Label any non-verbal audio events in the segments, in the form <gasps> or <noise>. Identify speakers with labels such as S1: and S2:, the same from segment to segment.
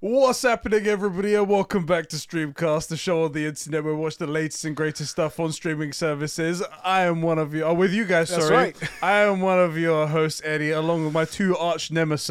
S1: What's happening, everybody, and welcome back to Streamcast, the show on the internet where we watch the latest and greatest stuff on streaming services. I am one of you, oh, with you guys,
S2: That's
S1: sorry.
S2: right.
S1: <laughs> I am one of your hosts, Eddie, along with my two arch nemesis,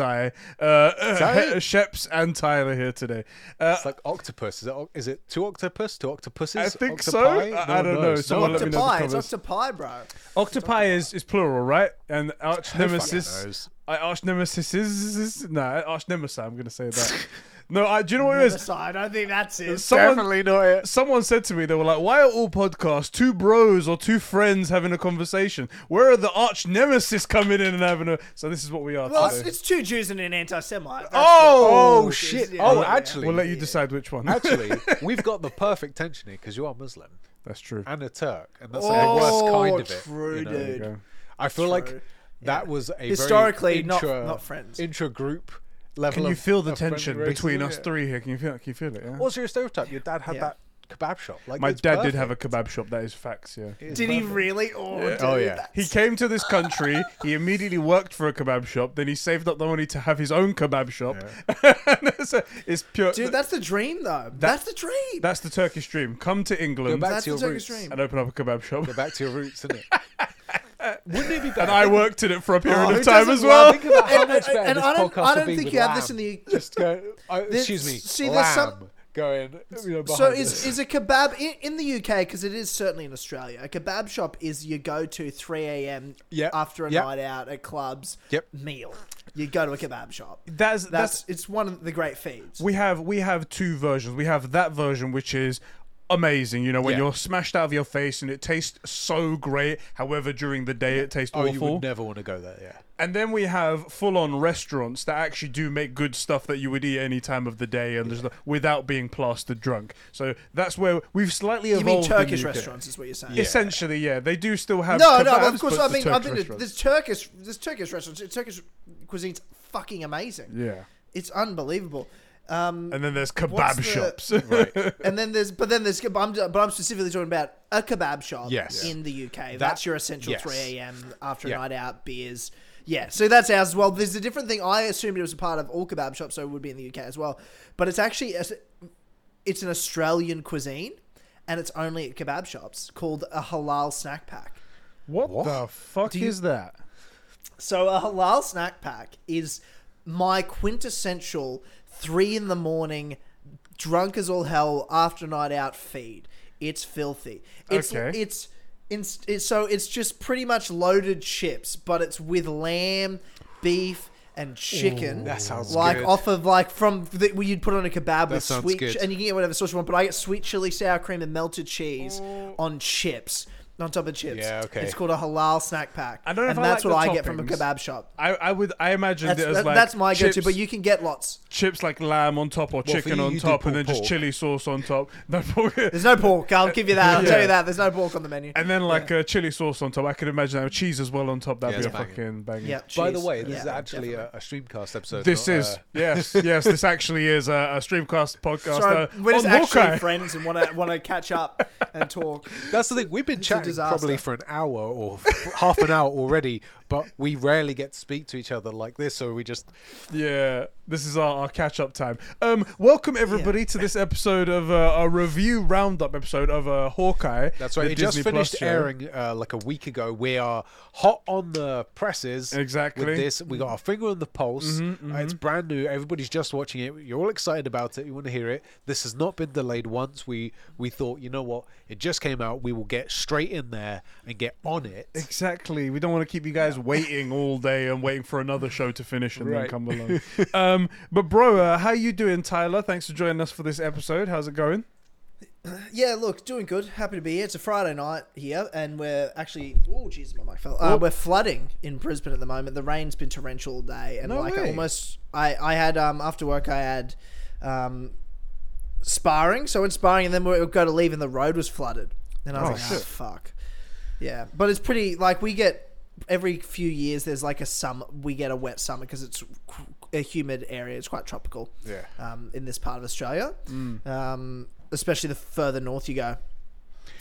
S1: uh, uh,
S2: Sorry?
S1: <laughs> Sheps and Tyler here today. Uh,
S2: It's like octopus. Is it, o- is it two octopus? Two octopuses?
S1: I think so. I-
S2: Octopi? No
S1: I
S2: one
S1: don't know.
S2: knows.
S1: Someone
S2: one
S1: let me know.
S2: knows.
S1: the
S3: Octopi, it's
S1: covers.
S3: octopi, bro.
S1: octopi is, is plural, right? And arch
S2: fucking
S1: nemesis,
S2: knows?
S1: I arch nemesis is, is no arch nemesis. I'm gonna say that. <laughs> no, I, do you know what it is?
S3: That's- I don't think that's it.
S1: Someone,
S2: Definitely not
S1: <laughs>
S2: it.
S1: someone said to me, they were like, why are all podcasts two bros or two friends having a conversation? Where are the arch nemesis coming in and having a. So this is what we are
S3: Well, it's,
S1: today.
S3: it's two Jews and an anti-Semite. That's
S2: Oh,
S3: what it is,
S2: shit.
S3: yeah.
S2: oh,
S3: Yeah.
S2: actually,
S1: We'll let you decide which one.
S2: actually, we've got the perfect tension here because you are Muslim
S1: <laughs> That's true.
S2: and a Turk, and that's like the
S3: Oh,
S2: worst kind of it.
S3: true,
S2: you know?
S3: dude.
S1: Okay.
S2: I feel like that was a very
S3: Historically, not-
S2: intra,
S3: not friends.
S2: intra group level.
S1: Can you
S2: of-
S1: feel the
S2: of friendly
S1: tension
S2: racism?
S1: between us
S2: Yeah.
S1: three here? Can you feel, can you feel it? Yeah?
S2: Also, your stereotype. Your dad had
S3: Yeah.
S2: that kebab shop. Like
S1: My
S2: it's
S1: dad
S2: perfect.
S1: did have a kebab shop. That is facts, yeah.
S2: It's
S3: Did he
S2: perfect.
S3: really? Oh, dude,
S2: Oh, yeah.
S3: that-
S1: He came to this country. He immediately worked for a kebab shop. Then he saved up the money to have his own kebab shop. <laughs> it's, a- it's pure.
S3: dude, that's the dream, though. that's the dream.
S1: that's the Turkish dream. Come to
S2: Go
S1: England
S2: back
S3: That's
S2: to your
S3: the
S2: roots.
S3: Turkish dream.
S1: and open up a kebab shop.
S2: Go back to your roots, isn't it?
S1: <laughs>
S2: Wouldn't it be better?
S1: and I worked in it for a period
S2: Oh,
S1: of
S2: who
S1: time
S2: doesn't
S1: as well.
S2: Think about how
S3: And-
S2: much better
S3: and
S2: this
S3: I don't-
S2: podcast
S3: I
S2: would
S3: don't
S2: be
S3: think
S2: with
S3: you have
S2: lamb.
S3: this in the-
S2: Just go. I, excuse me.
S3: see,
S2: lamb
S3: there's some-
S2: going. You know,
S3: So
S2: behind
S3: is
S2: us.
S3: is a kebab in, in the UK because it is certainly in Australia. A kebab shop is you go to 3 a.m.
S2: Yep,
S3: after a
S2: yep.
S3: night out at clubs.
S2: Yep.
S3: Meal. You go to a kebab shop.
S1: That's
S3: That's
S1: that's
S3: it's one of the great feeds.
S1: we have we have two versions. We have that version which is amazing. You know when
S2: Yeah.
S1: you're smashed out of your face and it tastes so great. However, during the day it tastes
S2: oh, you
S1: awful.
S2: would never want to go there. Yeah.
S1: and then we have full-on restaurants that actually do make good stuff that you would eat any time of the day and there's no- without being plastered drunk. So that's where we've slightly
S3: you mean
S1: evolved. in
S3: Turkish
S1: the UK.
S3: restaurants is what you're saying?
S1: Essentially, yeah, they do still have
S3: No, no,
S1: kebabs,
S3: of course.
S1: but
S3: I
S1: the
S3: mean,
S1: Turkish
S3: I've been to
S1: restaurants.
S3: there's Turkish, there's Turkish restaurants. Turkish cuisine's fucking amazing.
S1: yeah,
S3: it's unbelievable. Um,
S1: and then there's
S3: What's
S1: kebab
S3: the- <laughs>
S1: shops.
S3: and then there's, but then there's, but I'm, but I'm specifically talking about a kebab shop
S2: Yes.
S3: in the UK. that's your essential
S2: yes.
S3: 3 a.m. after
S2: Yeah.
S3: a night out beers. Yeah, so that's ours as well. There's a different thing. I assumed it was a part of all kebab shops, so it would be in the UK as well. But it's actually, it's an Australian cuisine, and it's only at kebab shops called a halal snack pack.
S1: What, the fuck
S3: Do you-
S1: is that?
S3: So a halal snack pack is my quintessential three in the morning, drunk as all hell after night out feed. It's filthy. It's
S1: Okay.
S3: it's, it's, it's so it's just pretty much loaded chips, but it's with lamb, beef. And chicken,
S2: that sounds
S3: like
S2: good.
S3: off of like from the, where you'd put on a kebab with
S2: sounds
S3: sweet,
S2: good.
S3: and you can get whatever sauce you want. But I get sweet chili, sour cream, and melted cheese on chips, on top of chips.
S2: Oh. Yeah, okay.
S3: It's called a halal snack pack.
S1: I don't know if
S3: and
S1: I
S3: that's
S1: like
S3: what
S1: the
S3: I get from a
S1: toppings.
S3: kebab shop.
S1: I, I would I imagine
S3: That's,
S1: it as
S3: that-
S1: like
S3: that's my
S1: chips,
S3: go-to, but you can get lots.
S1: chips like lamb on top or
S2: for
S1: chicken
S2: you,
S1: on
S2: you do
S1: top, and
S2: pulled
S1: then just
S2: pork.
S1: chili sauce on top. <laughs> No, pork. Uh,
S3: There's no pork. I'll give you that. I'll
S1: Yeah.
S3: tell you that. There's no pork on the menu.
S1: and then like uh, chili sauce on top. I could imagine that with cheese as well on top. That'd
S2: Yeah,
S1: be a
S2: it's banging.
S1: fucking banger.
S3: yeah.
S2: By the
S3: cheese.
S2: way, this
S3: Yeah,
S2: is actually
S3: definitely.
S2: a, a streamcast episode.
S1: This
S2: not,
S1: is
S2: uh, <laughs>
S1: yes, yes. This actually is a, a streamcast podcast
S3: Sorry,
S1: uh,
S3: we're
S1: on
S3: just actually
S1: Hawkeye.
S3: friends and want to want to catch up and talk.
S2: that's the thing. We've been chatting
S3: disaster.
S2: probably for an hour or f- half an hour already, but we rarely get to speak to each other like this. So we just
S1: <laughs> Yeah, this is our, our catch up time. Um, welcome everybody to this episode of uh, our review roundup episode of uh, Hawkeye.
S2: That's right.
S1: the
S2: It just
S1: Disney Plus
S2: finished
S1: show.
S2: airing uh, like a week ago. We are hot on the presses.
S1: Exactly.
S2: With this, we got our finger on the pulse. Uh, it's brand new. Everybody's just watching it. You're all excited about it. You want to hear it. This has not been delayed once. We we thought, you know what? It just came out. We will get straight in there and get on <laughs> it.
S1: Exactly. We don't want to keep you guys waiting all day and waiting for another show to finish and then
S2: Right.
S1: come
S2: <laughs>
S1: along. um, but bro, uh, how you doing, Tyler? Thanks for joining us for this episode. How's it going?
S3: Yeah, look, doing good. Happy to be here. It's a Friday night here, and we're actually oh jeez, my mic fell. Uh, we're flooding in Brisbane at the moment. The rain's been torrential all day, and
S2: No
S3: like
S2: way.
S3: I almost, I I had um after work I had um sparring, so I went sparring, and then we got to leave, and the road was flooded, and I was
S1: Oh,
S3: like,
S1: shit.
S3: oh, fuck, yeah. But it's pretty like we get every few years. There's like a summer. We get a wet summer because it's a humid area. It's quite tropical
S2: Yeah.
S3: um, in this part of Australia, um, especially the further north you go.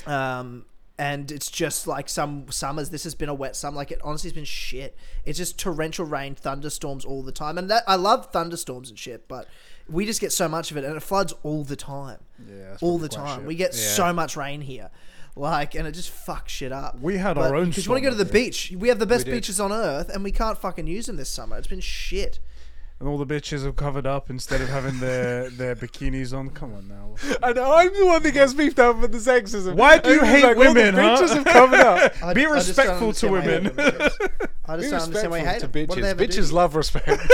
S3: Um, and it's just like some summers. This has been a wet summer. Like it honestly has been shit. It's just torrential rain, thunderstorms all the time, and that I love thunderstorms and shit, but we just get so much of it, and it floods all the time.
S1: Yeah, that's
S3: all
S1: probably
S3: the
S1: quite
S3: time.
S1: shit.
S3: We get
S2: Yeah.
S3: so much rain here, like, and it just fucks shit up.
S1: We had our own
S3: because you want to go
S1: storm
S3: to the
S1: up here.
S3: beach. We have the best
S2: did.
S3: beaches on earth, and we can't fucking use them this summer. It's been shit.
S1: and all the bitches have covered up instead of having
S2: <laughs>
S1: their their bikinis on. Come on now.
S2: I know, I'm the one that gets beefed up with the sexism.
S1: Why do you
S2: Everyone's
S1: hate
S2: like, well,
S1: women,
S2: The
S1: huh?
S2: bitches have come up.
S3: I-
S1: Be
S3: I just don't
S1: respectful to
S3: understand why you hate
S1: women.
S3: them, I
S2: Be
S3: just don't <laughs> understand why you hate
S2: respectful to
S3: them. What do they
S2: bitches.
S3: ever do to
S2: Bitches
S3: you?
S2: love <laughs> respect.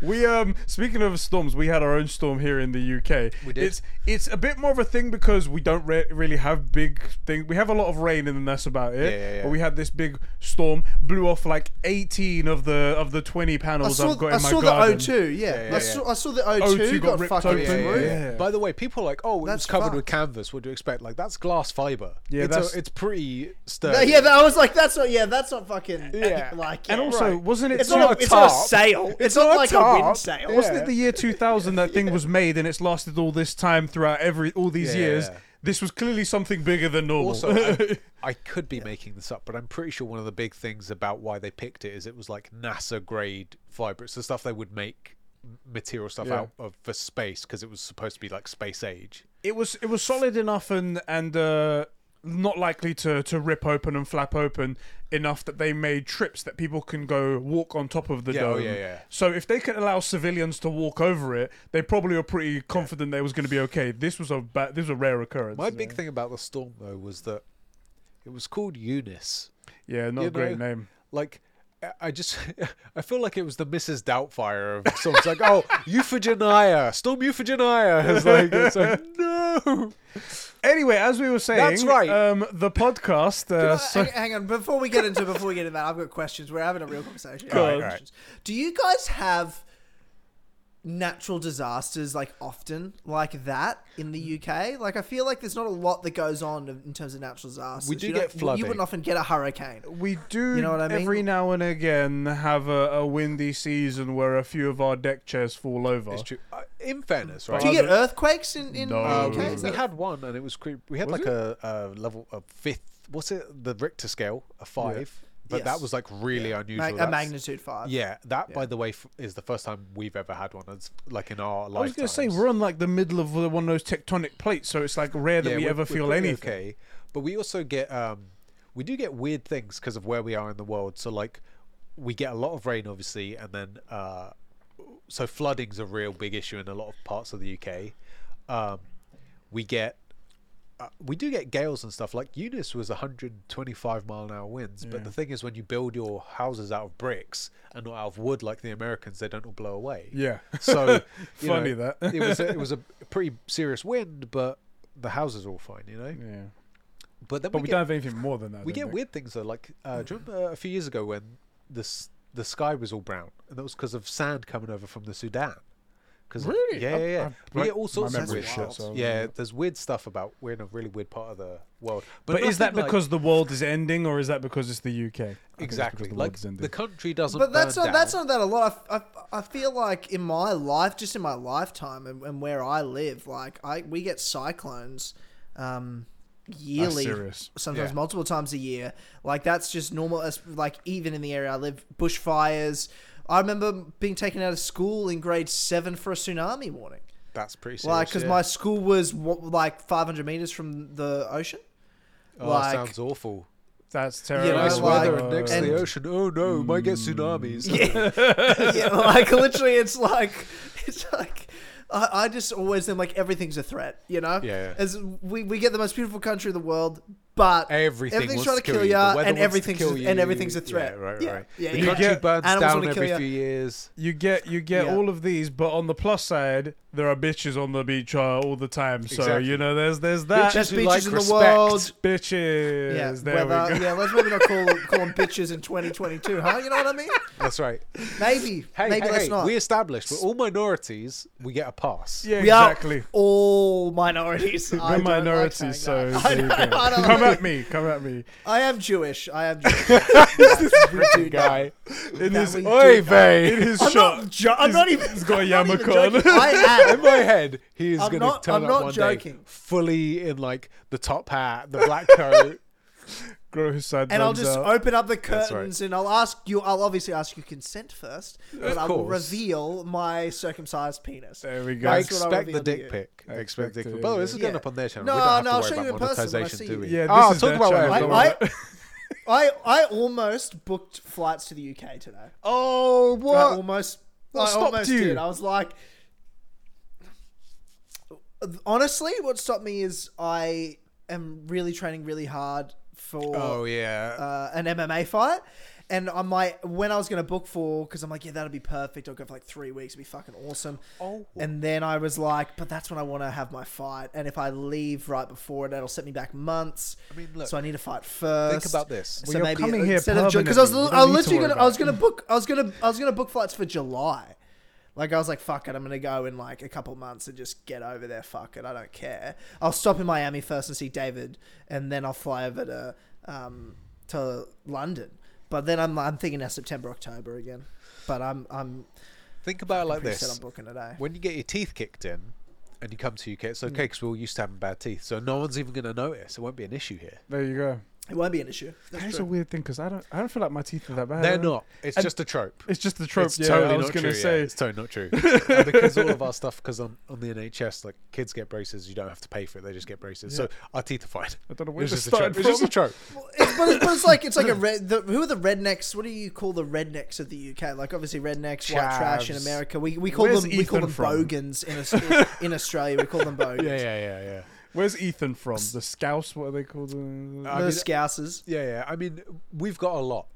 S1: We um speaking of storms, we had our own storm here in the UK.
S2: We did.
S1: It's it's a bit more of a thing because we don't re- really have big thing. We have a lot of rain and then that's about it.
S2: Yeah, yeah, yeah.
S1: But we had this big storm, blew off like 18 of the of the 20
S3: I
S1: panels
S3: saw,
S1: I've got in
S3: I
S1: my
S3: saw the
S1: garden.
S3: O2, yeah.
S2: Yeah, yeah,
S3: I,
S2: yeah.
S3: saw, I saw the
S1: O2
S3: O2,
S1: got
S3: got,
S1: ripped
S3: fucking
S1: open.
S2: yeah,
S3: through.
S2: yeah, yeah.
S1: Yeah.
S2: By the way, people are like, oh, it's
S3: That's
S2: covered with
S3: fucked.
S2: canvas. What do you expect? Like that's glass fiber.
S1: Yeah,
S2: it's, a-
S1: that's-
S2: it's pretty
S3: No,
S2: sturdy.
S3: <laughs>
S1: <laughs>
S3: yeah, that- I was like, that's not, yeah, that's not fucking,
S2: Yeah.
S3: <laughs> like,
S1: And
S3: yeah,
S1: also,
S3: right.
S1: wasn't it
S3: it's,
S1: too-
S3: not,
S2: not
S3: a,
S2: a
S3: it's not a
S2: tarp.
S3: sail. It's,
S2: It's
S3: not,
S2: not a
S3: like a
S2: tarp.
S3: wind sail.
S2: Yeah.
S1: Wasn't it the year 2000 that thing was made and it's lasted all this time throughout every all these
S2: Yeah.
S1: years? This was clearly something bigger than normal.
S2: Also,
S1: <laughs>
S2: I,
S3: <laughs>
S2: I could be making this up, but I'm pretty sure one of the big things about why they picked it is it was like NASA grade fiber. It's the stuff they would make m- material stuff
S1: Yeah.
S2: out of for space because it was supposed to be like space age.
S1: it was it was solid enough and and uh, not likely to to rip open and flap open enough that they made trips that people can go walk on top of the
S2: Yeah, oh,
S1: dome.
S2: yeah, yeah.
S1: So if they could allow civilians to walk over it, they probably were pretty confident they was going to be okay. This was a ba- this was a rare occurrence.
S2: My big thing about the storm though was that it was called Eunice.
S1: yeah, not
S2: you
S1: a great
S2: know,
S1: name.
S2: Like I- I just <laughs> I feel like it was the Mrs. Doubtfire of songs
S1: <laughs>
S2: like oh Euphogenia, Storm Euphogenia. <laughs> It's like
S1: <laughs>
S2: it's like no.
S1: Anyway, as we were saying,
S2: That's right.
S1: Um, the podcast.
S3: Well,
S1: Uh,
S3: hang,
S1: so,
S3: hang on, before we get into before we get into that, I've got questions. We're having a real conversation.
S1: Go
S3: I've got
S1: on.
S3: questions. Do you guys have natural disasters like often like that in the UK? Like I feel like there's not a lot that goes on in terms of natural disasters.
S2: We do
S3: You
S2: get
S3: don't-
S2: flooding.
S3: You wouldn't often get a hurricane.
S1: we do
S3: You know what I mean?
S1: every now and again have a, a windy season where a few of our deck chairs fall over.
S2: It's true. Uh, in fairness, right?
S3: Do you get earthquakes in in
S1: No.
S2: Uh,
S3: the UK?
S2: we,
S3: Is
S2: we
S3: that-
S2: had one, and it was creep. We had
S1: Was
S2: like a, a level a fifth. What's it? The Richter scale, a five, but that
S3: Yes.
S2: was like really unusual.
S3: Mag- a
S2: That's-
S3: magnitude five.
S2: Yeah, that by the way f- is the first time we've ever had one. It's like in
S1: I
S2: our
S1: was
S2: life.
S1: going to say we're on like the middle of the- one of those tectonic plates, so it's like rare that we ever feel anything.
S2: Okay, but we also get um, we do get weird things because of where we are in the world. So like, we get a lot of rain, obviously, and then uh, so flooding's a real big issue in a lot of parts of the UK. Um, we get. Uh, we do get gales and stuff. Like Eunice was 125 mile an hour winds, but the thing is, when you build your houses out of bricks and not out of wood like the Americans, they don't all blow away.
S1: Yeah. <laughs>
S2: So you
S1: Funny
S2: know,
S1: that. <laughs>
S2: it was a, it was a pretty serious wind, but the houses all fine, you know.
S1: Yeah.
S2: But then
S1: But
S2: we,
S1: we,
S2: get
S1: don't have anything more than that.
S2: we
S1: don't
S2: get
S1: think.
S2: weird things though. Like uh, do you remember a few years ago when the s- the sky was all brown, and that was because of sand coming over from the Sudan. Cause of-
S1: Really?
S2: yeah,
S1: I-
S2: yeah, yeah.
S1: I-
S2: we
S1: like,
S2: get all
S1: my
S2: sorts of
S1: memory's
S2: weird
S1: shit,
S2: stuff.
S1: so I
S2: yeah,
S1: remember.
S2: there's weird stuff about we're in a really weird part of the world.
S1: But is that
S2: nothing like-
S1: because the world is ending, or is that because it's the UK? I think it's because
S2: <laughs> exactly
S1: the world
S2: like
S1: is
S2: the
S1: ending.
S2: country doesn't?
S3: But that's
S2: burn
S3: not that's
S2: down.
S3: not that a lot. I, I, I feel like in my life, just in my lifetime and, and where I live, like I we get cyclones um, yearly,
S1: serious.
S3: sometimes
S2: Yeah.
S3: multiple times a year. Like that's just normal. As, like even in the area I live, bushfires. I remember being taken out of school in grade seven for a tsunami warning.
S2: That's pretty serious.
S3: Like 'cause like because
S2: yeah.
S3: my school was wa- like 500 meters from the ocean.
S2: oh,
S3: like-
S2: sounds awful.
S1: That's terrible.
S3: You know,
S2: nice
S3: like-
S1: uh,
S2: weather and next to
S3: and-
S2: the ocean. Oh no, might get
S1: Hmm.
S2: tsunamis.
S3: Yeah, <laughs> yeah like literally, it's like it's like I, I just always am like everything's a threat, you know.
S2: Yeah, yeah.
S3: As we, we get the most beautiful country in the world, but
S2: Everything
S3: everything's
S2: wants
S3: trying to
S2: to
S3: kill
S2: you. The
S3: ya,
S2: weather
S3: and
S2: wants to
S3: everything's
S2: kill
S3: and
S2: you.
S3: everything's a threat.
S2: Yeah, right,
S3: yeah,
S2: right.
S3: Yeah,
S2: the
S3: yeah.
S2: country
S1: get-
S2: burns
S3: Animals
S2: down
S3: wanna kill
S2: every
S3: ya.
S2: few years.
S1: you get you get
S3: Yeah.
S1: all of these, but on the plus side, there are bitches on the beach uh, all the time. So
S2: Exactly.
S1: you know, there's there's that
S3: Best
S2: you
S3: beaches
S2: like
S3: in the
S2: respect.
S3: world.
S1: bitches.
S3: Yeah,
S1: there we go.
S3: weather. Yeah, let's maybe not call call them bitches in 2022, huh? You know what I mean?
S2: That's right.
S3: Maybe.
S2: Hey,
S3: maybe
S2: hey,
S3: let's
S2: hey,
S3: not.
S2: we established we're all minorities. We get a pass.
S1: Yeah,
S3: We are
S1: exactly.
S3: all minorities. I
S1: We're
S3: don't like
S1: minorities,
S3: saying
S1: so
S3: that.
S1: <laughs> there you
S3: I, don't- I
S1: go.
S3: don't
S1: come
S3: like-
S1: at me, come at <laughs> me.
S3: I am Jewish. I am Jewish.
S2: Freaking
S3: <laughs>
S2: guy.
S1: In his,
S3: we
S1: in
S3: do
S2: Oi,
S3: <laughs>
S2: babe.
S1: his
S3: I'm
S1: shot,
S3: not, jo- I'm
S1: he's-
S3: not even.
S1: he's got a
S3: I'm not
S1: yarmulke
S3: even joking.
S1: <laughs> on.
S3: I
S2: In
S3: am.
S2: my head, he is
S3: I'm
S2: going to
S3: not-
S2: turn
S3: I'm
S2: up
S3: not
S2: one day
S3: joking.
S2: fully in like the top hat, the black <laughs> coat.
S1: Grow his side
S3: And I'll
S1: thumbs
S3: just
S1: out.
S3: open up the
S2: That's right.
S3: curtains and I'll ask you. I'll obviously ask you consent first, but I will
S2: course.
S3: reveal my circumcised penis.
S1: There we go.
S2: I
S3: That's what I
S2: expect the
S3: revealed to you.
S2: dick pic. I
S1: I
S2: expect the
S1: expect
S2: dick pic.
S1: it,
S2: By the way, this is
S3: yeah.
S2: going up on their channel.
S3: No,
S2: we don't have
S3: no,
S2: to
S3: I'll
S2: worry
S3: show you
S2: about
S3: in person when I
S2: monetization,
S3: see
S2: do
S3: you.
S2: we?
S1: Yeah,
S2: oh,
S1: this is
S2: talk
S1: their
S2: about
S1: channel.
S2: whatever.
S1: Don't
S3: I,
S1: worry
S3: I, <laughs> I, I almost booked flights to the UK today.
S2: oh, what?
S3: I almost.
S2: What
S3: I
S2: stopped
S3: almost
S2: you?
S3: did. I was like, honestly, what stopped me is I am really training really hard for
S2: oh, yeah.
S3: uh, an MMA fight. And I might, when I was going to book for, because I'm like, yeah, that'll be perfect. I'll go for like three weeks. It'll be fucking awesome.
S2: Oh.
S3: And then I was like, but that's when I want to have my fight. And if I leave right before it, that'll set me back months. I
S2: mean, look,
S3: so I need to fight first.
S2: about this.
S1: Well, you're coming here
S3: because I was,
S1: permanently.
S3: I was
S1: You don't need to
S3: literally
S1: worry
S3: gonna, I was
S1: about
S3: gonna book, I was gonna, I was gonna book flights for July. Like I was like, fuck it, I'm gonna go in like a couple months and just get over there. Fuck it, I don't care. I'll stop in Miami first and see David, and then I'll fly over to um, to London. But then I'm I'm thinking now September October again. But I'm I'm
S2: Think about it like
S3: pretty set on
S2: this.
S3: booking today.
S2: When you get your teeth kicked in and you come to UK, it's
S1: Mm.
S2: okay because we're all used to having bad teeth. So no one's even going to notice. It won't be an issue here.
S1: There you go.
S3: It won't be an issue. That's
S1: That's
S3: true.
S1: a weird thing because I don't, I don't feel like my teeth are that bad.
S2: They're not. It's
S1: Uh, And-
S2: just a trope.
S1: It's just the trope.
S2: It's
S1: yeah,
S2: totally
S1: I was
S2: not
S1: gonna
S2: true. yeah.
S1: say.
S2: It's totally
S1: <laughs>
S2: not true. And because all of our stuff, because on, on the NHS, like kids get braces, you don't have to pay for it. They just get braces. So our teeth are fine.
S1: I don't know where
S2: it's
S1: this
S2: just a trope.
S1: started
S2: It's just a
S1: from. <laughs>
S2: trope.
S3: It's- but, it's, but it's like it's
S2: <coughs>
S3: like a red. The, who are the rednecks? What do you call the rednecks of the UK? Like obviously rednecks, white trash in
S2: Chavs.
S3: America. We, we call
S1: Where's
S3: them we call
S1: Ethan
S3: them
S1: from?
S3: bogans
S2: <laughs>
S3: in, Aus- in Australia. We call them bogans.
S2: Yeah, yeah, yeah, yeah.
S1: Where's Ethan from? The Scouse? What are they called? Uh,
S2: I
S3: The
S2: mean-
S3: Scousers.
S2: Yeah, yeah. I mean, we've got a lot.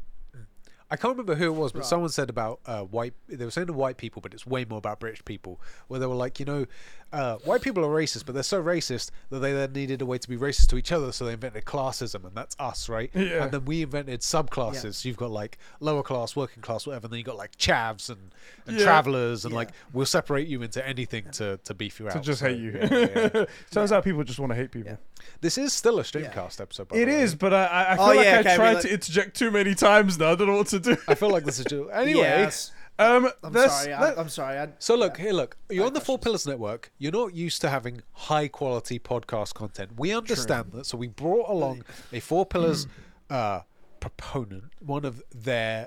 S2: I can't remember who it was, but someone said about uh, white. They were saying to white people, but it's way more about British people. Where they were like, you know, uh, white people are racist, but they're so racist that they then needed a way to be racist to each other, so they invented classism, and that's us, right?
S1: Yeah.
S2: And then we invented subclasses. So you've got like lower class, working class, whatever. And then you got like chavs and, and
S1: Yeah.
S2: travelers, and
S3: Yeah.
S2: like we'll separate you into anything to to beef you out.
S1: to just
S2: So,
S1: hate you.
S2: yeah,
S1: <laughs>
S2: yeah, yeah.
S1: Turns out people just want to hate people.
S2: this is still a streamcast episode. By
S1: It
S2: the way.
S1: is, but I- I, I feel
S3: Oh,
S1: like
S3: yeah,
S1: I
S3: okay, we
S1: tried
S3: let-
S1: to interject too many times now. I don't know what to
S2: <laughs>
S1: do.
S2: I feel like this is
S1: <laughs>
S2: just anyway.
S3: Yes.
S1: Um,
S3: I'm
S1: that's-
S3: sorry.
S1: that-
S3: I, I'm sorry. I,
S2: So look, here, look. You're on the Four Pillars Network. You're not used to having high quality podcast content. We understand that, so we brought along a Four Pillars
S3: Mm.
S2: uh, proponent, one of their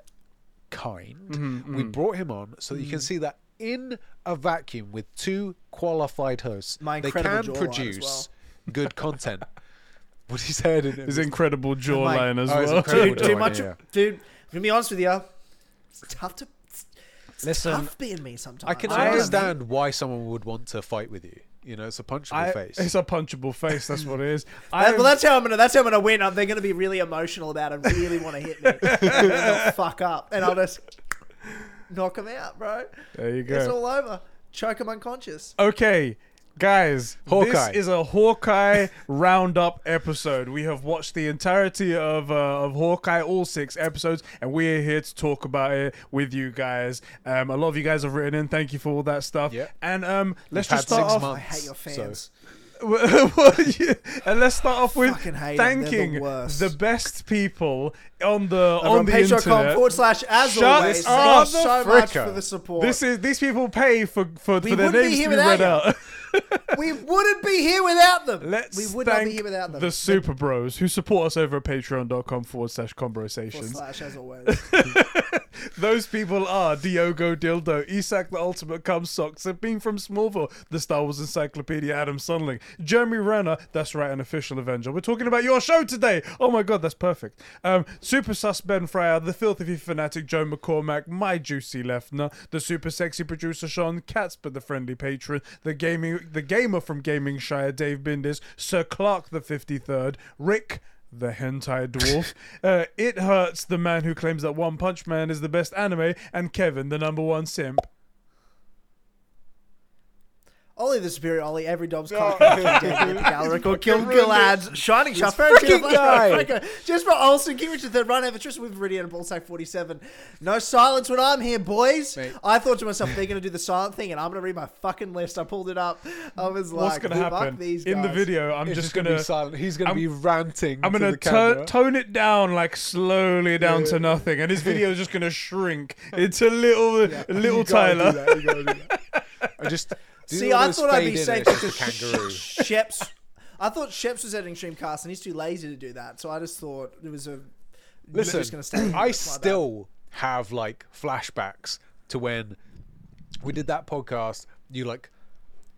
S2: kind.
S3: Mm-hmm,
S2: We
S3: mm.
S2: brought him on so that you can see that in a vacuum with two qualified hosts,
S3: My
S2: they
S3: incredible
S2: can
S3: jawline as
S2: produce
S3: well.
S2: good content. <laughs> what he's heard in
S1: his incredible jawline as
S2: Oh, it's
S1: well.
S2: incredible.
S1: <laughs>
S3: dude, too
S2: jawline,
S3: much.
S2: yeah.
S3: Dude, I'm gonna be honest with you. It's tough to. It's
S2: Listen,
S3: tough being me sometimes.
S2: I can
S3: you know what mean?
S2: understand why someone would want to fight with you. You know, it's a punch in
S1: I-
S2: the face.
S1: It's a punchable face. That's what it
S2: <laughs>
S1: is.
S3: That-
S1: I'm-
S3: well, that's how I'm gonna. That's how I'm gonna win. Uh, They're gonna be really emotional about it. and Really want
S2: <laughs>
S3: to hit me. and they'll fuck up, and I'll just knock them out, bro.
S1: there you go.
S3: It's all over. Choke them unconscious.
S1: Okay, guys,
S2: Hawkeye.
S1: this is a Hawkeye <laughs> roundup episode. We have watched the entirety of uh, of Hawkeye, all six episodes, and we are here to talk about it with you guys. Um, a lot of you guys have written in. Thank you for all that stuff.
S2: Yep.
S1: And um, let's
S2: We've
S1: just
S2: had
S1: start
S2: six
S1: off. <laughs>
S2: months.
S3: Oh, I hate your
S2: So-
S3: fans.
S1: What you- and let's start off with
S3: Fucking hate 'em. They're the
S1: thanking
S3: worst.
S1: the best people on the
S3: Over
S1: on,
S3: on
S1: the
S3: patreon.com
S1: internet.
S3: forward slash as
S1: Shut
S3: always. Thank
S1: up,
S3: you so much
S2: fricker.
S3: for the support.
S1: This is these people pay for for,
S3: We
S1: for their
S3: wouldn't be
S1: names to
S3: here
S1: be
S3: without
S1: read
S3: you.
S1: out.
S3: we wouldn't be here without them.
S1: Let's
S3: <laughs> we would
S1: thank
S3: not be here without them.
S1: the Super Bros who support us over at patreon.com forward slash
S3: Forward
S1: conversations.
S3: slash as always.
S1: <laughs> Those people are Diogo Dildo, Isak the Ultimate Cum Sock, Sabine from Smallville, the Star Wars Encyclopedia, Adam Sunling, Jeremy Renner, that's right, an official Avenger. We're talking about your show today. Oh my god, that's perfect. Um, Super Sus Ben Fryer, the Filthy Fanatic Joe McCormack, my Juicy Lefner, the Super Sexy Producer Sean Katzper, the Friendly Patron, the gaming the Gamer from Gaming Shire, Dave Bindis, Sir Clark the 53rd, Rick the hentai dwarf. <laughs> uh, it hurts the man who claims that One Punch Man is the best anime, and Kevin, the number one simp.
S3: Ollie the Superior Ollie, every Dobbs cock
S2: No.
S3: Galric or Kill
S2: ruined
S3: Gilads, Shining Shaft, Fairy
S2: freaking
S3: Tale, Flash
S2: guy.
S3: <laughs> Road, Franco, Just for Olsen, King Richard III, Run Over, Tristan with Viridian and Ballsack 47. No silence when I'm here, boys.
S2: Mate.
S3: I thought to myself, they're going to do the silent thing and I'm going to read my fucking list. I pulled it up. I was like,
S1: What's gonna
S3: "Fuck
S1: happen
S3: these
S1: in the
S3: guys."
S1: video? I'm
S2: It's
S1: just,
S2: gonna,
S1: gonna
S2: be silent. He's gonna
S1: I'm-
S2: be ranting.
S1: I'm gonna
S2: to the
S1: to-
S2: camera.
S1: tone it down like slowly down to nothing, and his video is just gonna shrink into little little
S2: You gotta do
S1: Tyler.
S2: that, you gotta do that. I
S3: <laughs>
S2: just do
S3: See,
S2: all
S3: I
S2: those
S3: thought I'd
S2: fade
S3: be
S2: in
S3: safe
S2: edits <laughs>
S3: <laughs> to
S2: with kangaroo.
S3: Sheps. I thought Sheps was editing Streamcast and he's too lazy to do that. So I just thought it was a.
S2: Listen,
S3: just gonna stay
S2: <clears throat> I
S3: It's my bad.
S2: still have like flashbacks to when we did that podcast. You like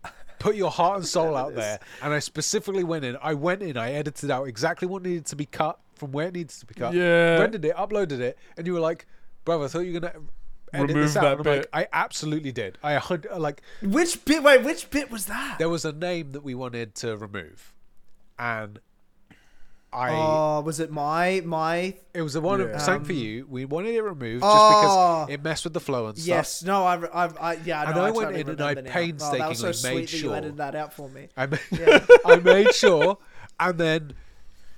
S2: <laughs> put your heart and soul out there, and I specifically went in. I went in. I edited out exactly what needed to be cut from where it needs to be cut.
S1: Yeah.
S2: rendered it, uploaded it, and you were like, "Brother, I thought you were gonna." Edit
S1: Remove
S2: this out.
S1: that
S2: and I'm like, I absolutely did. I had like
S3: Which bit? Wait, which bit was that?
S2: there was a name that we wanted to remove, and I
S3: Oh, was it my my?
S2: It was the one
S1: Yeah.
S2: of sang for you. We wanted it removed
S3: Oh.
S2: just because it messed with the flow and stuff.
S3: Yes, no, I, I, I yeah,
S2: And
S3: no,
S2: I
S3: I
S2: went
S3: totally
S2: in and I
S3: remember now. oh, that was so
S2: painstakingly
S3: sweet
S2: made
S3: that you
S2: sure.
S3: edited that out for me.
S2: I made, <laughs> I made sure, and then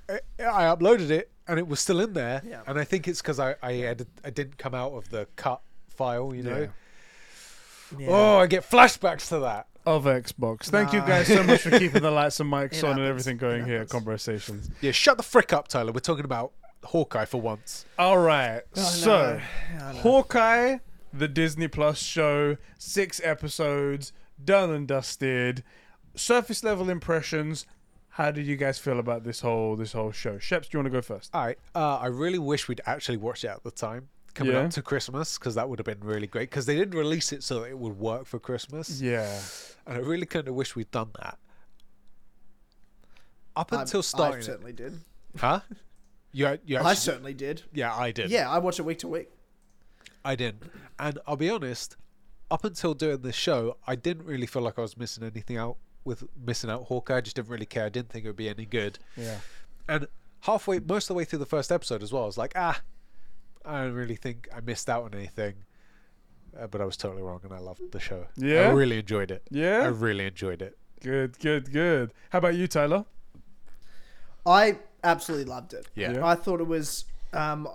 S2: I I uploaded it, and it was still in there.
S3: Yeah.
S2: And I think it's because I I, edit, I didn't come out of the cut file, you know.
S3: Yeah.
S2: Oh, I get flashbacks to that.
S1: Of Xbox. Thank you
S3: Nah.
S1: guys so <laughs> much for keeping the lights and mics
S3: It
S1: on and
S3: happens.
S1: everything going
S3: It
S1: here.
S3: happens.
S1: Conversations.
S2: Yeah, shut the frick up, Tyler. We're talking about Hawkeye for once.
S1: All right. so,
S3: no. Oh, no.
S1: Hawkeye, the Disney Plus show, six episodes, done and dusted. Surface level impressions. How did you guys feel about this whole this whole show? Sheps, do you want to go first?
S2: All right. Uh, I really wish we'd actually watched it at the time coming
S1: Yeah.
S2: up to Christmas because that would have been really great because they did release it so that it would work for Christmas.
S1: Yeah.
S2: and I really kind of wish we'd done that. Up
S3: I'm-
S2: until
S3: I
S2: starting, it-
S3: certainly did.
S2: huh? You, a- you
S3: I
S2: actually,
S3: certainly did.
S2: yeah, I did.
S3: Yeah, I watch it week to week.
S2: I didn't. And I'll be honest, up until doing this show, I didn't really feel like I was missing anything out with missing out Hawkeye. I just didn't really care. I didn't think it would be any good.
S1: Yeah.
S2: And halfway, most of the way through the first episode as well, I was like, ah, I don't really think I missed out on anything. Uh, but I was totally wrong, and I loved the show.
S1: Yeah?
S2: I really enjoyed it. I
S1: Yeah.
S2: really enjoyed it.
S1: Good, good, good. How about you, Tyler?
S3: I absolutely loved it.
S2: Yeah.
S1: Yeah.
S3: I thought it was. Um,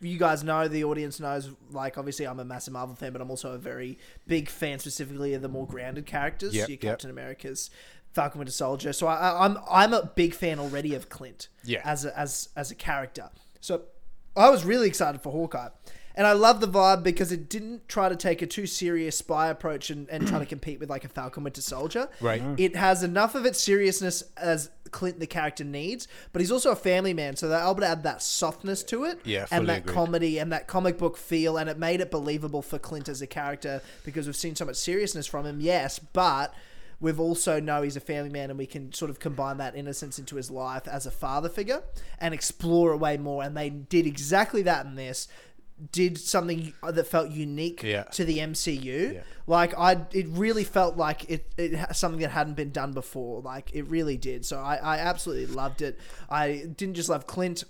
S3: you guys know the audience knows. Like, obviously, I'm a massive Marvel fan, but I'm also a very big fan, specifically of the more grounded characters.
S2: Yep,
S3: your
S2: yep.
S3: Captain America's Falcon Winter Soldier. So I, I, I'm I'm a big fan already of Clint.
S2: Yeah.
S3: As a, as as a character. So I was really excited for Hawkeye. And I love the vibe because it didn't try to take a too serious spy approach and, and try to compete with like a Falcon Winter Soldier.
S2: Right. No.
S3: It has enough of its seriousness as Clint the character needs, but he's also a family man, so they're able to add that softness to it
S2: Yeah, fully
S3: and that
S2: agreed.
S3: comedy and that comic book feel, and it made it believable for Clint as a character because we've seen so much seriousness from him, yes, but we've also know he's a family man and we can sort of combine that innocence into his life as a father figure and explore it way more. And they did exactly that in this. Did something that felt unique
S2: Yeah.
S3: to the MCU.
S2: Yeah.
S3: Like I, it really felt like it, it ha- something that hadn't been done before. Like it really did. So I, I absolutely loved it. I didn't just love Clint.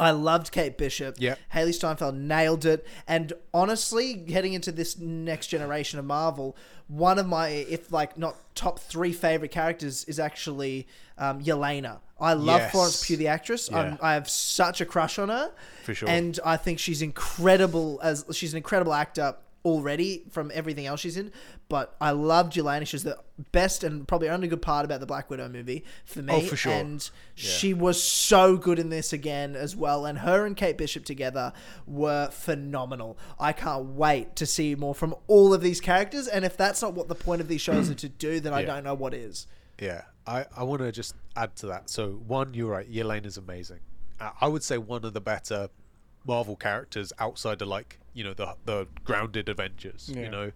S3: I loved Kate Bishop.
S2: Yeah.
S3: Haley Steinfeld nailed it. And honestly, heading into this next generation of Marvel, one of my, if like not top three favorite characters, is actually um, Yelena. I love
S2: Yes.
S3: Florence Pugh, the actress. I'm-
S2: Yeah.
S3: I have such a crush on her.
S2: For sure.
S3: And I think she's incredible as she's an incredible actor already from everything else she's in. But I loved Yelena. She's the best and probably only good part about the Black Widow movie for me.
S2: Oh, for sure.
S3: And she was so good in this again as well. And her and Kate Bishop together were phenomenal. I can't wait to see more from all of these characters. And if that's not what the point of these shows are to do, then I
S2: Yeah.
S3: don't know what is.
S2: Yeah, I, I want to just add to that. So one, you're right. Yelena is amazing. I, I would say one of the better Marvel characters outside of like you know the the grounded Avengers.
S1: Yeah.
S2: You know.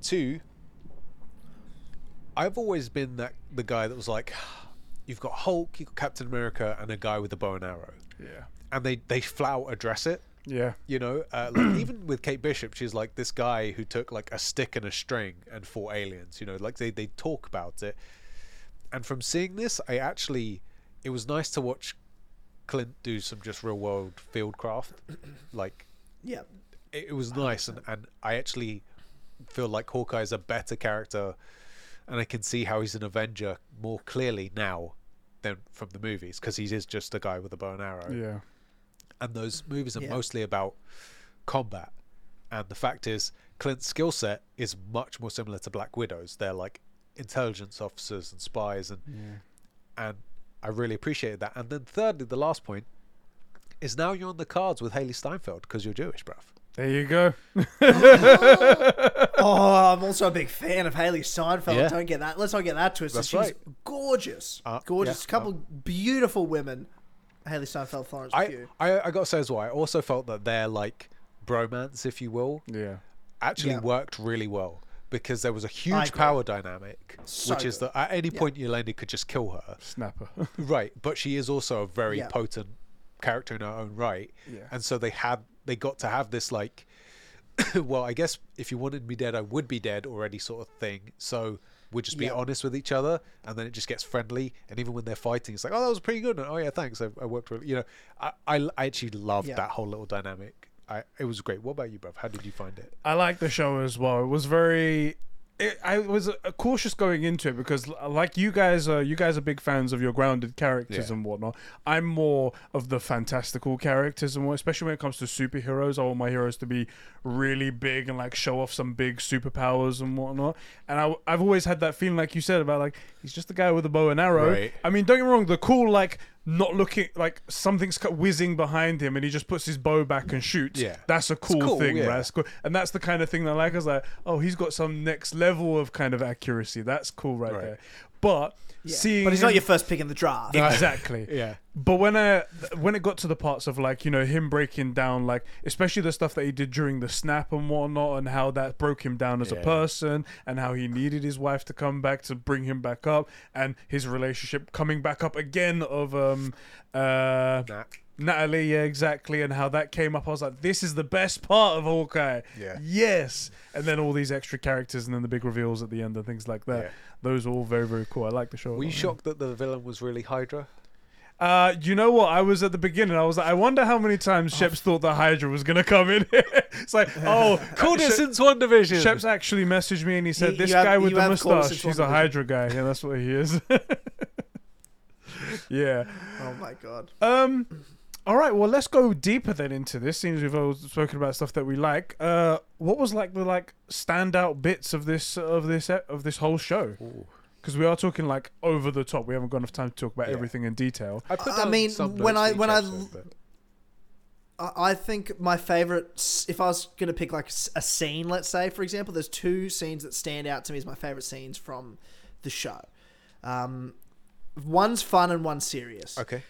S2: Two. I've always been that the guy that was like, you've got Hulk, you've got Captain America, and a guy with a bow and arrow,
S1: Yeah.
S2: and they they flout address it.
S1: Yeah.
S2: You know, uh, like even with Kate Bishop, she's like this guy who took like a stick and a string and fought aliens. You know, like they they talk about it. And from seeing this, I actually it was nice to watch Clint do some just real world fieldcraft. Like
S3: Yeah.
S2: <laughs> it, it was nice, and and I actually feel like Hawkeye is a better character, and I can see how he's an Avenger more clearly now than from the movies because he is just a guy with a bow and arrow
S1: Yeah.
S2: and those movies are
S3: Yeah.
S2: mostly about combat. And the fact is, Clint's skill set is much more similar to Black Widow's. They're like intelligence officers and spies, and and I really appreciated that. And then thirdly, the last point is now you're on the cards with Haley Steinfeld because you're Jewish, bruv.
S1: There you go. <laughs>
S3: oh, I'm also a big fan of Haley Seinfeld.
S2: Yeah.
S3: Don't get that. Let's not get that twisted.
S2: That's
S3: She's
S2: right.
S3: gorgeous,
S2: Uh,
S3: gorgeous.
S2: yeah,
S3: couple beautiful women. Haley Seinfeld, Florence
S2: I,
S3: Pugh.
S2: I I gotta say as well, I also felt that their like bromance, if you will,
S1: Yeah.
S2: actually
S3: Yeah.
S2: worked really well because there was a
S3: I
S2: huge
S3: agree.
S2: power dynamic,
S3: So
S2: which is
S3: good.
S2: that at any point Yelena could just kill her.
S1: Snapper. <laughs>
S2: Right, but she is also a very
S3: Yeah.
S2: potent character in her own right.
S1: Yeah.
S2: And so they had they got to have this like <coughs> well, I guess if you wanted me dead, I would be dead already sort of thing. So we'll just be
S3: Yeah.
S2: honest with each other and then it just gets friendly and even when they're fighting it's like, Oh, that was pretty good and, oh yeah, thanks. I, I worked really you know, I, I, I actually loved
S3: Yeah.
S2: that whole little dynamic. I, it was great. What about you, bruv? How did you find it?
S1: I like the show as well. It was very. It, I was uh, cautious going into it because, l- like you guys, are you guys are big fans of your grounded characters
S2: Yeah.
S1: and whatnot. I'm more of the fantastical characters and what, especially when it comes to superheroes. I want my heroes to be really big and like show off some big superpowers and whatnot. And I, have always had that feeling, like you said, about like he's just a guy with a bow and arrow.
S2: Right.
S1: I mean, don't get me wrong, the cool like not looking like something's cu- whizzing behind him and he just puts his bow back and shoots.
S2: Yeah.
S1: that's a cool,
S2: cool,
S1: thing,
S2: yeah.
S1: right? That's cool. And that's the kind of thing that I like. I was like, oh, he's got some next level of kind of accuracy. That's cool right,
S2: Right.
S1: there. But
S3: Yeah.
S1: seeing
S3: but he's not
S1: him-
S3: your first pick in the draft. <laughs>
S1: exactly.
S2: Yeah.
S1: But when I when it got to the parts of like you know him breaking down like especially the stuff that he did during the snap and whatnot and how that broke him down as
S2: Yeah.
S1: a person and how he needed his wife to come back to bring him back up and his relationship coming back up again of um uh
S2: Nah.
S1: Natalie yeah exactly and how that came up I was like this is the best part of Hawkeye
S2: Yeah.
S1: yes and then all these extra characters and then the big reveals at the end and things like that
S2: Yeah.
S1: those are all very very cool I like the show a
S2: Were you
S1: lot, yeah.
S2: shocked that the villain was really Hydra?
S1: Uh, you know what? I was at the beginning. I was like, I wonder how many times
S3: Oh.
S1: Sheps thought that Hydra was gonna come in. <laughs> it's
S3: <laughs>
S1: like, oh,
S2: Called it since One Division.
S1: Sheps actually messaged me and he said,
S3: You-
S1: "This
S3: you have-
S1: guy with
S3: you
S1: the
S3: have called us
S1: mustache,
S3: since
S1: he's a
S3: WandaVision."
S1: Hydra guy, and that's what he is." <laughs> yeah.
S3: oh my god.
S1: Um. All right. Well, let's go deeper then into this. Seems we've all spoken about stuff that we like. Uh, what was like the like standout bits of this of this e- of this whole show?
S2: Ooh.
S1: Because we are talking like over the top. We haven't got enough time to talk about
S2: Yeah.
S1: everything in detail.
S2: I, put
S3: I
S2: down
S3: mean,
S2: some
S3: when
S2: notes
S3: I-
S2: for
S3: when
S2: each
S3: I
S2: episode,
S3: l-
S2: but-
S3: I I think my favorite, if I was going to pick like s- a scene, let's say, for example, there's two scenes that stand out to me as my favorite scenes from the show. Um, one's fun and one's serious.
S2: Okay.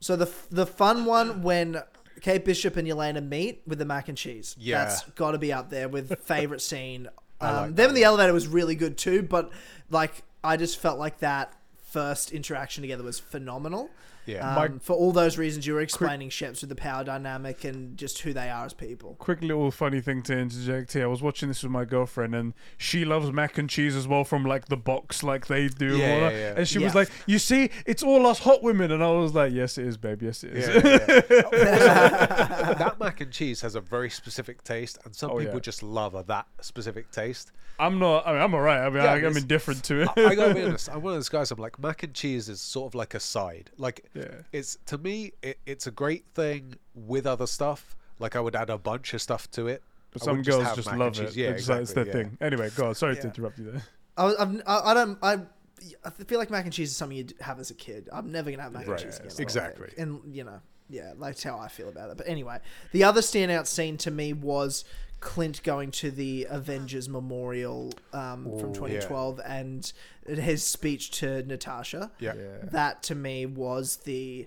S3: So the f- the fun one when Kate Bishop and Yelena meet with the mac and cheese.
S2: Yeah.
S3: that's got to be up there with favorite scene.
S2: <laughs> I
S3: Um,
S2: like that
S3: them in the elevator was really good too, but like I just felt like that first interaction together was phenomenal.
S2: Yeah.
S3: Um,
S1: My-
S3: for all those reasons you were explaining, Sheps, with the power dynamic and just who they are as people.
S1: quick little funny thing to interject here. I was watching this with my girlfriend, and she loves mac and cheese as well from like the box, like they do.
S2: Yeah,
S1: and, all
S2: yeah,
S1: that.
S2: yeah.
S1: and she was
S3: Yeah.
S1: like, "You see, it's all us hot women," and I was like, "Yes, it is, babe. Yes, it is."
S2: Yeah, <laughs> yeah, <laughs> yeah. that mac and cheese has a very specific taste, and some
S1: Oh,
S2: people
S1: yeah.
S2: just love a that specific taste.
S1: <laughs> I'm not. I mean, I'm alright. I mean,
S2: Yeah,
S1: I, I'm
S2: it's-
S1: indifferent to it.
S2: I, I gotta be honest. I'm one of those guys. I'm like mac and cheese is sort of like a side. Like
S1: Yeah.
S2: it's to me, it, it's a great thing with other stuff. Like I would add a bunch of stuff to it.
S1: but
S2: I
S1: some
S2: wouldn't
S1: girls
S2: have
S1: just
S2: mac and
S1: love it.
S2: cheese. Yeah,
S1: it's, like- it's their
S2: exactly, yeah.
S1: thing. Anyway, God, sorry to
S3: Yeah.
S1: interrupt you there.
S3: I, was- I've, I, I don't. I, I feel like mac and cheese is something you'd have as a kid. I'm never gonna have mac
S2: Right,
S3: and cheese again. I don't
S2: exactly.
S3: think. And you know, yeah, that's how I feel about it. But anyway, the other standout scene to me was Clint going to the Avengers Memorial um, from
S2: Ooh,
S3: 2012 and his speech to Natasha.
S2: Yeah.
S3: That to me was the.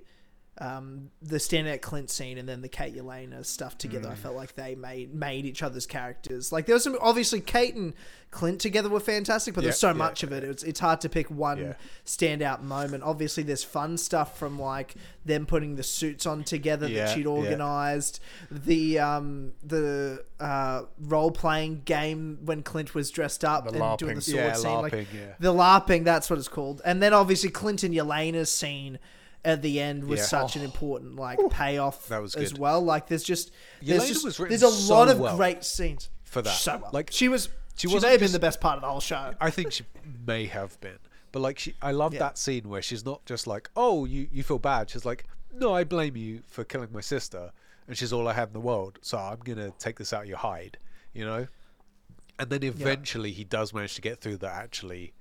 S3: Um, the standout Clint scene and then the Kate Yelena stuff together,
S2: Mm.
S3: I felt like they made made each other's characters. Like there was some obviously Kate and Clint together were fantastic,
S2: Yeah,
S3: but there's so
S2: yeah,
S3: much of it. It's it's hard to pick one
S2: Yeah.
S3: standout moment. Obviously, there's fun stuff from like them putting the suits on together
S2: Yeah,
S3: that she'd
S2: yeah.
S3: organized, the um the uh, role playing game when Clint was dressed up
S1: The
S3: and doing
S1: LARPing.
S3: the sword
S2: Yeah,
S3: scene, like
S2: LARPing, yeah.
S3: the LARPing. That's what it's called. And then obviously Clint and Yelena's scene at the end was
S2: Yeah.
S3: such an important like payoff
S2: That was
S3: as
S2: good.
S3: well. Like there's just there's
S2: Yelena
S3: just
S2: was written
S3: there's a
S2: so
S3: lot of
S2: well
S3: great scenes
S2: for that.
S3: So well.
S2: Like-
S3: like she was
S2: She,
S3: She
S2: wasn't
S3: may have been
S2: just-
S3: the best part of the
S2: <clears throat>
S3: whole show.
S2: I think she may have been, but like she, I love
S3: Yeah.
S2: that scene where she's not just like, "Oh, you you feel bad." She's like, "No, I blame you for killing my sister, and she's all I have in the world, so I'm gonna take this out of your hide," you know. And then eventually he does manage to get through that. Actually,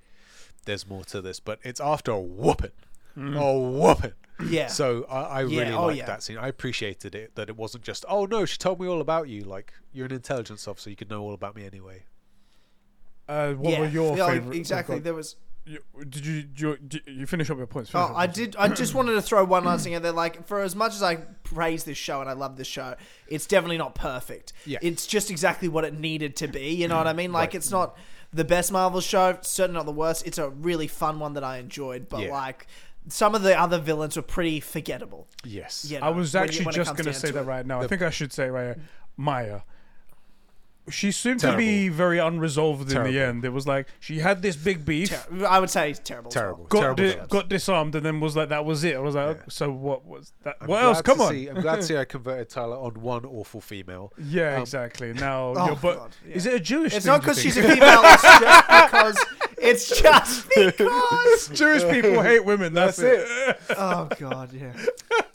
S2: there's more to this, but it's after a whooping, a whooping.
S3: Mm. Yeah.
S2: So I, I
S3: Yeah,
S2: really
S3: oh,
S2: liked
S3: yeah.
S2: that scene. I appreciated it that it wasn't just, "Oh no, she told me all about you." Like you're an intelligence officer, you could know all about me anyway.
S1: Uh, what
S3: yeah.
S1: were your
S3: Yeah,
S1: favorite?
S3: Exactly.
S1: oh, God.
S3: There was
S1: You- did you, did you did you finish up your points? finish
S3: Oh,
S1: up
S3: I
S1: your points.
S3: did. I just wanted to throw
S2: <clears throat>
S3: one last thing out there. Like, for as much as I praise this show and I love this show, it's definitely not perfect.
S2: Yeah.
S3: It's just exactly what it needed to be. You know what I mean? Like, it's not the best Marvel show, certainly not the worst. It's a really fun one that I enjoyed, but
S2: Yeah.
S3: like, some of the other villains were pretty forgettable.
S2: Yes.
S3: You
S1: I
S3: know,
S1: was
S3: when it-
S1: actually
S3: when it
S1: just
S3: comes
S1: going to
S3: down
S1: say that
S3: it.
S1: right now. I
S2: The-
S1: think I should say it right here. Maya. She seemed
S2: Terrible.
S1: to be very unresolved in
S2: Terrible.
S1: the end. It was like she had this big beef,
S3: Ter- I would say it's terrible. as well.
S2: Terrible.
S1: got
S2: terrible
S1: di-
S2: villains.
S1: got disarmed, and then was like, "That was it." I was like, "Oh, "So what was that?
S2: I'm
S1: what else?
S2: glad
S1: Come
S2: to
S1: on!"
S2: see- I'm glad to see I converted Tyler on one awful female.
S1: Yeah, exactly. Now,
S3: <laughs> Oh,
S1: you're, but
S3: God,
S1: is it a Jewish?
S3: It's
S1: thing,
S3: not
S1: do you
S3: because she's
S1: think?
S3: a female. It's just because.
S2: <laughs>
S3: It's just because. <laughs>
S1: Jewish people hate women. That's, it.
S3: Oh God, yeah.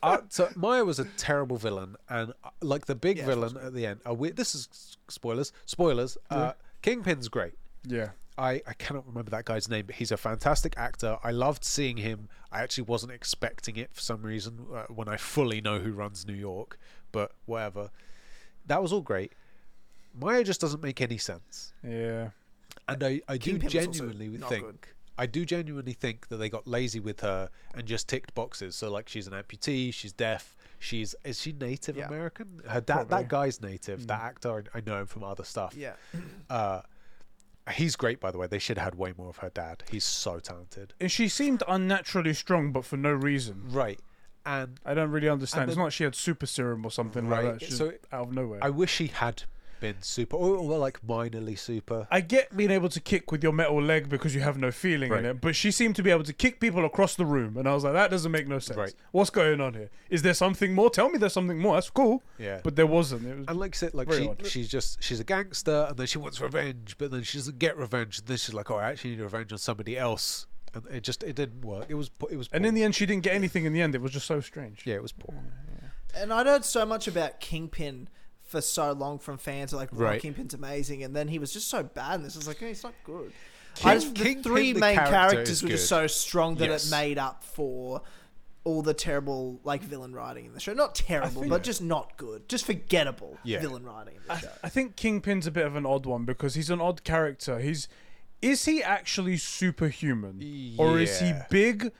S2: Uh, so Maya was a terrible villain, and uh, like the big
S3: Yeah,
S2: villain at the end. Uh, we, this is s- spoilers. Spoilers. Uh, Kingpin's great.
S1: Yeah.
S2: I, I cannot remember that guy's name, but he's a fantastic actor. I loved seeing him. I actually wasn't expecting it for some reason uh, when I fully know who runs New York, but whatever. That was all great. Maya just doesn't make any sense.
S1: Yeah.
S2: and I, I do
S3: Kingpin was also
S2: genuinely
S3: not
S2: think
S3: good.
S2: I do genuinely think that they got lazy with her and just ticked boxes. So like she's an amputee, she's deaf, she's is she Native
S3: Yeah. Mm.
S2: American? Her dad
S1: Probably.
S2: that guy's Native, that actor I know him from other stuff.
S3: Yeah.
S2: Uh, he's great by the way. They should have had way more of her dad. He's so talented.
S1: And she seemed unnaturally strong, but for no reason.
S2: Right. And
S1: I don't really understand.
S2: And
S1: it's
S2: the-
S1: not like she had super serum or something
S2: Right,
S1: like that. She's
S2: so-
S1: out of nowhere.
S2: I
S1: I,
S2: wish he had been super or, or like minorly super.
S1: get being able to kick with your metal leg because you have no feeling
S2: Right.
S1: in it, but she seemed to be able to kick people across the room, and I was like, that doesn't make no sense.
S2: Right.
S1: What's going on here? Is there something more? Tell me there's something more. That's cool.
S2: Yeah.
S1: But there wasn't. It was,
S2: And like I said, like
S1: Very
S2: she,
S1: odd.
S2: she's just she's a gangster, and then she wants revenge, but then she doesn't get revenge, and then she's like, "Oh, I actually need revenge on somebody else," and it just it didn't work. It was po- it was.
S1: and
S2: poor.
S1: in the end, she didn't get anything. In the end, it was just so strange.
S2: yeah, it was poor.
S3: And I'd heard so much about Kingpin for so long from fans, like, wow,
S2: Right.
S3: Kingpin's amazing, and then he was just so bad in this. It's like, hey, he's not good.
S2: King-
S3: I just, the
S2: Kingpin,
S3: three
S2: the
S3: main
S2: character, is
S3: characters were just
S2: good.
S3: so strong that
S2: Yes.
S3: it made up for all the terrible like villain writing in the show. Not terrible, but just not good, just forgettable
S2: Yeah.
S3: villain writing. In the
S1: I,
S3: show.
S1: I think Kingpin's a bit of an odd one because he's an odd character. He's is he actually superhuman or is he
S2: Yeah.
S1: big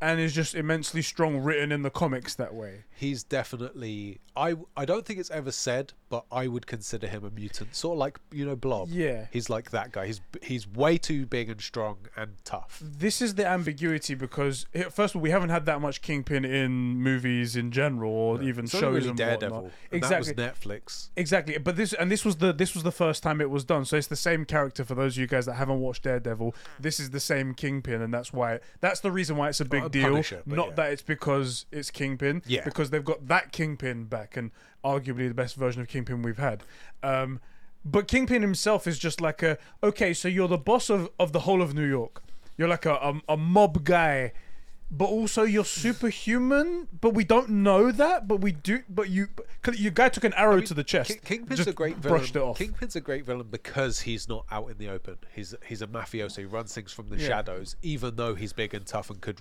S1: and is just immensely strong written in the comics that way?
S2: He's definitely. I I don't think it's ever said, but I would consider him a mutant, sort of like you know Blob.
S1: Yeah.
S2: he's like that guy. He's he's way too big and strong and tough.
S1: This is the ambiguity because eh, first of all, we haven't had that much Kingpin in movies in general or even
S2: It's
S1: shows
S2: only really
S1: and
S2: Daredevil.
S1: whatnot.
S2: and
S1: Exactly.
S2: that was Netflix.
S1: Exactly, but this and this was the this was the first time it was done. So it's the same character for those of you guys that haven't watched Daredevil. This is the same Kingpin, and that's why that's the reason why it's a big
S2: and
S1: deal.
S2: Punisher, but
S1: Not
S2: yeah.
S1: that it's because it's Kingpin,
S2: Yeah.
S1: because they've got that Kingpin back and arguably the best version of Kingpin we've had. Um, but Kingpin himself is just like a okay, so you're the boss of of the whole of New York. You're like a a, a mob guy. But also,
S2: <sighs>
S1: you're superhuman. But we don't know that. But we do. But you, cause your guy took an arrow to the chest.
S2: King- Kingpin's
S1: Just
S2: a great villain.
S1: brushed it off.
S2: Kingpin's a great villain because he's not out in the open. He's he's a mafioso. He runs things from the
S1: Yeah.
S2: shadows, even though he's big and tough and could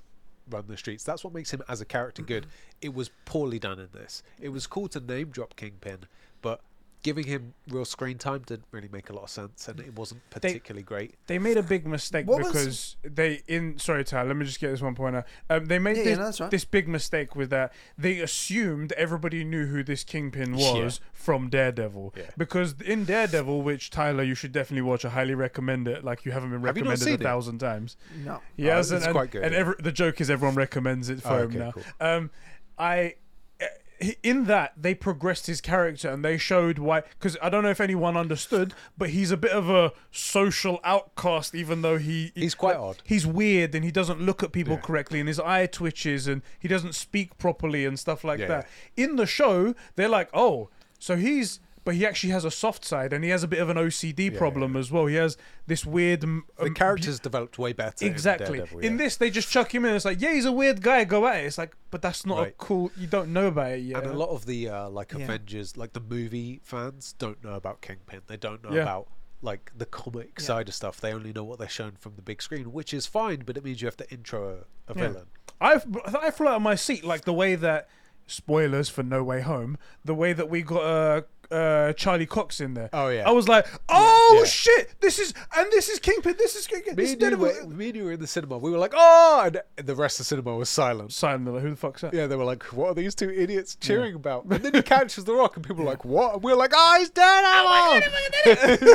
S2: run the streets. That's what makes him as a
S1: <clears throat>
S2: character good. It was poorly done in this. It was cool to name drop Kingpin, but giving him real screen time didn't really make a lot of sense, and it wasn't particularly great.
S1: they made a big mistake
S3: What was-
S1: because they in sorry Tyler, let me just get this one point out. Um, they made
S3: Yeah, yeah,
S1: this,
S3: no, that's right.
S1: this big mistake with that. They assumed everybody knew who this kingpin was from Daredevil
S2: Yeah.
S1: because in Daredevil, which Tyler you should definitely watch. I highly recommend it. Like you haven't been
S2: Have you not
S1: recommended
S2: seen
S1: a
S2: it?
S1: thousand times.
S3: no.
S1: He hasn't.
S2: Oh, it's
S1: and,
S2: quite good,
S1: And
S2: yeah.
S1: every, the joke is everyone recommends it for
S2: Oh,
S1: him
S2: okay,
S1: now.
S2: cool.
S1: Um, I eh, he- in that they progressed his character and they showed why because I don't know if anyone understood, but he's a bit of a social outcast, even though he,
S2: He's quite odd.
S1: He's weird and he doesn't look at people
S2: Yeah.
S1: correctly, and his eye twitches and he doesn't speak properly and stuff like
S2: Yeah,
S1: that. In the show, they're like, oh, so he's but he actually has a soft side and he has a bit of an OCD problem as well. He has this weird. um,
S2: The character's developed way better. in
S1: Exactly.
S2: Daredevil,
S1: In
S2: yeah.
S1: this, they just chuck him in. It's like, yeah, he's a weird guy. Go at it. It's like, but that's not a
S2: Right.
S1: cool. You don't know about it yet.
S2: And a lot of the uh, like
S3: Yeah.
S2: Avengers, like the movie fans, don't know about Kingpin. They don't know
S1: Yeah.
S2: about like the comic
S3: Yeah.
S2: side of stuff. They only know what they're shown from the big screen, which is fine, but it means you have to intro a, a
S1: Yeah.
S2: villain.
S1: I've I flew out of my seat like the way that spoilers for No Way Home, the way that we got uh, uh, Charlie Cox in there.
S2: Oh, yeah.
S1: I was like, oh
S2: Yeah.
S1: shit, this is and this is Kingpin. This is Kingpin.
S2: Me
S1: This is
S2: and, you
S1: Daredevil.
S2: were, me and you were in the cinema. We were like, oh, and the rest of the cinema was silent.
S1: Silent Miller. Who the fuck's that?
S2: Yeah, they were like, what are these two idiots cheering about? And
S3: <laughs>
S2: then he catches the rock, and people are like, what? And we are like, oh, he's dead,
S3: oh
S2: <laughs>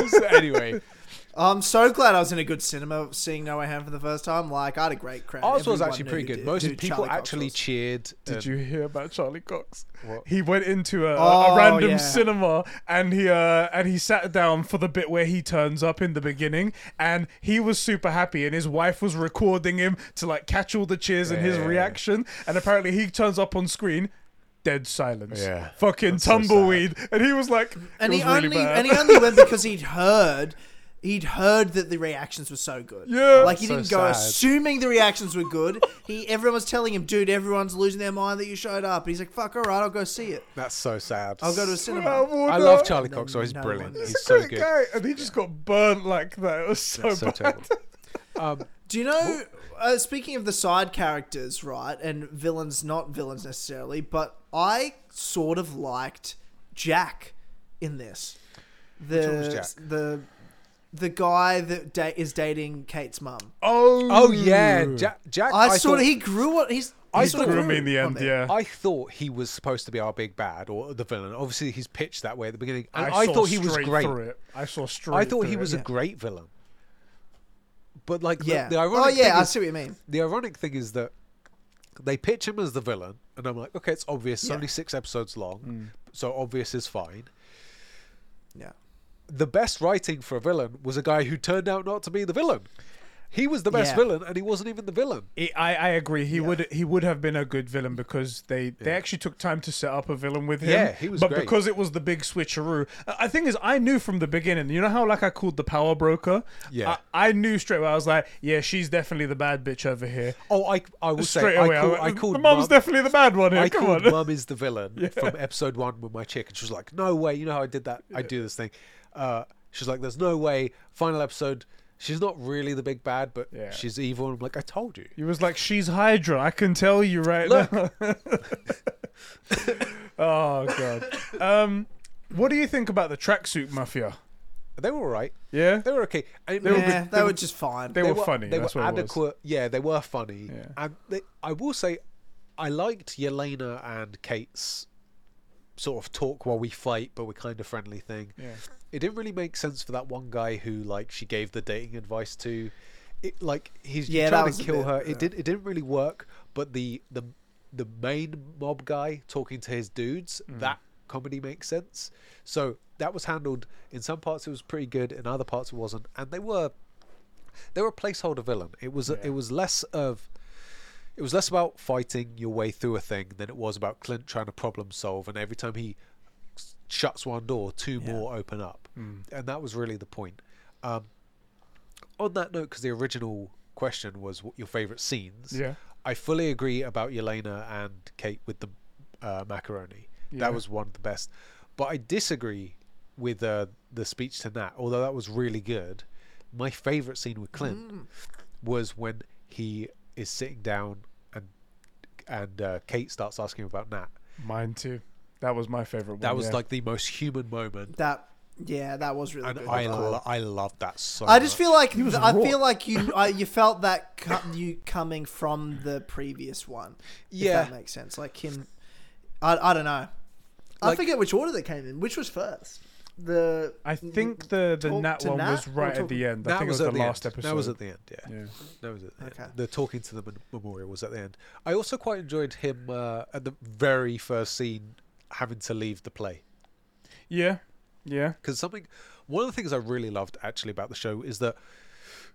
S2: So
S3: <laughs>
S2: anyway,
S3: I'm so glad I was in a good cinema seeing No Way Home for the first time. Like, I had a great crowd.
S2: ours was
S3: Everyone
S2: actually
S3: knew
S2: pretty
S3: who
S2: good.
S3: did-
S2: Most
S3: who
S2: people
S3: Charlie Cox
S2: actually
S3: was.
S2: cheered.
S1: Did you hear about Charlie Cox?
S2: What?
S1: He went into a, a
S3: Oh,
S1: random
S3: yeah.
S1: cinema and he uh, and he sat down for the bit where he turns up in the beginning, and he was super happy, and his wife was recording him to like catch all the cheers and his
S2: Yeah.
S1: reaction, and apparently he turns up on screen. Dead silence.
S2: Yeah.
S1: Fucking
S2: so sad.
S1: tumbleweed. and he was like,
S3: And
S1: it
S3: he
S1: was really
S3: only
S1: bad. <laughs>
S3: and he only went because he'd heard he'd heard that the reactions were so good.
S1: Yeah.
S3: like he
S2: So
S3: didn't go
S2: sad.
S3: assuming the reactions were good. He everyone was telling him, dude, everyone's losing their mind that you showed up. And he's like, fuck, all right, I'll go see it.
S2: That's so sad.
S3: I'll go to a
S1: I
S3: cinema.
S1: would
S2: I
S1: not.
S2: love Charlie
S3: No,
S2: Cox. though. He's
S3: no
S2: brilliant.
S3: one.
S2: He's,
S1: He's a
S2: so
S1: great
S2: good.
S1: guy. And he just got burnt like that. It was so,
S2: so
S1: bad.
S2: terrible. Um,
S3: Do you know? Uh, speaking of the side characters, right, and villains, not villains necessarily, but I sort of liked Jack in this. The
S2: one was Jack?
S3: the the guy that da- is dating Kate's mum.
S1: Oh,
S2: oh yeah, Jack. Jack I
S3: I,
S2: thought-
S3: sort of he grew what he's.
S2: I
S3: he
S1: He
S2: sort
S3: sort
S2: of
S1: grew
S3: of
S1: me in the end, yeah.
S2: I thought he was supposed to be our big bad or the villain. Obviously, he's pitched that way at the beginning, and I,
S1: saw
S2: thought he was
S1: straight
S2: great.
S1: through it. I saw straight.
S2: I thought he
S1: through
S2: was
S1: it.
S2: a great villain. But like, the-
S3: Yeah.
S2: the, ironic
S3: oh yeah,
S2: thing
S3: I
S2: is,
S3: see what you mean.
S2: the ironic thing is that they pitch him as the villain, and I'm like, okay, it's obvious. It's
S3: Yeah. Hmm.
S2: only six episodes long, so obvious is fine.
S3: Yeah.
S2: the best writing for a villain was a guy who turned out not to be the villain. He was the best
S3: Yeah.
S2: villain, and he wasn't even the villain.
S1: He- I, I agree. He would he would have been a good villain because they, they actually took time to set up a villain with him.
S2: Yeah, he was
S1: But
S2: great.
S1: because it was the big switcheroo, I I think is I knew from the beginning. You know how like I called the power broker.
S2: Yeah.
S1: I, I knew straight away. I was like, yeah, she's definitely the bad bitch over here.
S2: Oh, I I will
S1: Straight
S2: say,
S1: away,
S2: I,
S1: I
S2: call,
S1: went,
S2: I called
S1: the mum's
S2: mum-
S1: definitely the bad one here.
S2: I
S1: Come
S2: called
S1: on.
S2: mum is
S1: <laughs>
S2: the villain from episode one with my chick, and she was like, "No way, you know how I did that? I do this thing." Uh, she's like, "There's no way." Final episode, she's not really the big bad, but
S1: Yeah.
S2: she's evil. And I'm like, "I told you."
S1: He was like, she's Hydra. I can tell you right
S2: Look.
S1: now. <laughs> oh god. Um, what do you think about the tracksuit mafia?
S2: They were all right.
S1: Yeah.
S2: They were okay. And
S1: were
S3: yeah,
S1: good-
S3: they were just fine.
S1: They, were, funny.
S2: They
S1: that's
S2: were
S1: what it was.
S2: adequate. Yeah, they were funny.
S1: Yeah.
S2: And they, I will say, I liked Yelena and Kate's sort of talk while we fight, but we're kind of friendly thing.
S1: Yeah.
S2: It didn't really make sense for that one guy who like she gave the dating advice to. It like he's
S3: Yeah, that
S2: trying
S3: was uh,
S2: to
S3: a
S2: kill
S3: bit-
S2: her.
S3: yeah.
S2: It did. It didn't really work. But the the the main mob guy talking to his dudes
S3: Mm.
S2: that comedy makes sense. So that was handled in some parts. It was pretty good. In other parts, it wasn't. And they were they were a placeholder villain. It was it was less of it was less about fighting your way through a thing than it was about Clint trying to problem solve. And every time he s- shuts one door, two more open up,
S1: Mm.
S2: and that was really the point. Um, on that note, because the original question was what your favorite scenes.
S1: Yeah.
S2: I fully agree about Yelena and Kate with the uh, macaroni.
S1: Yeah.
S2: That was one of the best. But I disagree with uh, the speech to Nat, although that was really good. My favorite scene with Clint
S1: Mm.
S2: was when he is sitting down and and uh, Kate starts asking him about Nat.
S1: Mine too. That was my favorite
S2: That
S1: one.
S2: was
S1: yeah.
S2: like the most human moment,
S3: That yeah, that was really
S2: and
S3: good.
S2: I lo- I love that so.
S3: I just
S2: much.
S3: feel like
S1: was
S3: th- I
S1: raw.
S3: feel like you I, you felt that co- you coming from the previous one.
S2: Yeah.
S3: if that makes sense. Like him, I, I don't know. I
S2: Like-
S3: forget which order they came in. Which was first? The
S1: I think the the
S3: Talk
S1: Nat
S3: to
S1: one
S3: Nat
S1: was right
S3: or
S1: at the end. I
S2: That
S1: think it was
S2: at
S1: the last
S2: end.
S1: episode.
S2: That was at the end. Yeah.
S1: Yeah.
S2: That was at the
S3: Okay.
S2: end. The talking to the mem- memorial was at the end. I also quite enjoyed him uh, at the very first scene having to leave the play
S1: Yeah. Yeah.
S2: because something one of the things I really loved actually about the show is that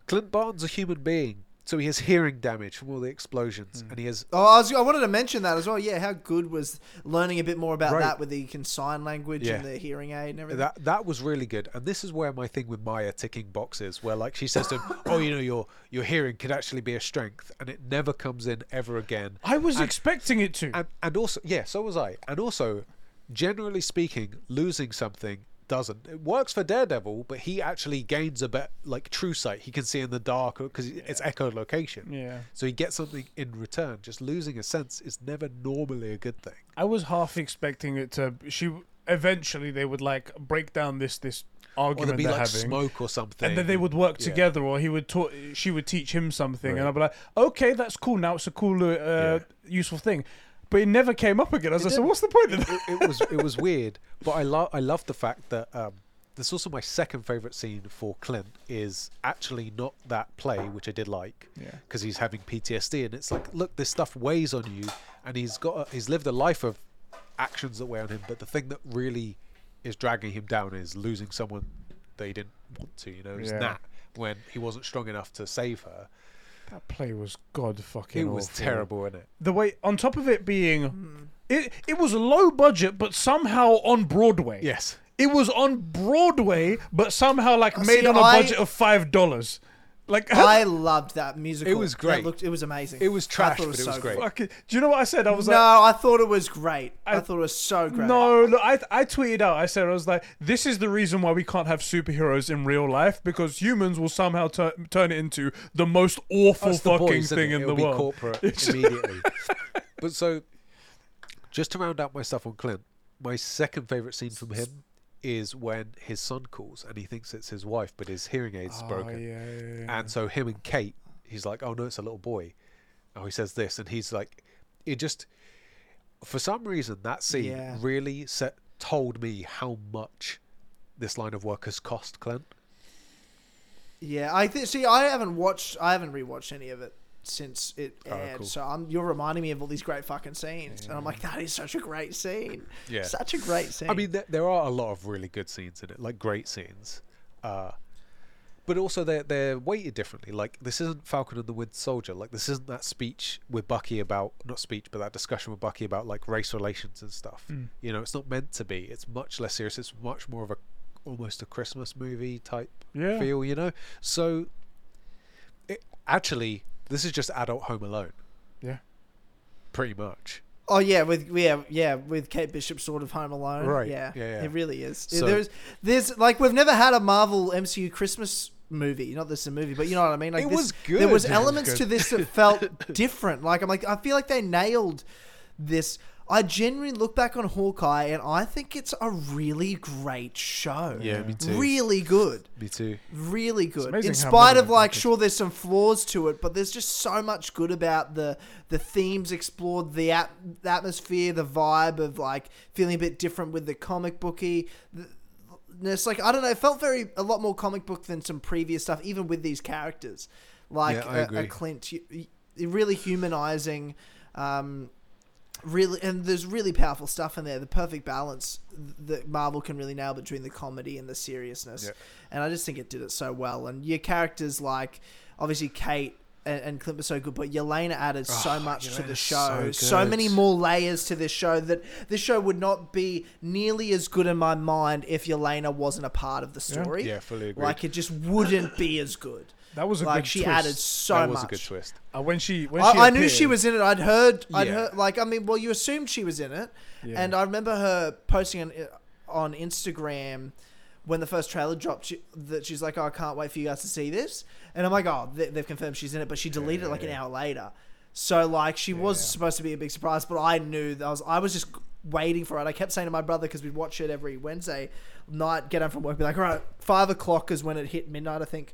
S2: Clint Barton's a human being. So he has hearing damage from all the
S1: Hmm.
S2: explosions, and he has
S3: Oh, I, was, I wanted to mention that as well. Yeah, how good was learning a bit more about
S2: Right.
S3: that with the can sign language and
S2: Yeah.
S3: the hearing aid and everything.
S2: that that was really good. And this is where my thing with Maya ticking boxes, where like she says to
S1: <gasps>
S2: him, "Oh, you know, your your hearing could actually be a strength," and it never comes in ever again.
S1: I was expecting it to.
S2: and, and also yeah so was i and also generally speaking losing something doesn't it works for daredevil but he actually gains a bit like true sight he can see in the dark because it's echolocation
S1: Yeah.
S2: so he gets something in return just losing a sense is never normally a good thing
S1: I was half expecting it to. She eventually they would like break down this this
S2: or there'd
S1: argument
S2: be
S1: they're
S2: like
S1: having.
S2: smoke or something
S1: And then they would work
S2: Yeah.
S1: together, or he would taught, she would teach him something, and
S2: Right.
S1: I'd be like, "Okay, that's cool. Now it's a cool, uh,
S2: Yeah.
S1: useful thing." But it never came up again. I was like, "So what's the point of that?"
S2: it, it was it was weird, but I love I love the fact that um, that's also my second favorite scene for Clint is actually not that play, which I did like,
S1: Yeah.
S2: because he's having PTSD and it's like, look, this stuff weighs on you, and he's got a, he's lived a life of actions that weigh on him, but the thing that really is dragging him down is losing someone that he didn't want to, you know, is
S1: Yeah.
S2: Nat when he wasn't strong enough to save her.
S1: That play was god fucking.
S2: It was
S1: awful.
S2: terrible, in it?
S1: The way on top of it being, it it was low budget, but somehow on Broadway.
S2: Yes.
S1: It was on Broadway, but somehow like made
S3: see,
S1: on a
S3: I-
S1: budget of five dollars. Like <laughs>
S3: I loved that musical.
S2: It was
S3: That
S2: great.
S3: looked, it was amazing.
S2: It was
S3: I
S2: trash,
S3: thought
S2: but it was great.
S3: good.
S1: fucking. Do you know what I said? I was
S3: no,
S1: like.
S3: I thought it was great. I,
S1: I-
S3: thought it was so great.
S1: No, look, I, I tweeted out. I said, I was like, this is the reason why we can't have superheroes in real life because humans will somehow tur- turn it into the most awful
S2: That's the
S1: fucking
S2: boys, isn't
S1: thing
S2: it?
S1: in the
S2: It'll be
S1: world. <laughs>
S2: Corporate immediately. but so, just to round out my stuff on Clint, my second favorite scene from him is when his son calls and he thinks it's his wife, but his hearing aid's
S1: Oh,
S2: broken.
S1: yeah, yeah, yeah.
S2: And so him and Kate, he's like, "Oh no, it's a little boy." Oh, he says this, and he's like, "It just." For some reason, that scene
S3: Yeah.
S2: really set told me how much this line of work has cost Clint.
S3: Yeah, I th- see. I haven't watched. I haven't rewatched any of it since it
S2: Oh,
S3: aired.
S2: cool.
S3: So I'm, you're reminding me of all these great fucking scenes, and I'm like, that is such a great scene.
S2: Yeah.
S3: such a great scene.
S2: I mean, there, there are a lot of really good scenes in it, like great scenes, uh, but also they're they're weighted differently. Like this isn't Falcon and the Winter Soldier. Like this isn't that speech with Bucky about not speech, but that discussion with Bucky about like race relations and stuff.
S3: Hmm.
S2: You know, it's not meant to be. It's much less serious. It's much more of a almost a Christmas movie type
S1: Yeah.
S2: feel. You know, so it, actually, this is just adult Home Alone,
S1: yeah.
S2: pretty much.
S3: oh yeah, with yeah yeah with Kate Bishop sort of Home Alone.
S2: Right,
S3: Yeah,
S2: yeah, yeah.
S3: it really is.
S2: So-
S3: there's there's like we've never had a Marvel MCU Christmas movie. Not this a movie, but you know what I mean. Like
S2: It
S3: this-
S2: was
S3: There was
S2: good. <laughs> It was
S3: elements
S1: good.
S3: to this
S2: <laughs>
S3: that felt different. Like I'm like I feel like they nailed this. I genuinely look back on Hawkeye and I think it's a really great show.
S2: Yeah, me too.
S3: Really good.
S2: Me too.
S3: Really good.
S1: amazing
S3: In
S1: how
S3: spite
S1: little
S3: of
S1: it
S3: like
S1: matters.
S3: sure there's some flaws to it, but there's just so much good about the the themes explored, the, at- the atmosphere, the vibe of like feeling a bit different with the comic booky. th- ness. like I don't know, it felt very a lot more comic book than some previous stuff, even with these characters, like
S2: Yeah, I
S3: a- a,
S2: agree.
S3: Clint, you, you- really humanizing, um, really, and there's really powerful stuff in there. The perfect balance that Marvel can really nail between the comedy and the seriousness,
S2: Yeah.
S3: and I just think it did it so well. And your characters, like obviously Kate. And, and Clint was so good, but Yelena added so
S2: Oh,
S3: much to the
S2: Yelena's
S3: show.
S2: so
S3: so many
S2: good.
S3: more more layers to this show that this show would not be nearly as good in my mind if Yelena wasn't a part of the story.
S2: Yeah, fully agree.
S3: Like it just wouldn't be as good.
S1: That was a
S3: like
S1: good
S3: she
S1: twist.
S3: added so
S2: that was
S3: much.
S2: a good twist.
S1: Uh, when she when she
S3: I, I knew she
S1: appeared-
S3: was in it. I'd heard. I'd
S2: Yeah.
S3: heard. Like I mean, well, you assumed she was in it,
S1: Yeah.
S3: and I remember her posting on, on Instagram when the first trailer dropped she, that she's like, "Oh, I can't wait for you guys to see this," and I'm like, "Oh, they, they've confirmed she's in it," but she deleted it like an hour later. So like she was
S2: Yeah.
S3: supposed to be a big surprise, but I knew that I was I was just waiting for it. I kept saying to my brother because we'd watch it every Wednesday night, get home from work, be like, "All right, five o'clock is when it hit midnight, I think."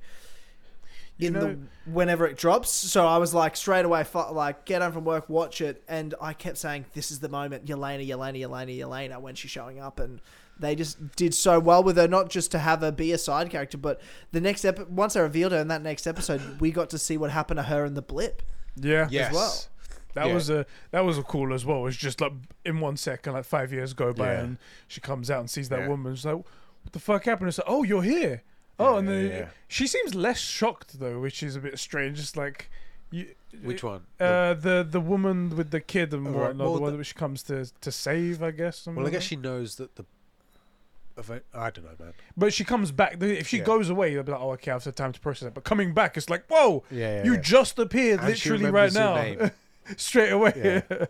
S3: in
S1: know-
S3: the whenever it drops. So I was like straight away, fu- like get home from work, watch it, and I kept saying, "This is the moment, Yelena, Yelena, Yelena, Yelena," when she's showing up, and they just did so well with her, not just to have her be a side character, but the next episode, once I revealed her in that next episode, we got to see what happened to her in the blip.
S1: yeah
S2: Yes.
S3: well.
S1: that
S2: Yeah.
S1: was a that was a cool as well. It's just like in one second, like five years go by,
S2: Yeah.
S1: and she comes out and sees that
S2: Yeah.
S1: woman. She's like, "What the fuck happened?" It's like, "Oh, you're here." Oh, and
S2: Yeah,
S1: then
S2: yeah, yeah.
S1: she seems less shocked though, which is a bit strange. It's like, you,
S2: Which one?
S1: Uh, the the woman with the kid and
S2: Right,
S1: whatnot,
S2: well,
S1: the one
S2: the-
S1: which comes to to save, I guess. something
S2: well, I
S1: like
S2: guess
S1: that.
S2: she knows that the. event- I don't know, man.
S1: But she comes back. If she
S2: Yeah.
S1: goes away, they'll be like, "Oh, okay, I've had time to process it." But coming back, it's like, "Whoa,
S2: Yeah,
S1: you just appeared
S2: And she
S1: literally right
S2: remembers your
S1: now,
S2: name.
S1: <laughs> straight away." <laughs>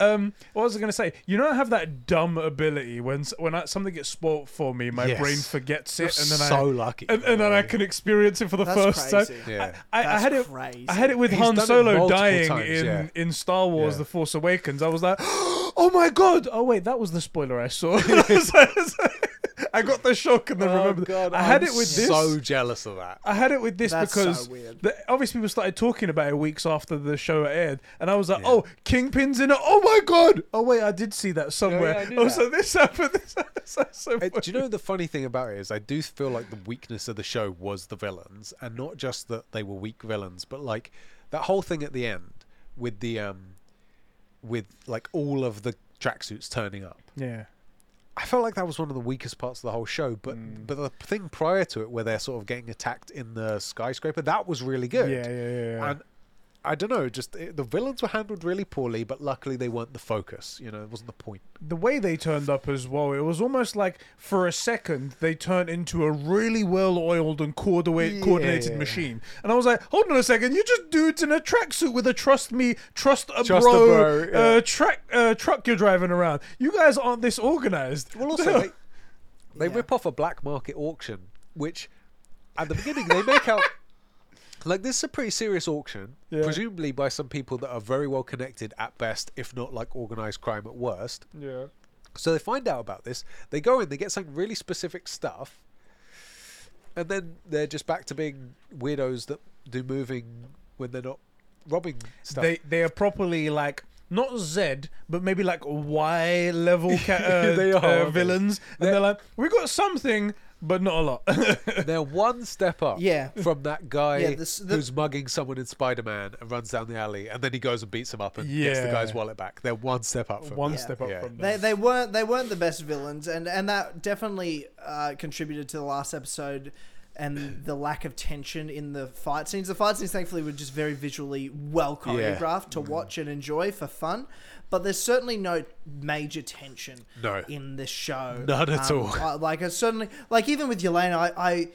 S1: um, what was I going to say? You know, I have that dumb ability when s- when I, something gets spoilt for me, my
S2: Yes.
S1: brain forgets
S2: You're
S1: it, and then
S2: so
S1: I
S2: lucky.
S1: and, and then I can experience it for the
S3: That's
S1: first
S3: crazy.
S1: time.
S2: Yeah.
S1: I, I, I
S3: That's
S1: had it.
S3: crazy.
S1: I had it with
S2: He's
S1: Han
S2: done it
S1: Solo
S2: multiple
S1: dying
S2: times,
S1: in,
S2: yeah.
S1: in Star Wars:
S2: Yeah.
S1: The Force Awakens. I was like, <gasps> "Oh my god! Oh wait, that was the spoiler I saw." <laughs> I was like- <laughs> I got the shock and then
S3: Oh,
S1: remembered. I had it with this.
S2: So jealous
S1: <laughs>
S2: of that.
S1: I had it with this
S3: That's so
S1: because
S3: weird.
S1: the, obviously people started talking about it weeks after the show aired, and I was like, "Oh, Kingpin's in it! Oh my god! Oh wait, I did see that somewhere."
S2: I knew
S1: was
S2: that.
S1: like, "This happened. <laughs> This happened." So, so
S2: I-
S1: funny.
S2: Uh, do you know the funny thing about it is I do feel like the weakness of the show was the villains, and not just that they were weak villains, but like that whole thing at the end with the um, with like all of the tracksuits turning up.
S1: yeah.
S2: I felt like that was one of the weakest parts of the whole show. But but the thing prior to it, where they're sort of getting attacked in the skyscraper, that was really
S1: yeah,
S2: good.
S1: yeah, yeah, yeah.
S2: And I don't know, just it, the villains were handled really poorly, but luckily they weren't the focus. You know, it wasn't the point.
S1: the way they turned up as well, it was almost like for a second they turned into a really well oiled and coordinate,
S2: Yeah.
S1: coordinated machine. And I was like, hold on a second, you're just dudes in a tracksuit with a trust me, trust a
S2: Trust a
S1: bro,
S2: bro, yeah.
S1: uh, track, uh, truck you're driving around. You guys aren't this organized. <laughs>
S2: Well, <laughs> also they, they
S3: Yeah.
S2: rip off a black market auction, which at the beginning they make out <laughs> like this is a pretty serious auction,
S1: Yeah.
S2: presumably by some people that are very well connected at best, if not like organized crime at worst.
S1: yeah.
S2: So they find out about this. They go in, they get some really specific stuff, and then they're just back to being weirdos that do moving when they're not robbing stuff.
S1: They, they are properly like. Not Z, but maybe like Y level ca- uh,
S2: <laughs> They are,
S1: uh,
S2: aren't they?
S1: villains, and they're like, we got something, but not a lot. <laughs>
S2: They're one step up
S3: Yeah.
S2: from that guy
S3: Yeah, this- the-
S2: who's mugging someone in Spider Man and runs down the alley and then he goes and beats him up and gets the
S1: Yeah.
S2: guy's wallet back. They're one step up from
S1: One
S3: Yeah.
S2: that.
S1: step up
S2: Yeah.
S1: from
S3: They,
S1: them.
S3: they weren't they weren't the best villains, and and that definitely uh, contributed to the last episode and the lack of tension in the fight scenes. The fight scenes, thankfully, were just very visually well
S2: Yeah. Mm.
S3: choreographed to watch and enjoy for fun. But there's certainly no major tension
S2: No.
S3: in this show. Um,
S2: None at all.
S3: I- like I certainly like even with Yelena, I. I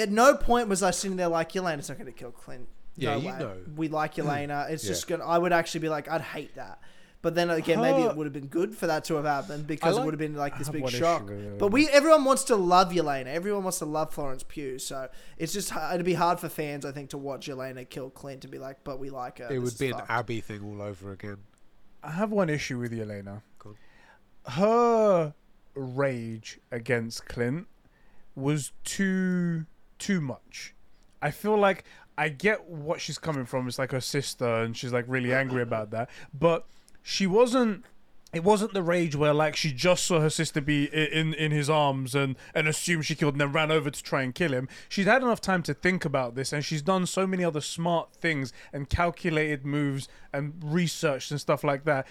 S3: at no point was I sitting there like Yelena's not going to kill Clint.
S2: Yeah,
S3: no
S2: you
S3: way.
S2: know.
S3: We like Yelena. It's
S2: Mm. Yeah.
S3: just gonna. I would actually be like, I'd hate that. But then again, maybe
S2: Her-
S3: it would have been good for that to have happened because it
S2: like-
S3: would have been like
S2: <laughs>
S3: this
S1: have
S3: big
S1: one issue
S3: shock.
S1: with Yelena.
S3: But we, everyone wants to love Yelena. Everyone wants to love Florence Pugh. So it's just h- it'd be hard for fans, I think, to watch Yelena kill Clint and be like, but we like her.
S2: It
S3: This
S2: would
S3: is
S2: be an
S3: fucked.
S2: Abbey thing all over again.
S1: I have one issue with Yelena.
S2: Go
S1: Her rage against Clint was too too much. I feel like I get what she's coming from. It's like her sister, and she's like really angry about that. But she wasn't. It wasn't the rage where like she just saw her sister be i- in in his arms and and assumed she killed and then ran over to try and kill him. She's had enough time to think about this, and she's done so many other smart things and calculated moves and researched and stuff like that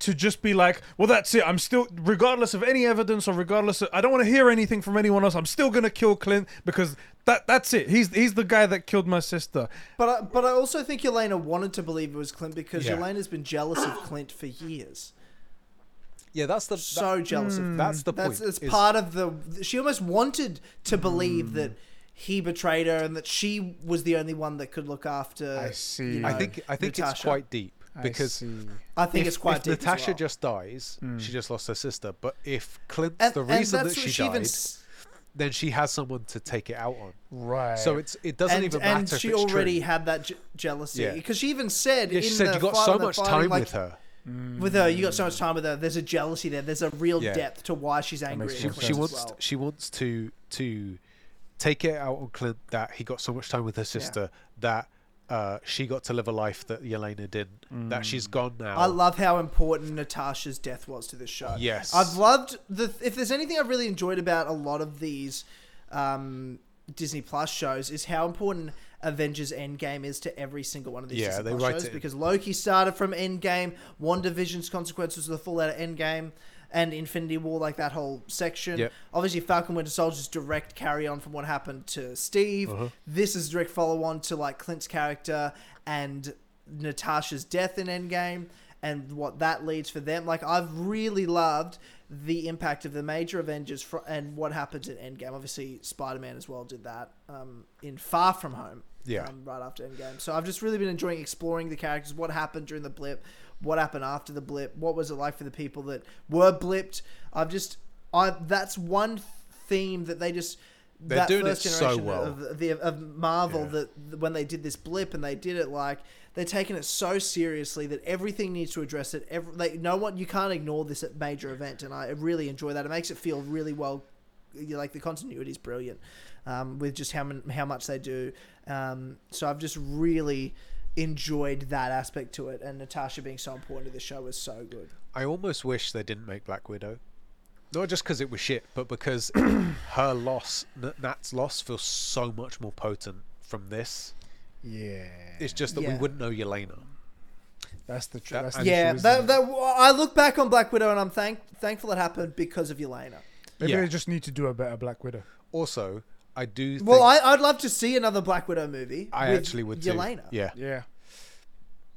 S1: to just be like, well, that's it. I'm still, regardless of any evidence or regardless, of, I don't want to hear anything from anyone else. I'm still gonna kill Clint because that that's it. He's he's the guy that killed my sister.
S3: But I, but I also think Yelena wanted to believe it was Clint because
S2: Yeah.
S3: Yelena's been jealous of Clint for years.
S2: Yeah, that's the that-
S3: so jealous of
S2: that's the
S3: that's
S2: point.
S3: it's
S2: is-
S3: part of the she almost wanted to believe that
S2: Mm.
S3: he betrayed her and that she was the only one that could look after
S1: I see.
S2: I
S1: know,
S2: think I think it's
S3: Natasha.
S2: quite deep because
S1: I see.
S3: I think
S2: if,
S3: it's quite
S2: if
S3: deep as
S2: Natasha
S3: well.
S2: just dies, she just lost her sister. But if Clint's
S3: And-
S2: the
S3: and
S2: reason that
S3: that's
S2: she,
S3: what
S2: died,
S3: s-
S2: then she has someone to take it out on.
S1: right.
S2: So it's it doesn't
S3: and,
S2: even matter.
S3: and
S2: if
S3: she
S2: it's true.
S3: already had that je- jealousy
S2: Yeah.
S3: because she even said
S2: Yeah, she
S3: in
S2: said
S3: the
S2: you got
S3: fight
S2: so
S3: when they're
S2: much
S3: fighting,
S2: time
S3: like,
S2: with her.
S3: with her you got so much time with her there's a jealousy there there's a real
S2: Yeah.
S3: depth to why she's angry
S1: makes
S3: at
S2: She,
S1: more
S3: Clint
S2: she
S3: as
S2: wants
S3: well.
S2: she wants to to take it out on Clint that he got so much time with her sister that uh, she got to live a life that Yelena didn't. That she's gone now.
S3: I love how important Natasha's death was to this show.
S2: Yes.
S3: I've loved the. If there's anything I've really enjoyed about a lot of these um, Disney Plus shows, is how important Avengers Endgame is to every single one of these
S2: Yeah,
S3: Disney
S2: they
S3: Plus
S2: write
S3: shows
S2: it in.
S3: because Loki started from Endgame, WandaVision's consequences are the full out of Endgame. and Infinity War, like that whole section.
S2: Yep.
S3: Obviously, Falcon Winter Soldier's direct carry on from what happened to Steve.
S2: Uh-huh.
S3: This is direct follow on to like Clint's character and Natasha's death in Endgame and what that leads for them. Like I've really loved the impact of the major Avengers fr- and what happens in Endgame. Obviously, Spider Man as well did that um, in Far From Home.
S2: Yeah.
S3: Um, right after Endgame. So I've just really been enjoying exploring the characters, what happened during the blip, what happened after the blip, what was it like for the people that were blipped. I've just, I that's one theme that they just.
S2: They're
S3: that
S2: doing
S3: first
S2: it so
S3: generation of-
S2: well.
S3: of of the of Marvel
S2: Yeah.
S3: that that when they did this blip and they did it like they're taking it so seriously that everything needs to address it. Every like no one you can't ignore this at major event, and I really enjoy that. It makes it feel really well. you know, Like the continuity is brilliant um, with just how mon- how much they do. Um, so I've just really enjoyed that aspect to it, and Natasha being so important to the show was so good.
S2: I almost wish they didn't make Black Widow. Not just because it was shit, but because her loss, N- Nat's loss, feels so much more potent from this.
S1: Yeah,
S2: It's just that we
S3: Yeah.
S2: wouldn't know Yelena.
S1: that's the
S2: That-
S1: truth. That's
S2: and-
S1: the
S3: yeah,
S1: issue, isn't
S3: that,
S1: it?
S3: that I look back on Black Widow and I'm thank, thankful it happened because of Yelena.
S1: maybe
S2: yeah.
S1: they just need to do a better Black Widow.
S2: Also, I do. Think
S3: Well, I, I'd love to see another Black Widow movie.
S2: I
S3: with
S2: actually would
S3: Yelena.
S2: too. Yeah,
S1: Yeah,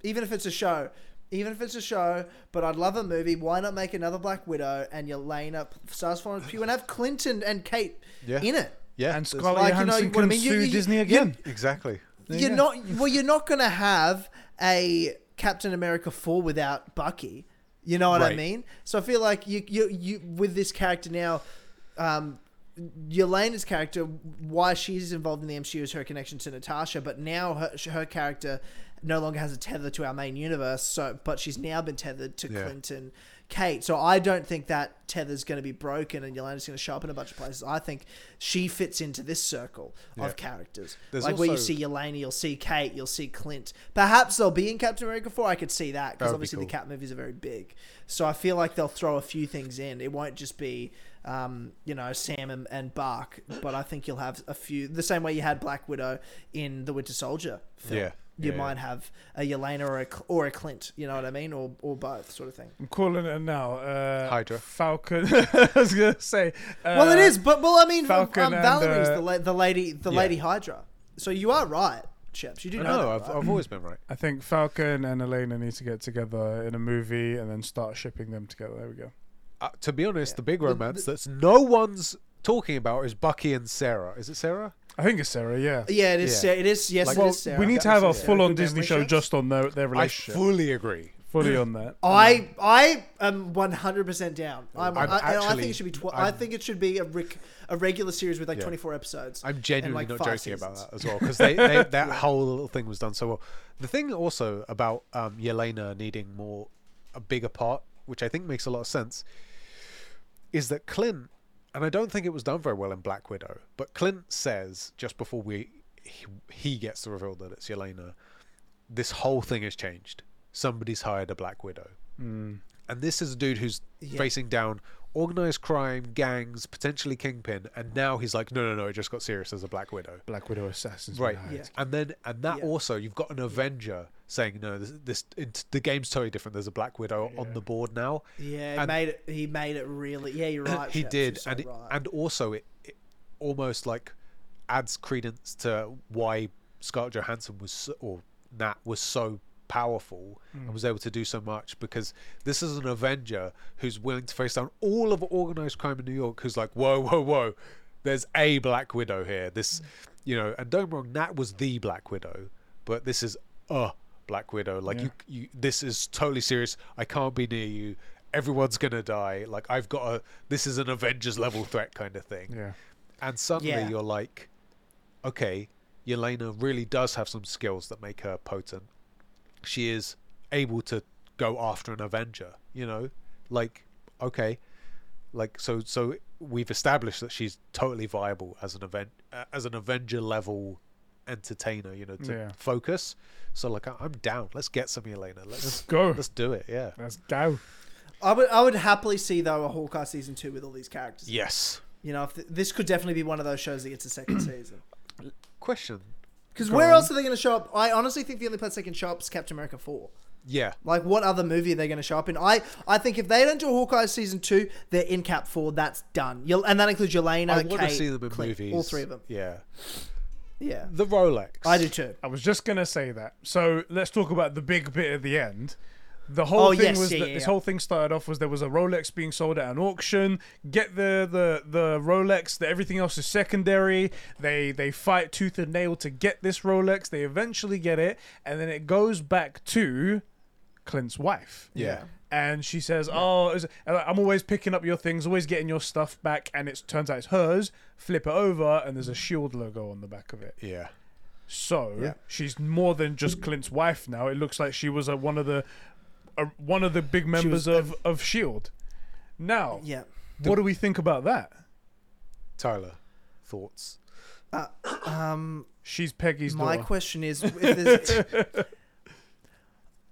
S3: Even if it's a show. Even if it's a show, but I'd love a movie. Why not make another Black Widow and Yelena p- stars Florence Pugh and have Clinton and Kate
S2: Yeah.
S3: in it?
S2: yeah,
S1: and
S2: that's-
S1: Scarlett
S3: like, you know,
S1: Johansson
S3: what I
S1: can
S3: mean, you-
S1: sue
S3: you-
S1: Disney
S3: you-
S1: again.
S2: Exactly.
S1: There you
S3: you're
S1: go.
S3: not. Well, you're not going to have a Captain America four without Bucky. You know what I
S2: Right.
S3: mean? So I feel like you, you, you with this character now, um, Yelena's character, why she's involved in the MCU is her connection to Natasha, but now her, her character no longer has a tether to our main universe. So, but she's now been tethered to
S2: Yeah.
S3: Clinton, Kate. So I don't think that tether's going to be broken, and Yelena's going to show up in a bunch of places. I think she fits into this circle
S2: Yeah.
S3: of characters,
S2: There's
S3: like where you
S2: also-
S3: see Yelena, you'll see Kate, you'll see Clint. Perhaps they'll be in Captain America 4. I could see that
S2: That would
S3: because
S2: be
S3: obviously
S2: cool.
S3: the Cap movies are very big. So I feel like they'll throw a few things in. It won't just be, um, you know, Sam and, and Bark, but I think you'll have a few, the same way you had Black Widow in the Winter Soldier film.
S2: Yeah.
S3: You
S2: Yeah,
S3: might have a Yelena or a, Cl- or a Clint, you know what I mean? Or, or both, sort of thing.
S1: I'm calling it now. Uh,
S2: Hydra.
S1: Falcon. <laughs> I was gonna say. Uh,
S3: well, it is, but, well, I mean, um,
S1: Falcon and,
S3: Valerie's
S1: uh,
S3: the, la- the lady, the
S2: yeah.
S3: lady Hydra. So you are right, Chips. You do
S2: No,
S3: know. that,
S2: I've,
S3: right?
S2: I've always been right.
S1: I think Falcon and Elena need to get together in a movie and then start shipping them together. There we go.
S2: Uh, to be honest, the big romance that's no one's talking about is Bucky and Sarah. Is it Sarah?
S1: I think it's Sarah. Yeah.
S3: Yeah, it is.
S2: Yeah.
S3: Sarah. It is. Yes,
S2: Like-
S3: it
S1: Well,
S3: is. Sarah.
S1: we need to
S3: Yeah,
S1: have
S3: so
S1: a
S3: Sarah.
S1: full-on
S3: Good
S1: Disney
S3: memory
S1: show
S3: shots.
S1: just on their, their
S2: I
S1: relationship.
S2: fully agree.
S1: fully on that.
S3: I I am one hundred percent down.
S2: I'm
S3: I'm, I, and I think
S2: actually-
S3: it should be. Tw- I
S2: I'm-
S3: think it should be a Rick, a regular series with like
S2: Yeah.
S3: twenty four episodes.
S2: I'm
S3: and,
S2: genuinely
S3: like,
S2: not
S3: five
S2: joking about
S3: seasons.
S2: that as well because they, they,
S3: <laughs>
S2: that whole little thing was done so well. The thing also about um, Yelena needing more a bigger part, which I think makes a lot of sense, is that Clint, and I don't think it was done very well in Black Widow, but Clint says just before we he, he gets the reveal that it's Yelena, this whole thing has changed. Somebody's hired a Black Widow, and this is a dude who's
S3: Yeah.
S2: facing down organized crime, gangs, potentially kingpin, and now he's like, no, no, no, it just got serious as a Black Widow.
S1: Black Widow assassins.
S2: Right,
S1: behind.
S3: Yeah.
S2: and then and that
S3: Yeah.
S2: also you've got an Avenger saying no, this, this it, the game's totally different. There's a Black Widow on the board now.
S3: Yeah, he
S2: And-
S3: made it. He made it really. Yeah, you're right.
S2: he
S3: Shaps,
S2: did,
S3: you're so
S2: and it,
S3: right.
S2: and also it, it almost like adds credence to why Scarlett Johansson was so, or Nat was so powerful and was able to do so much because this is an Avenger who's willing to face down all of organized crime in New York. Who's like, whoa, whoa, whoa, there's a Black Widow here. This, you know, and don't get me wrong, Nat was the Black Widow, but this is a Black Widow. Like
S1: Yeah.
S2: you, you, this is totally serious. I can't be near you. Everyone's gonna die. Like I've got a. This is an Avengers level threat kind of thing.
S1: Yeah.
S2: And suddenly
S3: Yeah.
S2: you're like, okay, Yelena really does have some skills that make her potent. She is able to go after an Avenger. You know, like okay, like so so we've established that she's totally viable as an event uh, as an Avenger level entertainer. You know, to
S1: Yeah.
S2: focus. So like I- I'm down. Let's get some Yelena.
S1: Let's
S2: Let's
S1: go.
S2: let's do it. Yeah.
S1: Let's go.
S3: I would. I would happily see though a Hawkeye season two with all these characters.
S2: Yes. <clears throat>
S3: You know, if th- this could definitely be one of those shows that gets a second season.
S2: Question:
S3: Because
S1: Go
S3: where
S1: on.
S3: else are they going to show up? I honestly think the only place they can show up is Captain America 4.
S2: Yeah.
S3: Like, what other movie are they going to show up in? I, I think if they don't do Hawkeye season two, they're in Cap 4. That's done. You'll, and that includes Yelena,
S2: I want to
S3: Kate,
S2: see them in
S3: Clint,
S2: movies.
S3: All three of them.
S2: Yeah.
S3: Yeah.
S2: The Rolex.
S3: I do too.
S1: I was just gonna say that. So let's talk about the big bit at the end. The whole
S3: Oh,
S1: thing
S3: yes,
S1: was
S3: yeah,
S1: that
S3: yeah,
S1: this
S3: yeah.
S1: whole thing started off was there was a Rolex being sold at an auction. Get the the the Rolex. The, everything else is secondary. They they fight tooth and nail to get this Rolex. They eventually get it, and then it goes back to Clint's wife.
S2: Yeah.
S1: And she says, "Oh, is- I'm always picking up your things, always getting your stuff back." And it turns out it's hers. Flip it over, and there's a shield logo on the back of it.
S2: Yeah.
S1: So she's more than just Clint's wife now. It looks like she was uh, one of the uh, one of the big members of of Shield. E Now,
S3: Yeah.
S1: what do we think about that?
S2: Tyler, thoughts?
S3: Um,
S1: She's Peggy's
S3: my
S1: daughter.
S3: question
S2: <laughs>
S3: is if there's,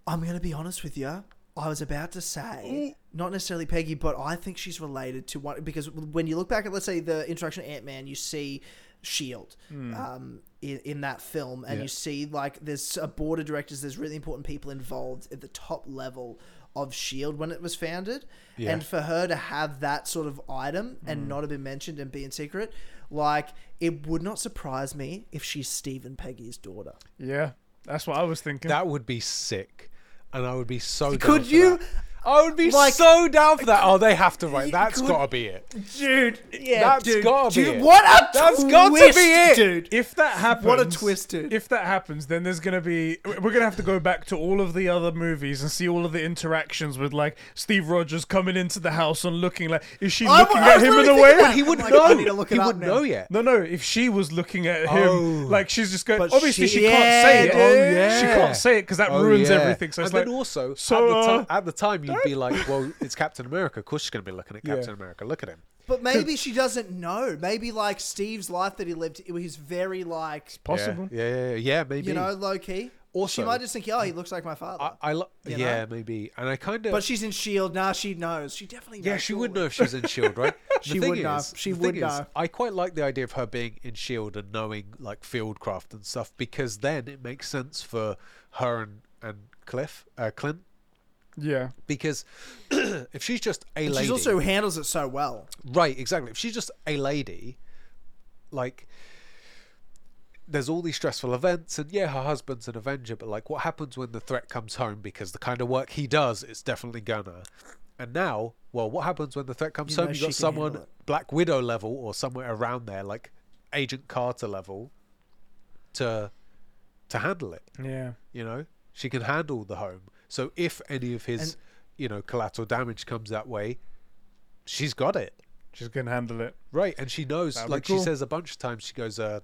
S3: I'm going to be honest with you. I was about to say, not necessarily Peggy, but I think she's related to one. Because when you look back at, let's say, the introduction of Ant Man, you see S.H.I.E.L.D. E Um, in, in that film, and
S2: Hmm. Yeah.
S3: you see, like, there's a board of directors, there's really important people involved at the top level of S.H.I.E.L.D. E when it was founded.
S2: Yeah. Hmm.
S3: And for her to have that sort of item and not have been mentioned and be in secret, like it would not surprise me if she's Stephen Peggy's daughter.
S1: yeah, that's what I was thinking.
S2: That would be sick. And I would be so down
S3: Could
S2: for
S3: you-
S2: that. I would be
S3: like-
S2: so down for that. Oh, they have to write.
S3: You
S2: That's
S3: could-
S2: got to be <laughs> it.
S3: Dude, yeah,
S2: That's
S3: dude,
S2: gotta be
S3: dude,
S2: it.
S3: What a
S2: That's
S3: twist,
S2: got to be it.
S3: dude.
S1: if that happens,
S3: What a twist, dude.
S1: If that happens, then there's gonna be we're gonna have to go back to all of the other movies and see all of the interactions with like Steve Rogers coming into the house and looking like is she
S3: I
S1: looking
S3: wa- I
S1: at
S3: was
S1: him in
S3: literally
S1: a
S3: thinking
S1: way?
S3: that.
S2: He <laughs>
S3: I'm
S2: wouldn't
S3: like, I
S2: know.
S3: need to look it
S2: he
S3: up
S2: wouldn't
S3: now.
S2: know yet.
S1: No, no. If she was looking at him,
S2: Oh.
S1: like she's just going.
S3: But
S1: Obviously,
S3: she-
S1: she, can't say it.
S3: yeah,
S2: Oh, dude.
S1: She
S2: yeah.
S1: can't say it because that
S2: Oh,
S1: ruins
S2: yeah.
S1: everything. So it's
S2: and
S1: like
S2: then also,
S1: so,
S2: at, the <laughs>
S1: uh,
S2: ti- at the time, you'd be like, well, <laughs> it's Captain America. Of course she's going to be looking at
S1: Yeah.
S2: Captain America. Look at him.
S3: But maybe she doesn't know. Maybe like Steve's life that he lived, it was very like
S1: possible.
S2: Yeah, yeah, yeah, yeah, yeah maybe.
S3: you know low key.
S2: Also-
S3: she might just think, oh, he looks like my father.
S2: I, I lo-
S3: You
S2: yeah,
S3: know?
S2: maybe. And I kind of.
S3: but she's in Shield. E Nah, she knows. She definitely. Knows
S2: Yeah, she would
S3: surely.
S2: know if she's in Shield, E right? The
S3: <laughs> She
S2: thing
S3: would know.
S2: is-
S3: She
S2: the
S3: would
S2: thing
S3: know.
S2: I quite like the idea of her being in Shield E and knowing like fieldcraft and stuff because then it makes sense for her and and Cliff, uh, Clint,
S1: Yeah.
S2: because <clears throat> if she's just a lady,
S3: She also handles it so well.
S2: right? Exactly. If she's just a lady, like. There's all these stressful events, and yeah, her husband's an Avenger, but like, what happens when the threat comes home? Because the kind of work he does, it's definitely gonna. And now, well, what happens when the threat comes
S3: You know
S2: home? You
S3: she
S2: got
S3: can
S2: someone
S3: handle
S2: Black Widow level or somewhere around there, like Agent Carter level, to to handle it.
S1: Yeah.
S2: You know, she can handle the home. So if any of his,
S3: And-
S2: you know, collateral damage comes that way, she's got it
S1: She's gonna handle it.
S2: right. And she knows,
S1: That'd be
S2: like she
S1: cool.
S2: says a bunch of times, she goes, uh,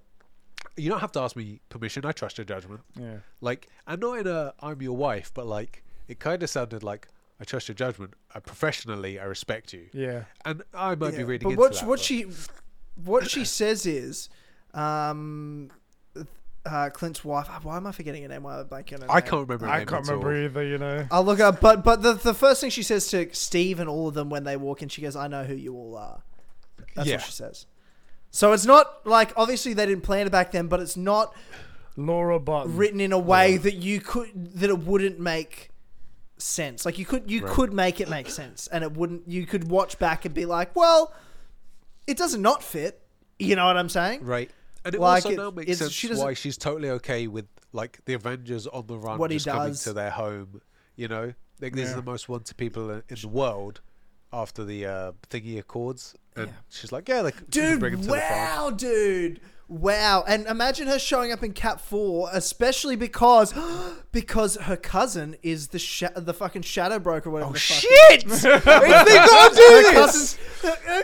S2: "You don't have to ask me permission. I trust your judgment."
S1: Yeah.
S2: Like, and not in a "I'm your wife," but like it kind of sounded like. I trust your judgment. I professionally, I respect you.
S1: Yeah.
S2: And I might be
S3: Yeah,
S2: reading
S3: but
S2: into
S3: what,
S2: that,
S3: what
S2: but-
S3: she
S2: <coughs>
S3: what she says is um uh, clint's wife ah, why am i forgetting her name why am i blanking on her
S2: I
S3: name?
S2: can't remember. her
S1: I
S2: name
S1: can't
S2: at all. Uh,
S1: remember either. You know.
S3: i'll Oh, look it up but but the, the first thing she says to steve and all of them when they walk in she goes i know who you all are that's
S2: Yeah.
S3: what she says so it's not like obviously they didn't plan it back then but it's not
S1: Laura Barton.
S3: written in a way that you could that it wouldn't make sense like you could you could make it make sense and it wouldn't you could watch back and be like well it doesn't not fit you know what i'm saying
S2: Right. And it
S3: Like,
S2: also
S3: it-
S2: now makes
S3: it's-
S2: sense
S3: she doesn't-
S2: why she's totally okay with like the Avengers on the run
S3: What he
S2: just coming
S3: does.
S2: to their home. You know, like these
S1: Yeah.
S2: are the most wanted people in, in the world after the uh, thingy accords, and
S3: Yeah.
S2: she's like, "Yeah, they can bring him
S3: dude
S2: to the <laughs> farm."
S3: wow dude wow and imagine her showing up in cap 4 especially because <gasps> because her cousin is the sha- the fucking shadow broker whatever
S2: Oh
S3: the fuck
S2: shit! they gotta do
S3: her cousin's,
S2: this.
S3: her, her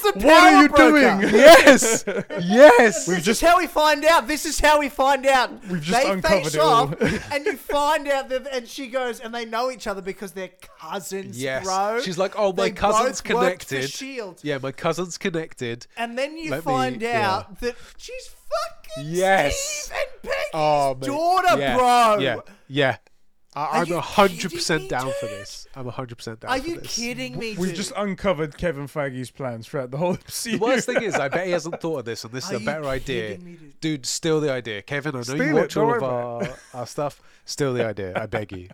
S2: <laughs>
S3: the power
S1: What are you
S3: <laughs> broker.
S1: doing?
S2: Yes, yes.
S3: This is how we find out. This is how we find out.
S1: We've just
S3: they
S1: uncovered
S3: face
S1: it all.
S2: <laughs>
S3: off, and you find out that, and she goes, and they know each other because they're cousins,
S2: Yes.
S3: bro.
S2: She's like, "Oh, my
S3: They
S2: cousin's
S3: both worked
S2: connected."
S3: For Shield,
S2: Yeah, my cousin's connected.
S3: and then you
S2: Let me-
S3: find
S2: yeah.
S3: out that she's fucking
S2: Yes.
S3: Steve and Peggy's
S2: Oh, mate.
S3: daughter,
S2: Yeah,
S3: bro.
S2: Yeah, yeah. I, I'm
S3: you
S2: hundred percent
S3: kidding me,
S2: down for
S3: dude?
S2: this. I'm hundred percent down.
S3: Are
S2: for
S3: you
S2: this.
S3: kidding me?
S1: We've
S3: dude?
S1: just uncovered Kevin Faggy's plans throughout the whole <laughs> MCU.
S2: <laughs> The worst thing is, I bet he hasn't thought of this, and this
S3: Are
S2: is a
S3: you
S2: better idea.
S3: kidding me, dude?
S2: Dude, steal the idea, Kevin. I know
S1: Steal it,
S2: you watch
S1: don't
S2: all of
S1: worry
S2: our, <laughs> our stuff. Steal the idea, I beg
S3: <laughs>
S2: you.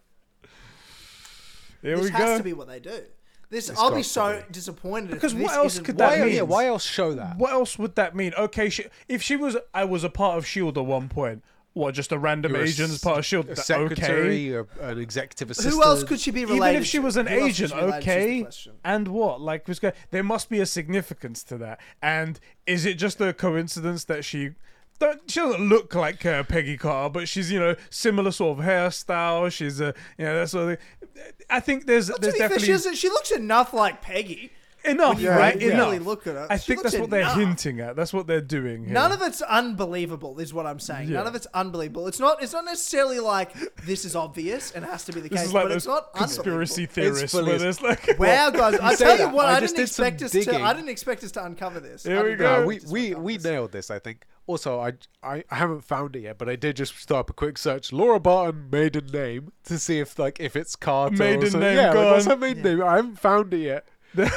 S1: Here
S3: this
S1: we
S3: has
S1: go.
S3: to be what they do. This,
S2: It's
S3: I'll be
S2: got
S3: so
S2: to
S3: disappointed.
S1: Because
S3: if
S1: what
S3: this
S1: else
S3: isn't
S1: could
S3: what
S1: that
S3: it
S1: mean?
S2: yeah,
S3: is.
S2: why else show that?
S1: What else would that mean? Okay, she, if she was, I was a part of Shield at one point. What, just a random
S2: You're a
S1: agent as
S2: s-
S1: part of Shield?
S2: A
S1: Th- E
S3: E
S1: okay.
S2: secretary, a- an executive assistant.
S3: Who else could she be related?
S1: Even if she was an
S3: to? Who else could
S1: agent,
S3: she be related to is the
S1: okay.
S3: question.
S1: And what? Like, was go- there must be a significance to that. And is it just a coincidence that she? Don't, she doesn't look like uh, Peggy Carr, but she's you know similar sort of hairstyle. She's a you know that sort of thing. I think there's
S3: To
S1: there's
S3: be fair,
S1: definitely
S3: she, doesn't- she looks enough like Peggy.
S1: enough,
S3: when you
S1: right?
S3: really
S1: enough.
S3: look at her,
S1: I
S3: she
S1: think
S3: looks
S1: that's what they're
S3: enough.
S1: hinting at. That's what they're doing. Here.
S3: None of it's unbelievable, is what I'm saying.
S1: Yeah.
S3: None of it's unbelievable. It's not. It's not necessarily like this is obvious and has to be the
S1: this
S3: case,
S1: is like
S3: but it's
S1: those
S3: not
S1: conspiracy
S3: unbelievable.
S1: theorists
S2: fully
S1: where
S2: as-
S1: there's like
S3: Wow, guys! I
S2: say
S3: tell you
S2: that,
S3: what,
S2: I
S3: I,
S2: just
S3: didn't
S2: did some
S3: expect us to.
S2: digging.
S3: I didn't expect us to uncover this. I
S1: Here we
S3: didn't
S1: go.
S2: No,
S3: expect
S2: we
S3: us to
S2: we
S3: uncover
S2: we
S3: this.
S2: nailed this. I think. Also, I, I I haven't found it yet, but I did just start up a quick search: Laura Barton maiden name to see if like if it's Carter. or
S1: Maiden
S2: something.
S1: name,
S2: yeah, like,
S1: go
S2: what's
S1: on.
S2: her maiden name? I haven't found it yet.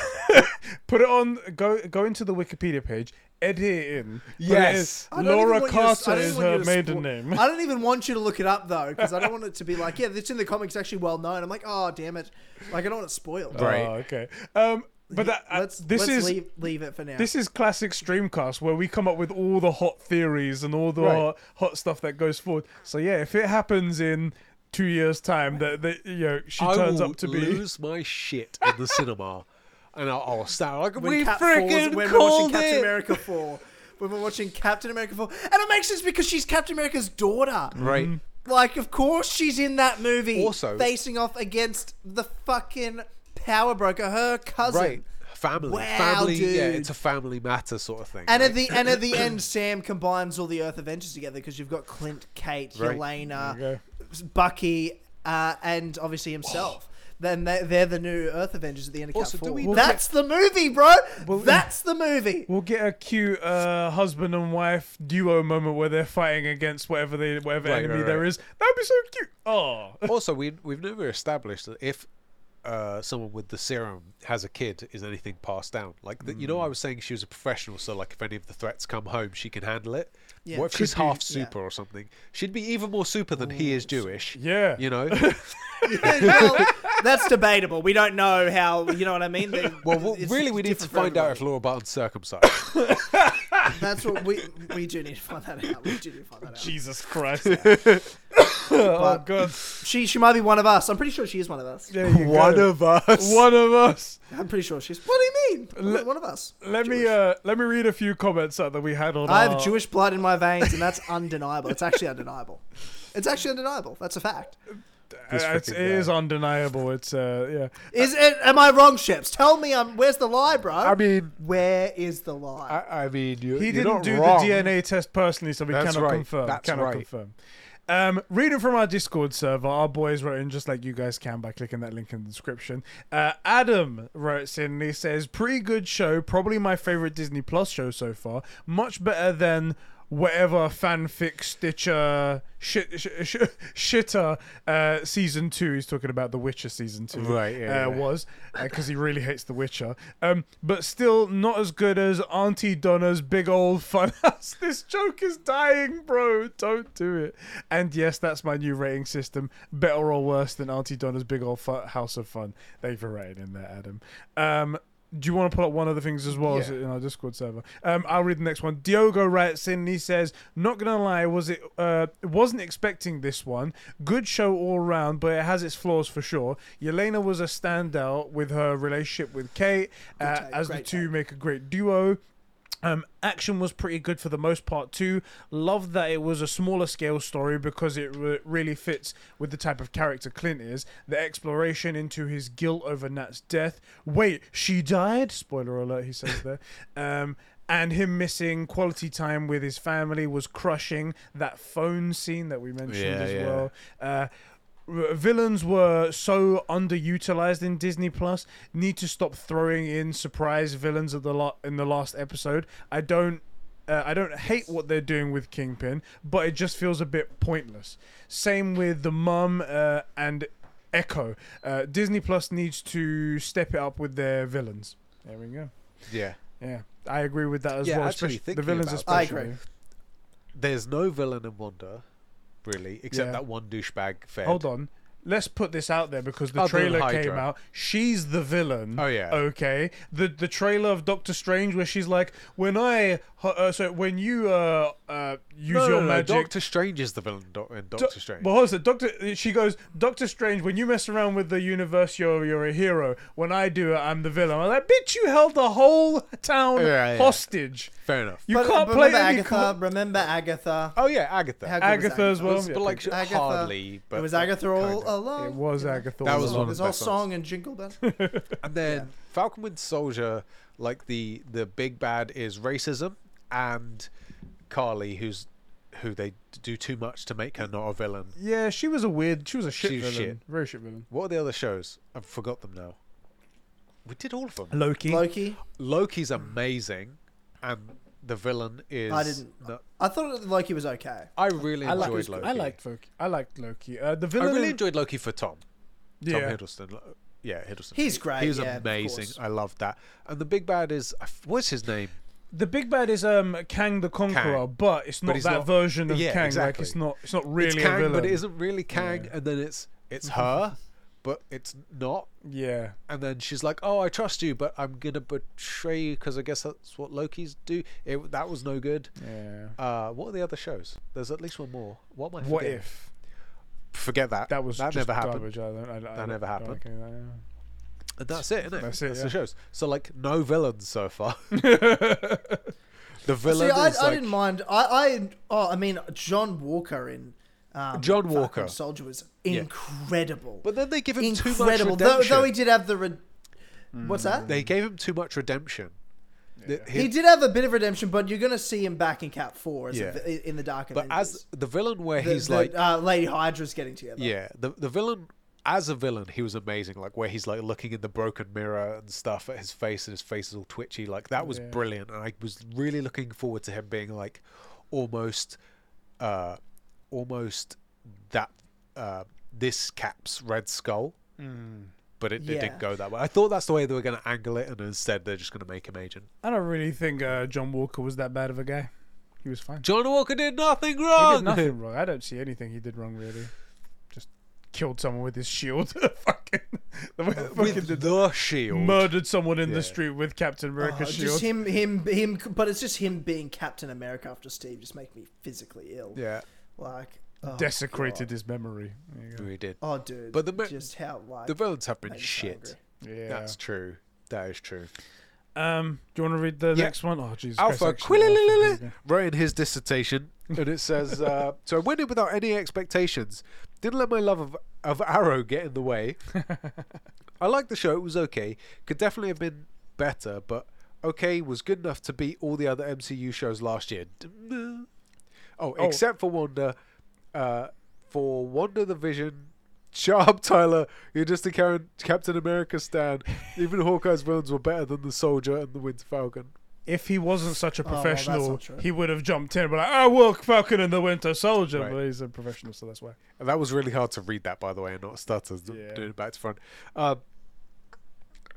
S1: Put it on. Go go into the Wikipedia page. Edit it in. Put it in.
S2: Yes.
S3: I don't even
S1: Laura
S3: want you to- I
S1: Carter
S3: don't even
S1: is
S3: want you
S1: her
S3: to
S1: maiden
S3: spoil-
S1: name.
S3: <laughs>
S1: <laughs>
S3: I don't even want you to look it up though, because I don't want it to be like, yeah, it's in the comics, actually well known. I'm like, oh damn it, like I don't want it spoiled.
S2: Right.
S1: Oh, okay. Um, but that, I-
S3: let's
S1: this
S3: let's
S1: is
S3: leave, leave it for now.
S1: this is classic streamcast where we come up with all the hot theories and all the
S2: Right.
S1: hot, hot stuff that goes forward. So yeah, if it happens in two years' time, that that you know she
S2: I
S1: turns
S2: will
S1: up to be.
S2: lose my shit in the cinema, and I'll, I'll start like
S3: When
S2: we
S3: Cap
S2: freaking
S3: falls, when we're watching
S2: called
S3: Captain
S2: it.
S3: America four, when we're watching Captain America four, and it makes sense because she's Captain America's daughter.
S2: Right.
S3: Like, of course she's in that movie,
S2: Also-
S3: facing off against the fucking power broker, her cousin.
S2: Right. Family.
S3: Wow,
S2: family. Yeah,
S3: dude.
S2: it's a family matter sort of thing.
S3: And
S2: right?
S3: at the and at the end,
S2: <clears throat>
S3: Sam combines all the Earth Avengers together because you've got Clint, Kate,
S2: Right.
S3: Helena,
S1: There
S3: Bucky, uh, and obviously himself. Then they, they're the new Earth Avengers at the end of
S2: Also,
S3: Cap
S2: do
S3: Four.
S2: we look
S3: That's the movie, bro.
S1: Well,
S3: That's the movie.
S1: We'll get a cute uh, husband and wife duo moment where they're fighting against whatever they whatever
S2: Right,
S1: enemy
S2: right,
S1: there
S2: right.
S1: is. That'd be so cute. Oh,
S2: also, we we've never established that if uh, someone with the serum has a kid, is anything passed down? Like the, you
S1: Hmm.
S2: know, I was saying she was a professional, so like if any of the threats come home, she can handle it.
S3: Yeah.
S2: What if she's
S1: Could be-
S2: half
S3: yeah.
S2: super or something? She'd be even more super than he is Jewish.
S1: Yeah. <laughs>
S2: you know.
S3: well, that's debatable. We don't know how. You know what I mean? They-
S2: <laughs> Well, what,
S3: it's-
S2: really,
S3: it's
S2: we need to
S3: different for
S2: find out if
S3: everybody.
S2: Laura Barton's circumcised.
S1: <laughs>
S3: That's what we we do need to find that out. We do need to find that out.
S1: Jesus
S3: <laughs>
S1: Christ. oh
S3: But-
S1: God.
S3: She she might be one of us. I'm pretty sure she is one of us.
S1: There you
S2: One
S1: go.
S2: of us.
S1: one of us.
S3: I'm pretty sure she's. What do you mean? one of us.
S1: Let me uh, let me read a few comments out that we had on.
S3: I have
S2: Oh.
S1: our-
S3: Jewish blood in my veins, and that's undeniable. It's actually undeniable. It's actually undeniable. That's a fact.
S1: Uh, it's,
S2: freaking
S1: it is undeniable. It's uh, yeah.
S3: Is it? Am I wrong, Sheps? Tell me, um, where's the lie, bro?
S2: I mean,
S3: where is the lie?
S2: I, I mean, you,
S1: He
S2: you're
S1: didn't
S2: not
S1: do
S2: wrong.
S1: the DNA test personally, so we
S2: That's
S1: cannot
S2: right.
S1: confirm.
S2: That's
S1: cannot
S2: right.
S1: confirm. Um, reading from our Discord server, our boys wrote in just like you guys can by clicking that link in the description. Uh, Adam writes in, he says, Pretty good show, probably my favorite Disney Plus show so far. Much better than whatever fanfic stitcher shit, sh- sh- <laughs> shitter uh, season two. He's talking about The Witcher season two.
S2: Right, yeah,
S1: uh,
S2: yeah.
S1: was because he really hates The Witcher. Um, but still not as good as Auntie Donna's big old <laughs> funhouse. this joke is dying, bro. Don't do it. And yes, that's my new rating system. Better or worse than Auntie Donna's big old fu- house of fun. Thank you for writing in there, Adam. Um, do you want to pull up one of the things as well as
S2: Yeah.
S1: in our Discord server? Um, I'll read the next one. Diogo writes in. He says, "Not gonna lie, was it? Uh, wasn't expecting this one. Good show all round, but it has its flaws for sure. Yelena was a standout with her relationship with Kate, uh,
S3: take,
S1: as the
S3: great
S1: two make a great duo. Um, action was pretty good for the most part too. Love that it was a smaller scale story because it re- really fits with the type of character Clint is. The exploration into his guilt over Nat's death. Wait, she died? Spoiler alert, he says there. <laughs> um, and him missing quality time with his family was crushing. That phone scene that we mentioned
S2: Yeah,
S1: as
S2: yeah.
S1: well. Uh, r- villains were so underutilized in Disney Plus. Need to stop throwing in surprise villains at the lot in the last episode. I don't Uh, I don't hate what they're doing with Kingpin, but it just feels a bit pointless. Same with the mum uh, and Echo. Uh, Disney Plus needs to step it up with their villains. There we go.
S2: Yeah.
S1: Yeah, I agree with that as
S2: Yeah,
S1: well.
S2: actually
S1: especially- the
S2: thinking
S1: villains,
S2: about
S1: especially.
S3: that- I agree.
S2: There's no villain in Wanda, really, except
S1: Yeah.
S2: that one douchebag. Fed.
S1: Hold on. Let's put this out there because the
S2: Other than
S1: trailer
S2: Hydra.
S1: came out. She's the villain.
S2: Oh, yeah.
S1: Okay. The the trailer of Doctor Strange where she's like, when I hu- uh, so when you uh, uh use
S2: No,
S1: your
S2: no, no,
S1: magic.
S2: Doctor Strange is the villain doc- in Doctor
S1: Do-
S2: Strange.
S1: Well, hold on. Doctor, she goes, Doctor Strange. When you mess around with the universe, you're you're a hero. When I do it, I'm the villain. I'm like, bitch, you held the whole town
S2: Yeah, yeah.
S1: hostage.
S2: Fair enough.
S1: You
S3: But- uh,
S1: can't
S3: but
S1: play
S3: remember
S1: any
S3: Agatha.
S1: card.
S3: Remember Agatha.
S2: Oh yeah, Agatha.
S3: How good was
S1: Agatha as
S3: Agatha?
S1: well.
S2: was, but like
S3: Agatha.
S2: hardly. But
S3: it
S2: <laughs>
S3: was Agatha all
S2: kinda.
S3: along.
S1: it was
S3: you know?
S1: Agatha.
S2: That
S1: all
S2: was
S1: along.
S2: one of
S3: There's
S2: the
S3: all
S2: best
S3: song and jingle bell.
S2: And then Falcon Winter Soldier, like the the big bad is racism and Carly, who's who they do too much to make her not a villain.
S1: Yeah, she was a weird. She was a shit
S2: She was
S1: villain.
S2: shit.
S1: Very shit villain.
S2: What are the other shows? I've forgot them now. We did all of them.
S1: Loki.
S3: <laughs> Loki.
S2: Loki's amazing, and the villain is.
S3: I didn't-
S2: no-
S3: I thought Loki was okay.
S2: I really
S1: I
S2: enjoyed
S1: liked
S2: Loki.
S1: I liked Loki. I liked Loki. Uh, the
S2: I
S1: villain.
S2: really
S1: in-
S2: enjoyed Loki for Tom. Tom
S1: yeah.
S2: Hiddleston. Lo- Yeah, Hiddleston.
S3: He's great,
S2: He was
S3: yeah, of
S2: amazing.
S3: course.
S2: I loved that. And the big bad is I f- what's his name?
S1: The big bad is um Kang the Conqueror,
S2: Kang.
S1: but it's not
S2: he's
S1: that
S2: not-
S1: version of
S2: yeah,
S1: Kang. Like
S2: exactly.
S1: it's not. It's not really
S2: it's
S1: a
S2: Kang,
S1: villain.
S2: but it isn't really Kang. And then it's it's her, but it's not.
S1: Yeah.
S2: And then she's like, "Oh, I trust you, but I'm gonna betray you because I guess that's what Loki's do." It, that was no good.
S1: Yeah.
S2: Uh, what are the other shows? There's at least one more. What am I?
S1: What
S2: forgetting?
S1: if
S2: Forget that.
S1: that was
S2: that
S1: just
S2: never happened.
S1: garbage. I don't, I, I don't-
S2: never
S1: don't
S2: happened.
S1: like any of that, yeah.
S2: And that's it, isn't it?
S1: That's it,
S2: That's
S1: yeah.
S2: the shows. So like no villains so far. the villain
S3: See, I,
S2: is
S3: I
S2: like
S3: didn't mind. I, I, oh, I mean, John Walker in um,
S2: John
S3: Falcon
S2: Walker.
S3: Soldier was incredible.
S2: But then they give him too
S3: incredible.
S2: much
S3: Though,
S2: redemption.
S3: though he did have the, re- what's that?
S2: They gave him too much redemption. The- he-
S3: He did have a bit of redemption, but you're going to see him back in Cap Four as a
S2: Yeah.
S3: vi- in the Dark
S2: but
S3: Avengers.
S2: as the villain, where
S3: the,
S2: he's
S3: the,
S2: like,
S3: uh, Lady Hydra's getting together.
S2: yeah, the the villain as a villain, he was amazing. Like where he's like looking in the broken mirror and stuff at his face, and his face is all twitchy. Like that was
S1: Yeah.
S2: brilliant, and I was really looking forward to him being like almost, uh, almost that uh, this Cap's Red Skull.
S1: Mm.
S2: But it, it
S3: Yeah.
S2: didn't go that way. I thought that's the way they were going to angle it, and instead they're just going to make him agent.
S1: I don't really think uh, John Walker was that bad of a guy. He was fine.
S2: John Walker did nothing
S1: He
S2: wrong.
S1: did nothing wrong. I don't see anything he did wrong really. Just killed someone with his shield. <laughs> fucking. The way the fucking
S2: <laughs> with the shield.
S1: murdered someone in
S2: Oh, Yeah.
S1: the street with Captain
S3: Oh,
S1: America's shield.
S3: just him, him, him. But it's just him being Captain America after Steve just make me physically ill.
S2: yeah,
S3: Like oh,
S1: Desecrated
S3: God.
S1: his memory. There you go.
S2: we did.
S3: Oh, dude.
S2: But the ma-
S3: just how like
S2: The villains have been
S3: made me so
S2: shit.
S3: angry.
S1: Yeah.
S2: That's true. That is true.
S1: Um, do you want to read the
S2: Yeah.
S1: next one? Oh, Jesus
S2: Alpha
S1: Christ, actually, Alpha,
S2: Quilililili
S1: okay.
S2: wrote in his dissertation, and it says, uh, <laughs> "So I went in without any expectations. Didn't let my love of, of Arrow get in
S1: <laughs>
S2: the way. I liked the show. It was okay. Could definitely have been better, but okay was good enough to beat all the other MCU shows
S1: <laughs>
S2: last year. Oh, except for Wanda. Uh, for Wanda the Vision." Sharp <laughs> Tyler, you're just a Karen- Captain America stan. Even Hawkeye's villains were better than the Soldier and the Winter Falcon.
S1: If he wasn't such
S2: Oh,
S1: a
S3: well, that's
S1: professional,
S3: not true.
S1: he would have jumped in, but like, I work Falcon and the Winter Soldier.
S2: Right.
S1: But he's a professional, so that's why.
S2: And that was really hard to read that, by the way, and not stutter d-
S1: Yeah.
S2: doing it back to front. Um,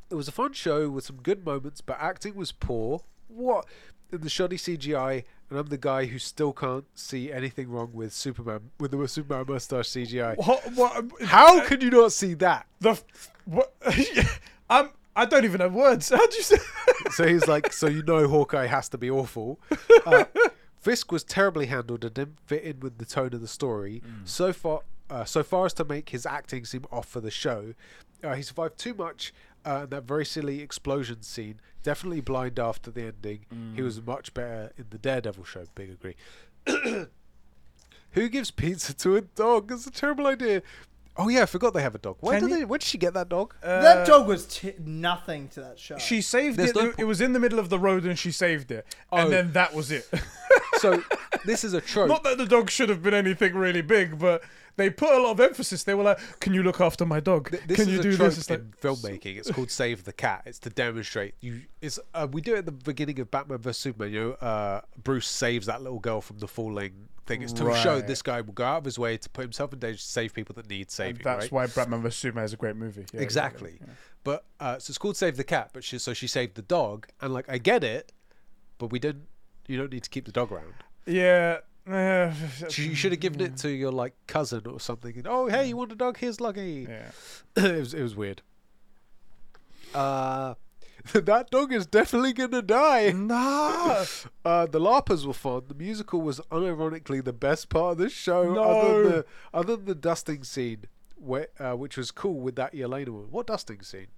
S2: it was a fun show with some good moments, but acting was poor. What? In the shoddy CGI, and I'm the guy who still can't see anything wrong with Superman with the Superman mustache CGI.
S1: What? Uh, what
S2: How can you not see that?
S1: the? f- What? <laughs> I'm. I don't even have words. <laughs> How do you say?
S2: So he's like, so you know, Hawkeye has to be awful. Uh, Fisk was terribly handled and didn't fit in with the tone of the story.
S1: Mm.
S2: So far, uh, so far as to make his acting seem off for the show, uh, he survived too much. Uh, and that very silly explosion scene, definitely blind after the ending.
S1: Mm.
S2: He was much better in the Daredevil show. Big agree. <coughs> Who gives pizza to a dog? It's a terrible idea. Oh yeah, I forgot they have a dog. Where
S1: Can
S2: did
S1: you-
S2: they? Where did she get that dog?
S1: Uh,
S3: that dog was t- nothing to that show.
S1: She saved
S2: There's
S1: it.
S2: no
S1: it was in the middle of the road, and she saved it.
S2: Oh.
S1: And then that was it. <laughs>
S2: so this is a trope.
S1: Not that the dog should have been anything really big, but They put a lot of emphasis. They were like, "Can you look after my dog?
S2: Th- this
S1: Can
S2: is
S1: you
S2: a
S1: do
S2: trope
S1: this?" It's like,
S2: in filmmaking. It's called save the cat. It's to demonstrate you. It's uh, we do it at the beginning of Batman vs Superman. You know, uh, Bruce saves that little girl from the falling thing. It's to show
S1: Right.
S2: this guy will go out of his way to put himself in danger to save people that need saving.
S1: that's
S2: right?
S1: why Batman vs Superman is a great movie. Yeah, yeah, yeah.
S2: exactly. But uh, so it's called save the cat. But she, so she saved the dog, and like I get it, but we don't. You don't need to keep the dog around.
S1: Yeah. eh,
S2: You- You should have given it to your like cousin or something. And, oh, hey, you want a dog? Here's Lucky.
S1: yeah.
S2: <laughs> it was it was weird. Uh <laughs> that dog is definitely gonna die. <laughs>
S1: Nah.
S2: Uh, the LARPers were fun. The musical was unironically the best part of this show,
S1: No.
S2: other than the other than the dusting scene, where, uh, which was cool with that Yelena one. What dusting scene?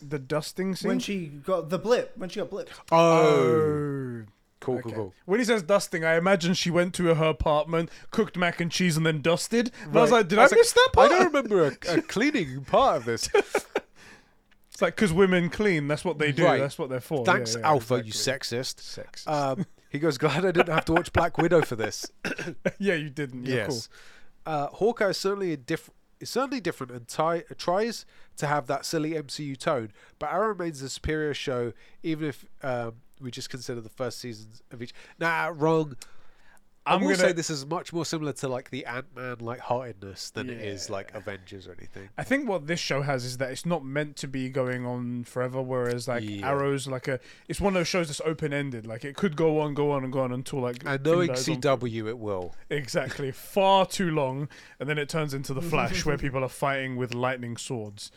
S1: The dusting scene.
S3: When she got the blip, when she
S2: <laughs>
S3: got blipped.
S2: Oh.
S1: oh.
S2: cool, cool,
S1: Okay.
S2: cool.
S1: When he says dusting, I imagine she went to her apartment, cooked mac and cheese, and then dusted. And I was
S2: Right.
S1: like, did
S2: I
S1: I,
S2: was like,
S1: miss that part?
S2: I don't remember a, <laughs> a cleaning part of <laughs> this.
S1: It's like because women clean. That's what they do.
S2: Right.
S1: That's what they're for. Yeah,
S2: Thanks,
S1: yeah,
S2: Alpha,
S1: exactly.
S2: you sexist.
S1: Sexist.
S2: <laughs> Um, he goes, glad I didn't have to watch Black Widow for <laughs> this.
S1: <laughs> yeah, you didn't. You're cool.
S2: yes. Uh, Hawkeye is certainly a diff- is certainly different and ti- tries to have that silly MCU tone, but Arrow remains a superior show, even if um, we just consider the first seasons of each. Nah, wrong. I'm
S1: I'm
S2: going to
S1: gonna-
S2: say this is much more similar to like the Ant Man like heartedness than it is like Avengers or anything.
S1: I think what this show has is that it's not meant to be going on forever, whereas like
S2: Yeah.
S1: Arrow's like a it's one of those shows that's open ended. Like it could go on, go on, and go on until like
S2: And
S1: thing
S2: knowing
S1: dies on-
S2: CW, it will.
S1: exactly far too long, and then it turns into the Flash where people are fighting with lightning swords.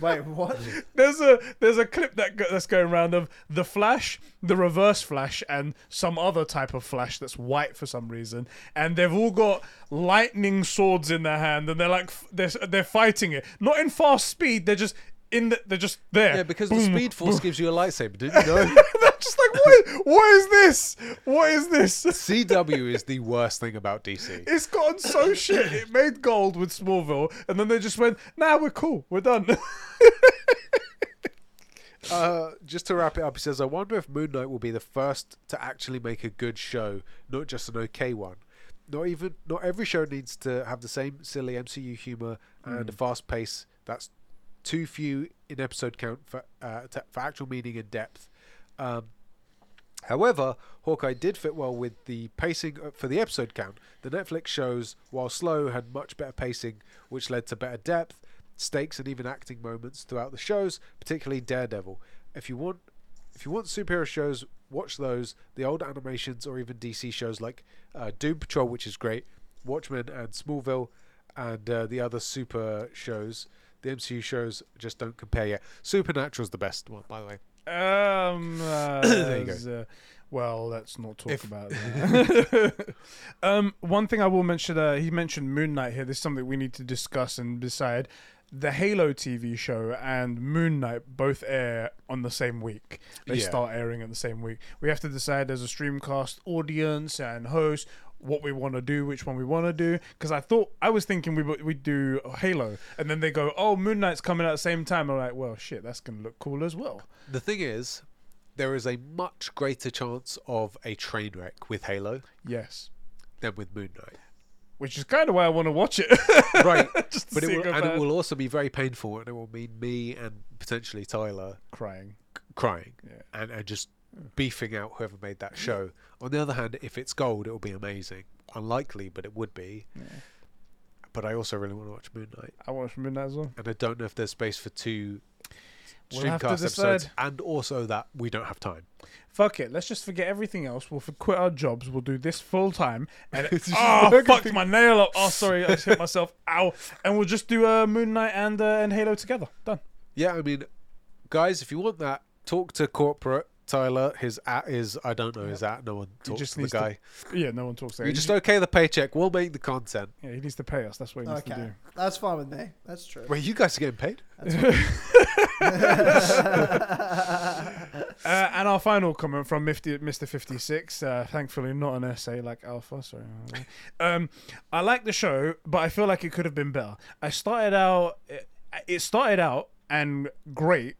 S3: Wait, what?
S1: There's a there's a clip that go, that's going around of the Flash, the Reverse Flash, and some other type of Flash that's white for some reason, and they've all got lightning swords in their hand, and they're like f- they're s- they're fighting it, not in fast speed. They're just in the, they're just there.
S2: Yeah, because
S1: Boom,
S2: the Speed Force gives you a lightsaber, didn't you <laughs> know?
S1: <laughs> they're just like what? What is this? What is this?
S2: CW is the worst thing about DC.
S1: It's gotten so shit. It made gold with Smallville, and then they just went, "Nah, we're cool. We're done." <laughs>
S2: uh, just to wrap it up, he says, I wonder if Moon Knight will be the first to actually make a good show, not just an okay one. Not even not every show needs to have the same silly MCU humor and a fast pace. That's too few in episode count for uh, t- for actual meaning and depth. Um, However, Hawkeye did fit well with the pacing uh, for the episode count. The Netflix shows, while slow, had much better pacing, which led to better depth, stakes, and even acting moments throughout the shows, particularly Daredevil. If you want, if you want superhero shows, watch those. The old animations or even DC shows like uh, Doom Patrol, which is great, Watchmen and Smallville, and uh, the other super shows. The MCU shows just don't compare yet. Supernatural's the best one, by the way.
S1: Um, uh,
S2: <coughs> There you go.
S1: as, uh, well, let's not talk
S2: If- <laughs>
S1: about that. <laughs> um, one thing I will mention, uh, he mentioned Moon Knight here. This is something we need to discuss and decide. The Halo TV show and Moon Knight both air on the same week. They
S2: Yeah.
S1: start airing at the same week. We have to decide as a streamcast audience and host what we want to do, which one we want to do. Because I thought I was thinking we would- we'd do Halo, and then they go, "Oh, Moon Knight's coming out at the same time." I'm like, "Well, shit, that's gonna look cool as well."
S2: The thing is, there is a much greater chance of a train wreck with Halo
S1: Yes.
S2: than with Moon
S1: <laughs>
S2: Knight.
S1: which is kind of why I want to watch it. <laughs>
S2: <laughs> Right.
S1: Just to
S2: but it
S1: see
S2: will,
S1: go
S2: and
S1: bad.
S2: it will also be very painful, and it will mean me and potentially Tyler
S1: crying.
S2: c- crying
S1: Yeah.
S2: and, and just beefing out whoever made that show. On the other hand, if it's gold, it'll be amazing. Unlikely, but it would be. But I also really want to watch Moon Knight.
S1: I watched Midnight as well.
S2: And I don't know if there's space for two
S1: We'll have to
S2: streamcast episodes,
S1: decide.
S2: and also that we don't have time.
S1: Fuck it. Let's just forget everything else. We'll for- quit our jobs. We'll do this full time. And
S2: <laughs>
S1: <laughs> oh, fucked my nail up. Oh, sorry, I just hit myself. Ow. And we'll just do uh, Moon Knight and uh, and Halo together. Done.
S2: Yeah, I mean, guys, if you want that, talk to corporate Tyler. His at is I don't know his at. No one talks
S1: just
S2: to the
S1: needs to-
S2: guy.
S1: Yeah, no one talks there.
S2: you just okay the paycheck. We'll make the content.
S1: yeah, he needs to pay us. That's what he needs to
S3: Okay,
S1: do.
S3: that's fine with me. That's true.
S2: Wait, you guys are getting paid?
S1: Uh, and our final comment from Mifty- Mr. 56, uh, thankfully not an essay like Alpha, sorry. Um, I like the show, but I feel like it could have been better. I started out, it, it started out and great,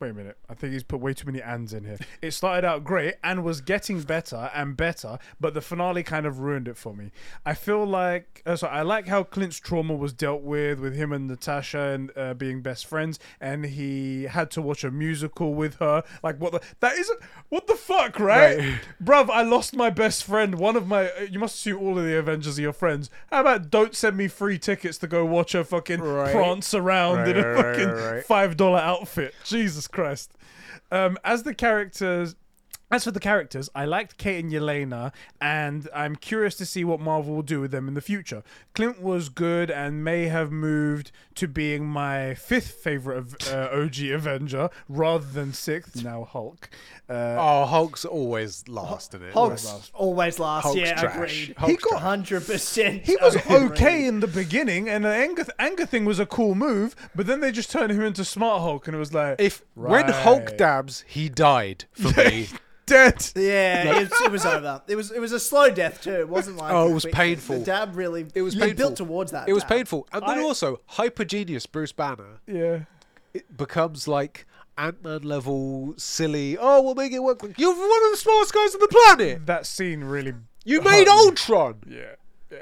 S1: Wait a minute. I think he's put way too many ands in here. <laughs> It started out great and was getting better and better, but the finale kind of ruined it for me. I feel like uh, sorry, I like how Clint's trauma was dealt with with him and Natasha and uh, being best friends, and he had to watch a musical with her. Like what the that isn't what the fuck, right? <laughs> Bruv, I lost my best friend. One of my uh, you must assume all of the Avengers are your friends. How about don't send me free tickets to go watch her fucking
S2: Right.
S1: prance around
S2: Right,
S1: in a
S2: right, right,
S1: fucking
S2: right, right.
S1: five dollar outfit. Jesus Christ. Um, as the characters. As for the characters, I liked Kate and Yelena, and I'm curious to see what Marvel will do with them in the future. Clint was good and may have moved to being my fifth favorite of, uh, OG Avenger rather than sixth, now Hulk. Uh,
S2: Oh, Hulk's always last in it.
S3: Hulk's
S1: Always
S3: always
S1: last.
S3: last.
S2: Hulk's
S3: yeah,
S2: trash.
S3: agreed.
S2: Hulk's
S3: he got
S2: trash.
S3: hundred percent.
S1: he <laughs> was okay in the beginning, and the anger, anger thing was a cool move, but then they just turned him into Smart Hulk, and it was like,
S2: If when Hulk
S1: Right.
S2: dabs, he died for
S3: <laughs>
S2: me.
S1: dead.
S3: Yeah, it's, it was over. It was it was a slow death too. It wasn't like
S2: Oh, it
S3: a
S2: was
S3: quick-
S2: painful.
S3: The dab really.
S2: It was
S3: you
S2: painful.
S3: built towards that.
S2: It was
S3: dab.
S2: painful, and then
S1: I-
S2: also hyper genius Bruce Banner
S1: Yeah.
S2: it becomes like Ant Man level silly. Oh, we'll make it work. Like, You're one of the smartest guys on the planet.
S1: That scene really.
S2: You
S1: hurt
S2: made
S1: me.
S2: Ultron.
S1: Yeah. Yeah.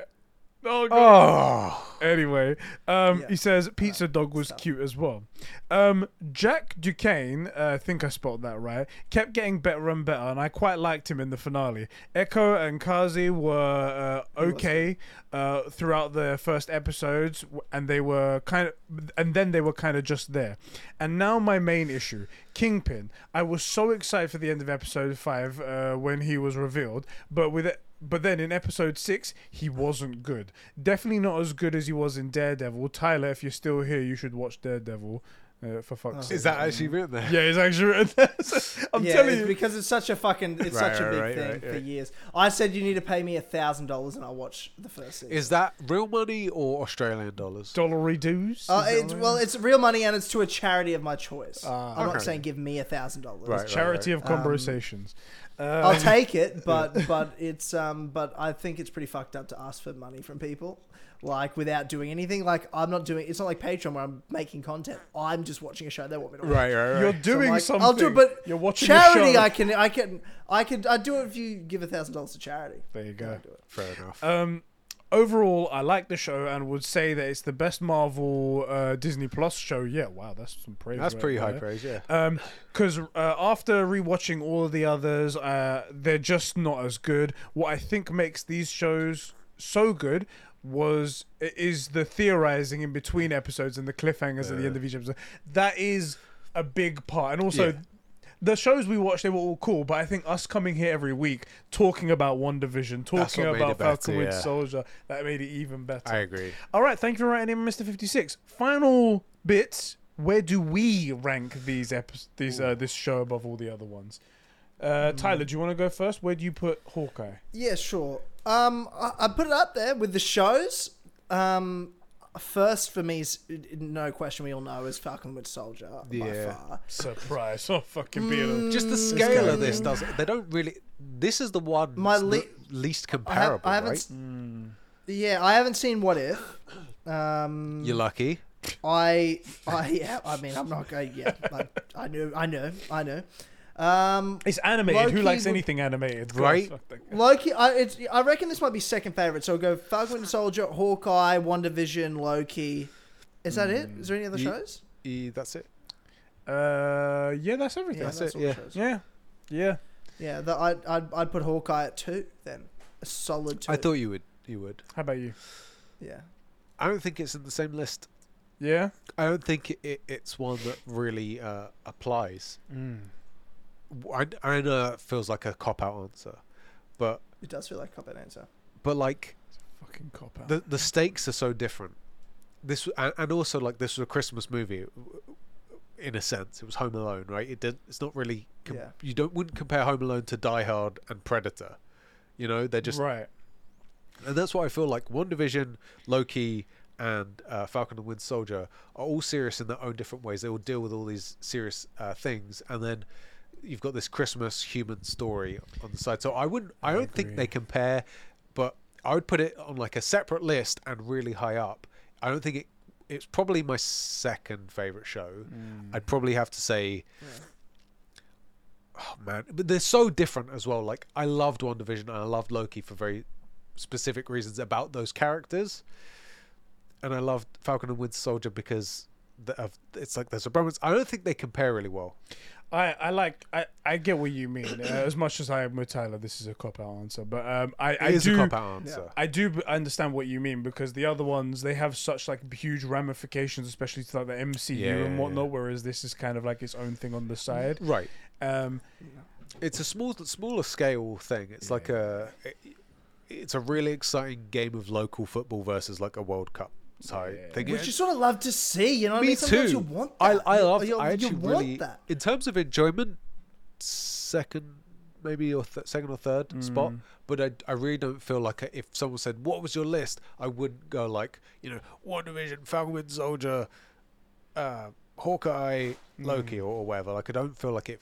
S1: Oh, God.
S2: Oh,
S1: Anyway, um,
S3: Yeah.
S1: he says Pizza Dog was cute as well. Um, Jack Duquesne, uh, I think I spelled that right, kept getting better and better, and I quite liked him in the finale. Echo and Kazi were uh, okay uh, throughout the first episodes, w- and they were kind of, and then they were kind of just there. And now my main issue, Kingpin. I was so excited for the end of episode five uh, when he was revealed, but with it but then in episode six, he wasn't good. Definitely not as good as he was in Daredevil. Tyler, if you're still here, you should watch Daredevil. Uh, for fuck's sake.
S2: is that actually written there?
S1: Yeah, it's actually written <laughs> there. I'm
S3: Oh. yeah,
S1: telling
S3: it's
S1: you.
S3: because it's such a fucking it's
S2: Right,
S3: such a
S2: right,
S3: big
S2: right,
S3: thing
S2: right,
S3: for
S2: right.
S3: years. I said you need to pay me a thousand dollars and I'll watch the first season.
S2: Is that real money or Australian dollars?
S1: Dollary dues.
S3: Uh,
S1: Is that
S3: it's,
S1: what it
S3: well,
S1: is?
S3: it's real money and it's to a charity of my choice.
S1: Ah,
S3: I'm
S2: okay.
S3: not saying give me a thousand
S2: Right,
S3: dollars.
S2: right.
S1: charity of conversations. uh,
S3: I'll
S1: <laughs>
S3: take it, but but it's um but I think it's pretty fucked up to ask for money from people, like without doing anything. Like I'm not doing. It's not like Patreon where I'm making content. I'm just watching a show they want me to watch.
S2: Right, right, right.
S1: you're doing
S3: I'm like,
S1: something.
S3: Um, I'll do it, but
S1: you're watching a
S3: charity.
S1: show.
S3: I can, I can, I could, I do it if you give a thousand dollars to charity.
S1: There you go.
S3: I'd do it.
S2: Fair enough.
S1: Um, overall, I like the show and would say that it's the best Marvel uh, Disney Plus show yet. Wow, that's some praise.
S2: That's
S1: right
S2: pretty high
S1: there.
S2: praise, yeah.
S1: Um, because uh, after rewatching all of the others, uh, they're just not as good. What I think makes these shows so good was is the theorizing in between episodes and the cliffhangers at the end of each episode. That is a big part, and also.
S2: Yeah.
S1: The shows we watched, they were all cool, but I think us coming here every week, talking about One Division, talking
S2: what made
S1: about
S2: it better,
S1: Falcon Winter
S2: yeah.
S1: Soldier, that made it even better.
S2: I agree.
S1: All right, thank you for writing in, Mr. Fifty Six. Final bits. Where do we rank these episodes? These uh, this show above all the other ones. Uh, Tyler, do you want to go first? Where do you put Hawkeye?
S3: Yeah, sure. Um, I, I put it up there with the shows. Um, first for me is no question. We all know is Falcon Winter Soldier by
S2: Yeah.
S3: far.
S1: Surprise! <laughs> Oh fucking
S2: Mm.
S1: beer.
S2: Just the scale of this doesn't. They don't really. This is the one
S3: My
S2: that's
S3: le-
S2: the least
S3: I, have,
S2: comparable,
S3: I haven't.
S2: right?
S3: s- Mm. Yeah, I haven't seen What If. Um,
S2: You're lucky.
S3: I, I, yeah, I mean, I'm not going. Yeah, I, I know, I know, I know. Um,
S1: It's animated. Who
S3: Loki
S1: likes
S3: would-
S1: anything animated? God,
S2: Right?
S1: fuck that guy.
S3: Loki, I, it's, I reckon this might be second favorite. So we'll go Falcon Winter Soldier, Hawkeye, One Division, Loki. Is that it? Is there any other
S2: Ye-
S3: shows?
S2: E- that's it.
S1: Uh, yeah, that's everything.
S3: Yeah,
S2: that's it,
S3: all the
S2: yeah.
S3: shows.
S1: Yeah, yeah.
S3: Yeah, the, I'd, I'd, I'd put Hawkeye at two then. A solid two.
S2: I thought you would. You would.
S1: How about you?
S3: Yeah.
S2: I don't think it's in the same list.
S1: Yeah.
S2: I don't think it, it's one that really uh, applies. W- I, I know it feels like a cop out answer, but
S3: It does feel like a cop-out answer.
S2: but like
S1: Fucking cop out.
S2: the <laughs> the stakes are so different. This w- and, and also like this was a Christmas movie, in a sense. It was Home Alone, right? It did. It's not really. Com-
S3: Yeah.
S2: You don't wouldn't compare Home Alone to Die Hard and Predator. You know, they're just
S1: right.
S2: and that's why I feel like One Division, Loki, and uh, Falcon and Winter Soldier are all serious in their own different ways. They all deal with all these serious uh, things, and then you've got this Christmas human story on the side. So I wouldn't, I don't think they compare, but I would put it on like a separate list and really high up. I don't think it it's probably my second favorite show. I'd probably have to say. Oh man, but they're so different as well. Like I loved One Division and I loved Loki for very specific reasons about those characters, and I loved Falcon and Winter Soldier because the, of, it's like there's a bromance. I don't think they compare really well.
S1: I, I like I, I get what you
S2: <coughs>
S1: mean. Uh, as much as I am with Tyler, this is a cop out answer, but um, I I
S2: It is
S1: do
S2: a cop out answer.
S1: I do b- understand what you mean because the other ones they have such like huge ramifications, especially to like the MCU
S2: Yeah,
S1: and
S2: yeah,
S1: whatnot. Whereas this is kind of like its own thing on the side.
S2: Right.
S3: Mm.
S1: Um,
S2: it's a small smaller scale thing it's like a it- it's a really exciting game of local football versus like a world cup type
S1: Yeah.
S2: thing
S3: Which you sort of love to see, you know what I
S2: me
S3: mean? Sometimes
S2: too
S3: you want
S2: i
S3: that.
S2: i
S3: You-
S2: love
S3: you,
S2: i
S3: you
S2: actually
S3: want
S2: really
S3: that.
S2: in terms of enjoyment second maybe or th- second or third spot but I, I really don't feel like if someone said what was your list i wouldn't go like you know one division falcon Winter soldier uh hawkeye loki or, or whatever like i don't feel like it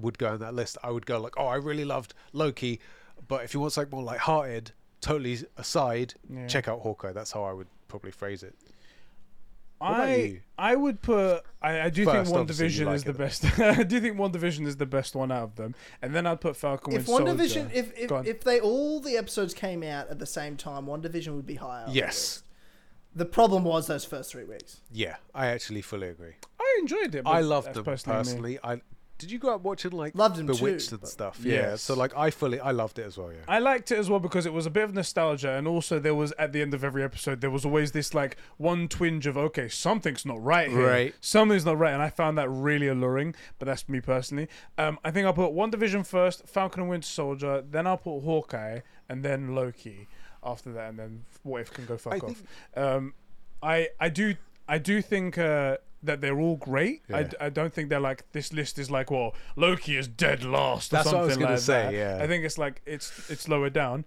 S2: would go on that list, I would go like, oh, I really loved Loki, but if you want something more light-hearted, totally aside,
S1: Yeah.
S2: check out Hawkeye. That's how I would probably phrase it. about
S1: I
S2: you?
S1: I would put I, I do
S2: First,
S1: think One
S2: obviously, you
S1: Division
S2: like
S1: is the
S2: it.
S1: best. <laughs> I do think One Division is the best one out of them, and then I'd put Falcon
S3: If
S1: Winter
S3: One
S1: Soldier.
S3: Division, if if,
S1: Go on.
S3: if they all the episodes came out at the same time, One Division would be higher. on the
S2: Yes.
S3: list. The problem was those first three weeks.
S2: Yeah, I actually fully agree.
S1: I enjoyed it. but
S2: I loved
S1: that's
S2: them
S1: personally
S2: personally.
S1: me.
S2: I did you go out watching like
S3: Loved them
S2: Bewitched
S3: too,
S2: and
S3: but-
S2: stuff? Yeah.
S1: Yes.
S2: So like, I fully, I loved it as well. Yeah.
S1: I liked it as well because it was a bit of nostalgia, and also there was at the end of every episode there was always this like one twinge of okay something's not right here,
S2: Right.
S1: something's not right, and I found that really alluring. But that's me personally. Um, I think I'll put One Division first, Falcon and Winter Soldier, then I'll put Hawkeye, and then Loki after that, and then What If can go fuck
S2: I
S1: off.
S2: think-
S1: Um, I I do I do think uh, that they're all great. I,
S2: Yeah.
S1: d- I don't think they're like this list is like well Loki is dead last. Or
S2: That's what
S1: something
S2: I was
S1: like
S2: gonna say,
S1: that.
S2: yeah.
S1: I think it's like it's it's lower down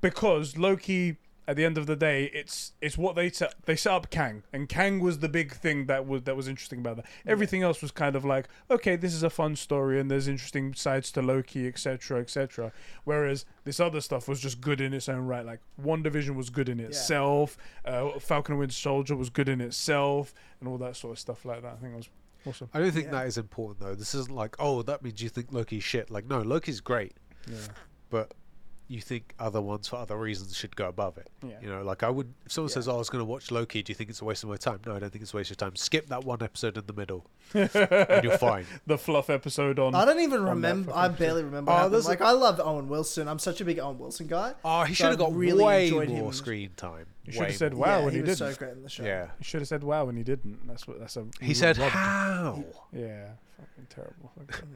S1: because Loki. At the end of the day, it's it's what they set they set up Kang, and Kang was the big thing that was that was interesting about that. Everything else was kind of like, okay, this is a fun story, and there's interesting sides to Loki, etc., etc. Whereas this other stuff was just good in its own right. Like One Division was good in itself, uh, Falcon and Winter Soldier was good in itself, and all that sort of stuff like that. I think it was awesome.
S2: I don't think
S3: Yeah.
S2: that is important though. This isn't like, oh, that means you think Loki's shit. Like, no, Loki's great,
S1: Yeah.
S2: but you think other ones for other reasons should go above it.
S1: Yeah.
S2: You know, like I would. If someone says, "Oh, I was going to watch Loki," do you think it's a waste of my time? No, I don't think it's a waste of time. Skip that one episode in the
S3: <laughs>
S2: middle, and you're fine.
S1: The fluff episode on.
S3: I don't even
S1: that
S3: remember.
S1: fucking
S3: I barely remember.
S2: Oh,
S3: what happened.
S2: there's a-
S3: like I loved Owen Wilson. I'm such a big Owen Wilson guy.
S2: Oh, he
S3: So
S2: should have
S3: I
S2: got
S3: really
S2: way more
S3: enjoyed him.
S2: screen time.
S1: You should
S2: Way
S1: have said
S2: more.
S1: wow
S3: yeah,
S1: when
S3: he,
S1: he,
S3: was
S1: didn't.
S3: so great in the show.
S2: Yeah.
S1: He should have said wow when he didn't. That's what. That's a.
S2: He said,
S1: robbed him.
S2: "How?"
S1: Yeah, fucking terrible.
S2: <laughs>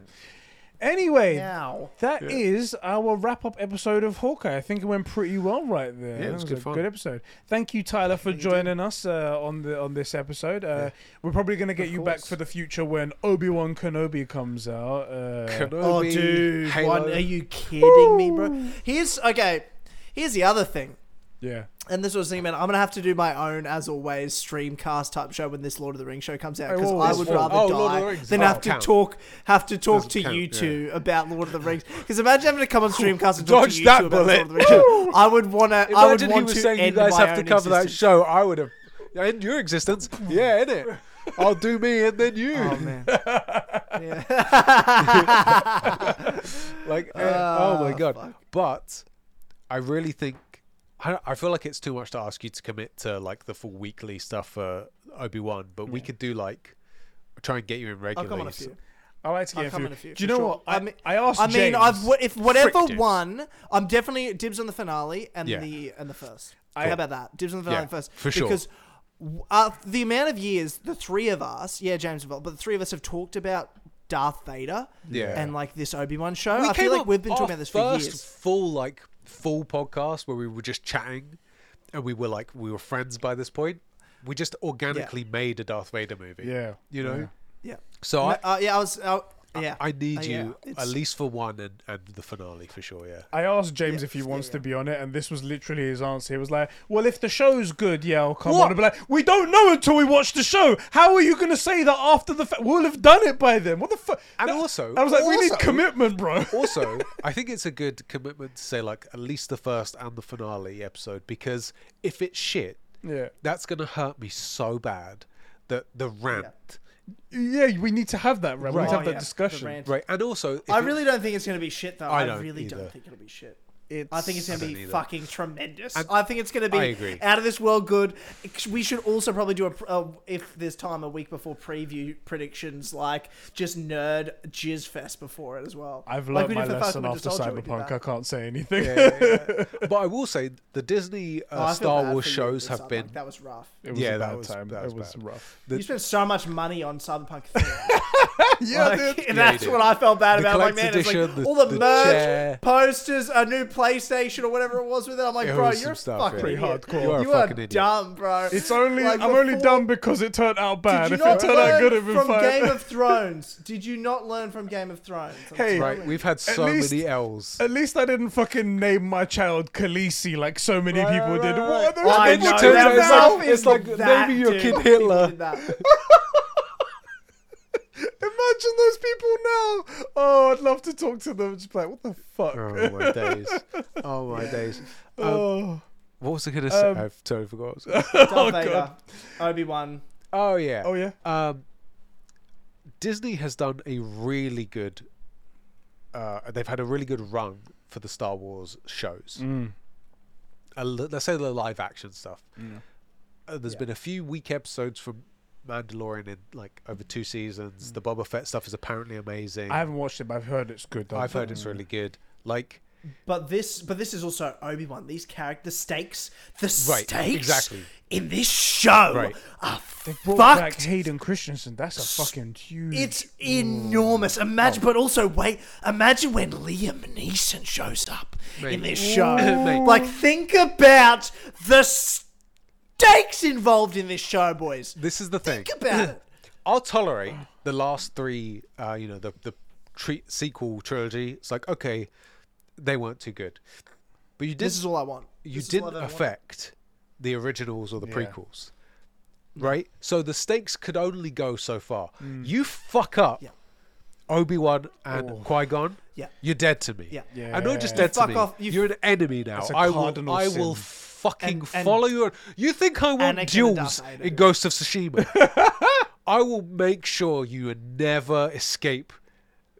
S1: anyway,
S3: Now.
S1: that
S2: Yeah.
S1: is our wrap up episode of Hawkeye. I think it went pretty well right there.
S2: Yeah, it
S1: That
S2: was good
S1: a
S2: fun.
S1: good episode. Thank you, Tyler, for joining us uh, on the on this episode. Uh, We're probably gonna get
S2: Of
S1: you back
S2: course.
S1: for the future when Obi Wan Kenobi comes out. Uh,
S3: Oh,
S2: Kenobi,
S3: dude,
S2: Halo.
S3: one, are you kidding me, bro? Here's okay. Here's the other thing,
S1: yeah,
S3: and this was the thing, man. I'm gonna have to do my own, as always, streamcast type show when this Lord of the Rings show comes out because
S1: Oh,
S3: I
S1: this
S3: would
S1: one.
S3: rather
S2: Oh, Lord of the
S3: die
S2: Rings.
S3: than
S2: Oh,
S3: have to
S2: count.
S3: talk, have to talk
S2: Doesn't
S3: to
S2: count,
S3: you
S2: yeah.
S3: two about Lord of the Rings. Because imagine having to come on streamcast and talk
S2: Dodge
S3: to you
S2: that
S3: two about Lord of the Rings.
S2: bullet.
S3: show. I would wanna. I would
S2: Imagine he
S3: want
S2: was
S3: to
S2: saying you
S3: end
S2: guys
S3: my
S2: have to
S3: own
S2: cover that
S3: existence.
S2: show. I would have <laughs> end your existence. Yeah, in <laughs> it. I'll do me and then you. <laughs>
S3: Oh man. yeah.
S2: like, eh, oh my
S3: Ah,
S2: god.
S3: fuck.
S2: But I really think I, I feel like it's too much to ask you to commit to like the full weekly stuff for Obi Wan, but we could do like try and get you in
S3: I'll
S2: regularly.
S3: come on a
S2: so-
S3: few.
S1: I like to
S3: I'll
S1: get
S3: come
S1: through.
S3: in a few,
S1: Do you
S3: for
S1: know
S3: sure.
S1: what? I,
S3: I mean-
S1: I asked.
S3: I mean,
S1: James,
S3: I've w- if whatever
S2: Frick dibs.
S3: won, I'm definitely dibs on the finale and
S2: Yeah.
S3: the and the first.
S1: I-
S3: How about that? Dibs on the finale
S2: Yeah,
S3: and first
S2: for sure.
S3: Because w- uh, the amount of years the three of us, yeah, James involved, but the three of us have talked about Darth Vader,
S2: Yeah.
S3: and like this Obi Wan show.
S2: we
S3: I
S2: came
S3: feel like
S2: up-
S3: we've been
S2: our
S3: talking about this for
S2: first
S3: years.
S2: Full like full podcast where we were just chatting, and we were like we were friends by this point. We just organically made a Darth Vader movie.
S1: Yeah,
S2: you know.
S1: yeah.
S3: Yeah,
S2: So I,
S3: uh, yeah, I was, uh, yeah,
S2: I need
S3: Uh, yeah.
S2: you at
S3: It's-
S2: least for one and, and the finale for sure. Yeah.
S1: I asked James if he wants to be on it, and this was literally his answer. He was like, "Well, if the show's good, yeah, I'll come on."
S2: What?
S1: And be like, "We don't know until we watch the show. How are you going to say that after the fact? We'll have done it by then. What the fuck?"
S2: And also-
S1: I was like, "We need
S2: also-
S1: commitment, bro."
S3: <laughs>
S1: <laughs>
S2: also, I think it's a good commitment to say like at least the first and the finale episode because if it's shit,
S1: Yeah.
S2: That's gonna hurt me so bad. That the rant,
S1: Yeah, we need to have that, right? We need
S2: Right.
S1: to
S3: Oh,
S1: have that
S3: yeah, the
S1: discussion.
S3: rant.
S2: right? And also, if
S3: I
S2: it-
S3: really don't think it's going to be shit, though.
S2: I
S3: I,
S2: don't
S3: really
S2: either.
S3: don't think it'll be shit.
S1: It's-
S3: I think it's going to
S2: don't
S3: be
S2: either.
S3: fucking tremendous. I, think it's going to be
S2: I agree.
S3: out of this world good. We should also probably do a, pr- uh, if there's time, a week before preview predictions, like just nerd jizz fest before it as well.
S1: I've learned
S3: like we did
S1: my
S3: for
S1: lesson
S3: Falcon Winter
S1: after
S3: Soldier, we did
S1: Cyberpunk. I
S3: that.
S1: can't say anything. <laughs>
S2: <laughs> but I will say the Disney
S3: Oh, I
S2: uh,
S3: feel
S2: Star
S3: bad
S2: Wars
S3: for you
S2: shows
S3: with
S2: have
S3: Cyberpunk.
S2: been
S3: That was rough.
S1: It was
S2: Yeah,
S1: a
S2: that
S1: bad
S2: was-
S1: time.
S2: that was
S1: it was
S2: bad.
S3: <laughs>
S1: rough.
S2: The-
S3: you spent so much money on Cyberpunk.
S1: yeah,
S3: Like,
S1: dude.
S3: <laughs> and
S2: Yeah,
S3: that's
S2: you did.
S3: what I felt bad
S2: The
S3: about. Like, man,
S2: collector's
S3: it's like
S2: edition, the-
S3: all the,
S2: the
S3: merch,
S2: chair.
S3: posters, a new PlayStation or whatever it was with it. I'm like,
S2: It
S3: bro,
S2: was
S3: you're a
S2: some stuff,
S3: fucking
S2: yeah.
S1: Pretty
S3: idiot.
S1: hardcore.
S2: You are a
S3: You are
S2: fucking idiot.
S3: dumb, bro.
S1: It's only
S3: Like,
S1: I'm only
S3: before-
S1: dumb because it turned out bad.
S3: Did you
S1: If it
S3: not
S1: turned out
S3: learn
S1: good, it'd been
S3: from
S1: fine.
S3: Game of Thrones? Did you not learn from Game of Thrones?
S1: <laughs>
S3: I'm
S1: Hey,
S3: sorry.
S2: right. We've had so
S1: least-
S2: many
S3: <laughs>
S2: L's.
S1: At least I didn't fucking name my child Khaleesi like so many
S2: Right,
S1: people
S2: right,
S1: did.
S2: right.
S1: What are those
S2: Well, I
S1: people
S2: know,
S1: doing
S2: that
S1: now?
S2: was-
S3: rough
S2: it's
S3: is
S2: like naming your
S3: dude.
S2: kid
S3: People
S2: Hitler.
S3: did that.
S1: Imagine those people now. Oh, I'd love to talk to them. Just be like, what the fuck?
S2: Oh my days! Oh my days! Um,
S1: oh.
S2: what was I gonna say?
S1: um,
S2: I've totally forgot. what I was
S3: <laughs>
S2: gonna <laughs> say.
S3: Darth Vader,
S1: God.
S3: Obi Wan.
S2: oh yeah.
S1: oh yeah.
S2: um, Disney has done a really good. Uh, they've had a really good run for the Star Wars shows. Uh, l- let's say the live action stuff. Uh, there's been a few weak episodes from Mandalorian in like over two seasons. The Boba Fett stuff is apparently amazing.
S1: I
S2: I've,
S1: haven't watched it, but I've heard it's good. Though.
S2: heard it's really good. Like
S3: But this, but this is also Obi Wan. These character the stakes, the
S2: Right,
S3: stakes
S2: exactly.
S3: in this show
S2: Right.
S3: are
S1: They brought back
S3: fucked.
S1: Hayden Christensen. That's a fucking huge.
S3: It's enormous. Imagine,
S2: Oh.
S3: but also wait. Imagine when Liam Neeson shows up in
S2: Mate.
S3: this show.
S2: Mate.
S3: like, think about the stakes involved in this show, boys.
S2: this is the thing.
S3: Think about it.
S2: I'll tolerate the last three, uh, you know, the the tre- sequel trilogy. It's like okay, they weren't too good, but you did
S3: This is all I want.
S2: you
S3: This is all
S2: didn't
S3: I've ever wanted.
S2: affect the originals or the
S1: Yeah.
S2: prequels, right? So the stakes could only go so far. You fuck up
S3: Mm. Yeah. Oh.
S2: Obi Wan and Qui Gon,
S3: Yeah.
S2: you're dead to me.
S3: Yeah.
S2: and not just
S1: Yeah.
S2: dead to
S3: Fuck
S2: me.
S3: off, you-
S2: You are an enemy now.
S1: That's a
S2: I will.
S1: cardinal
S2: I
S1: sin.
S2: will fucking
S3: And- and-
S2: follow you. ar- You think I want
S3: Anakin and
S2: duels
S3: Darth Vader.
S2: in Ghost of Tsushima?
S3: <laughs>
S2: I will make sure you never escape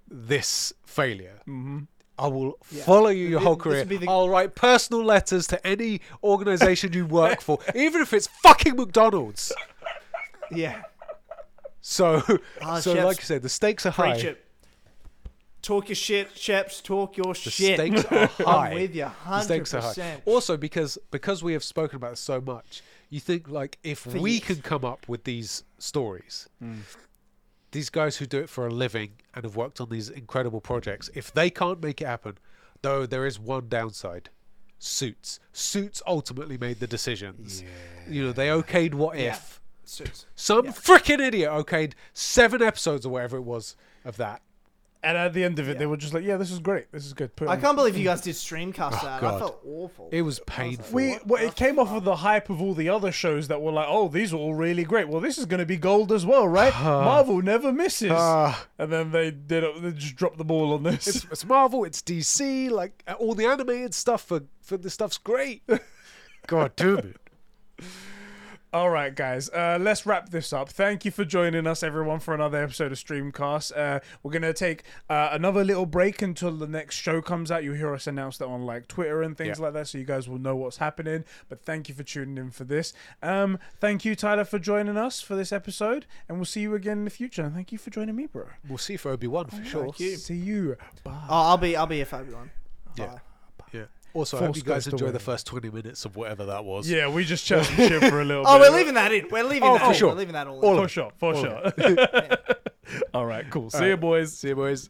S2: this failure. Mm-hmm. I will follow you your
S3: Thi-
S2: whole
S3: this
S2: career.
S3: would be the-
S2: I'll write personal letters to any organization you work
S3: <laughs>
S2: for, even if it's fucking McDonald's.
S3: Yeah.
S2: So,
S3: Ah,
S2: <laughs> so
S3: chefs,
S2: like you said, the stakes are high.
S3: Preach it. Talk your shit, chaps. Talk your
S2: The
S3: shit.
S2: stakes are high.
S3: <laughs> I'm with you,
S2: The stakes are high.
S3: 100%.
S2: Also, because because we have spoken about it so much, you think like if we
S3: years. Mm.
S2: can come up with these stories, these guys who do it for a living and have worked on these incredible projects, if they can't make it happen, though there is one downside. Suits. Suits ultimately made the decisions. You know, they okayed what
S3: Yeah.
S2: if.
S3: Suits.
S2: Some
S3: Yeah.
S2: frickin' idiot okayed seven episodes or whatever it was of that.
S1: and at the end of it, they were just like, "Yeah, this is great. This is good." Put
S3: I
S1: it-
S3: can't believe you guys did streamcast that. I
S2: Oh, God.
S3: felt awful.
S2: It was painful.
S1: We well, it came off of the hype of all the other shows that were like, "Oh, these are all really great. Well, this is going to be gold as well, right?" <sighs> Marvel never <sighs> misses.
S2: Ah.
S1: and then they did it, they just dropped the ball on this.
S2: it's, it's Marvel, it's DC, like uh, all the animated stuff for for this stuff's great. <laughs> God damn it.
S1: All right, guys, uh, let's wrap this up. Thank you for joining us, everyone, for another episode of Streamcast. Uh, we're going to take uh, another little break until the next show comes out. You'll hear us announce that on like Twitter and things
S2: Yeah.
S1: like that, so you guys will know what's happening. But thank you for tuning in for this. Um, thank you, Tyler, for joining us for this episode, and we'll see you again in the future. And thank you for joining me, bro.
S2: We'll see for Obi Wan for sure.
S1: See you.
S3: Oh, I'll be, I'll be if everyone.
S2: Yeah. Yeah. Also, I
S1: Force
S2: hope you guys
S1: goes to
S2: enjoy the
S1: Wayne.
S2: first twenty minutes of whatever that was.
S1: Yeah, we just chatted <laughs> shit for a little
S3: Oh,
S1: bit.
S3: we're leaving that in. We're leaving.
S2: Oh,
S3: that
S2: for
S3: in.
S2: sure.
S3: We're leaving that all. in.
S1: <laughs> for sure, for sure. All right, cool. See you, boys.
S2: See you boys.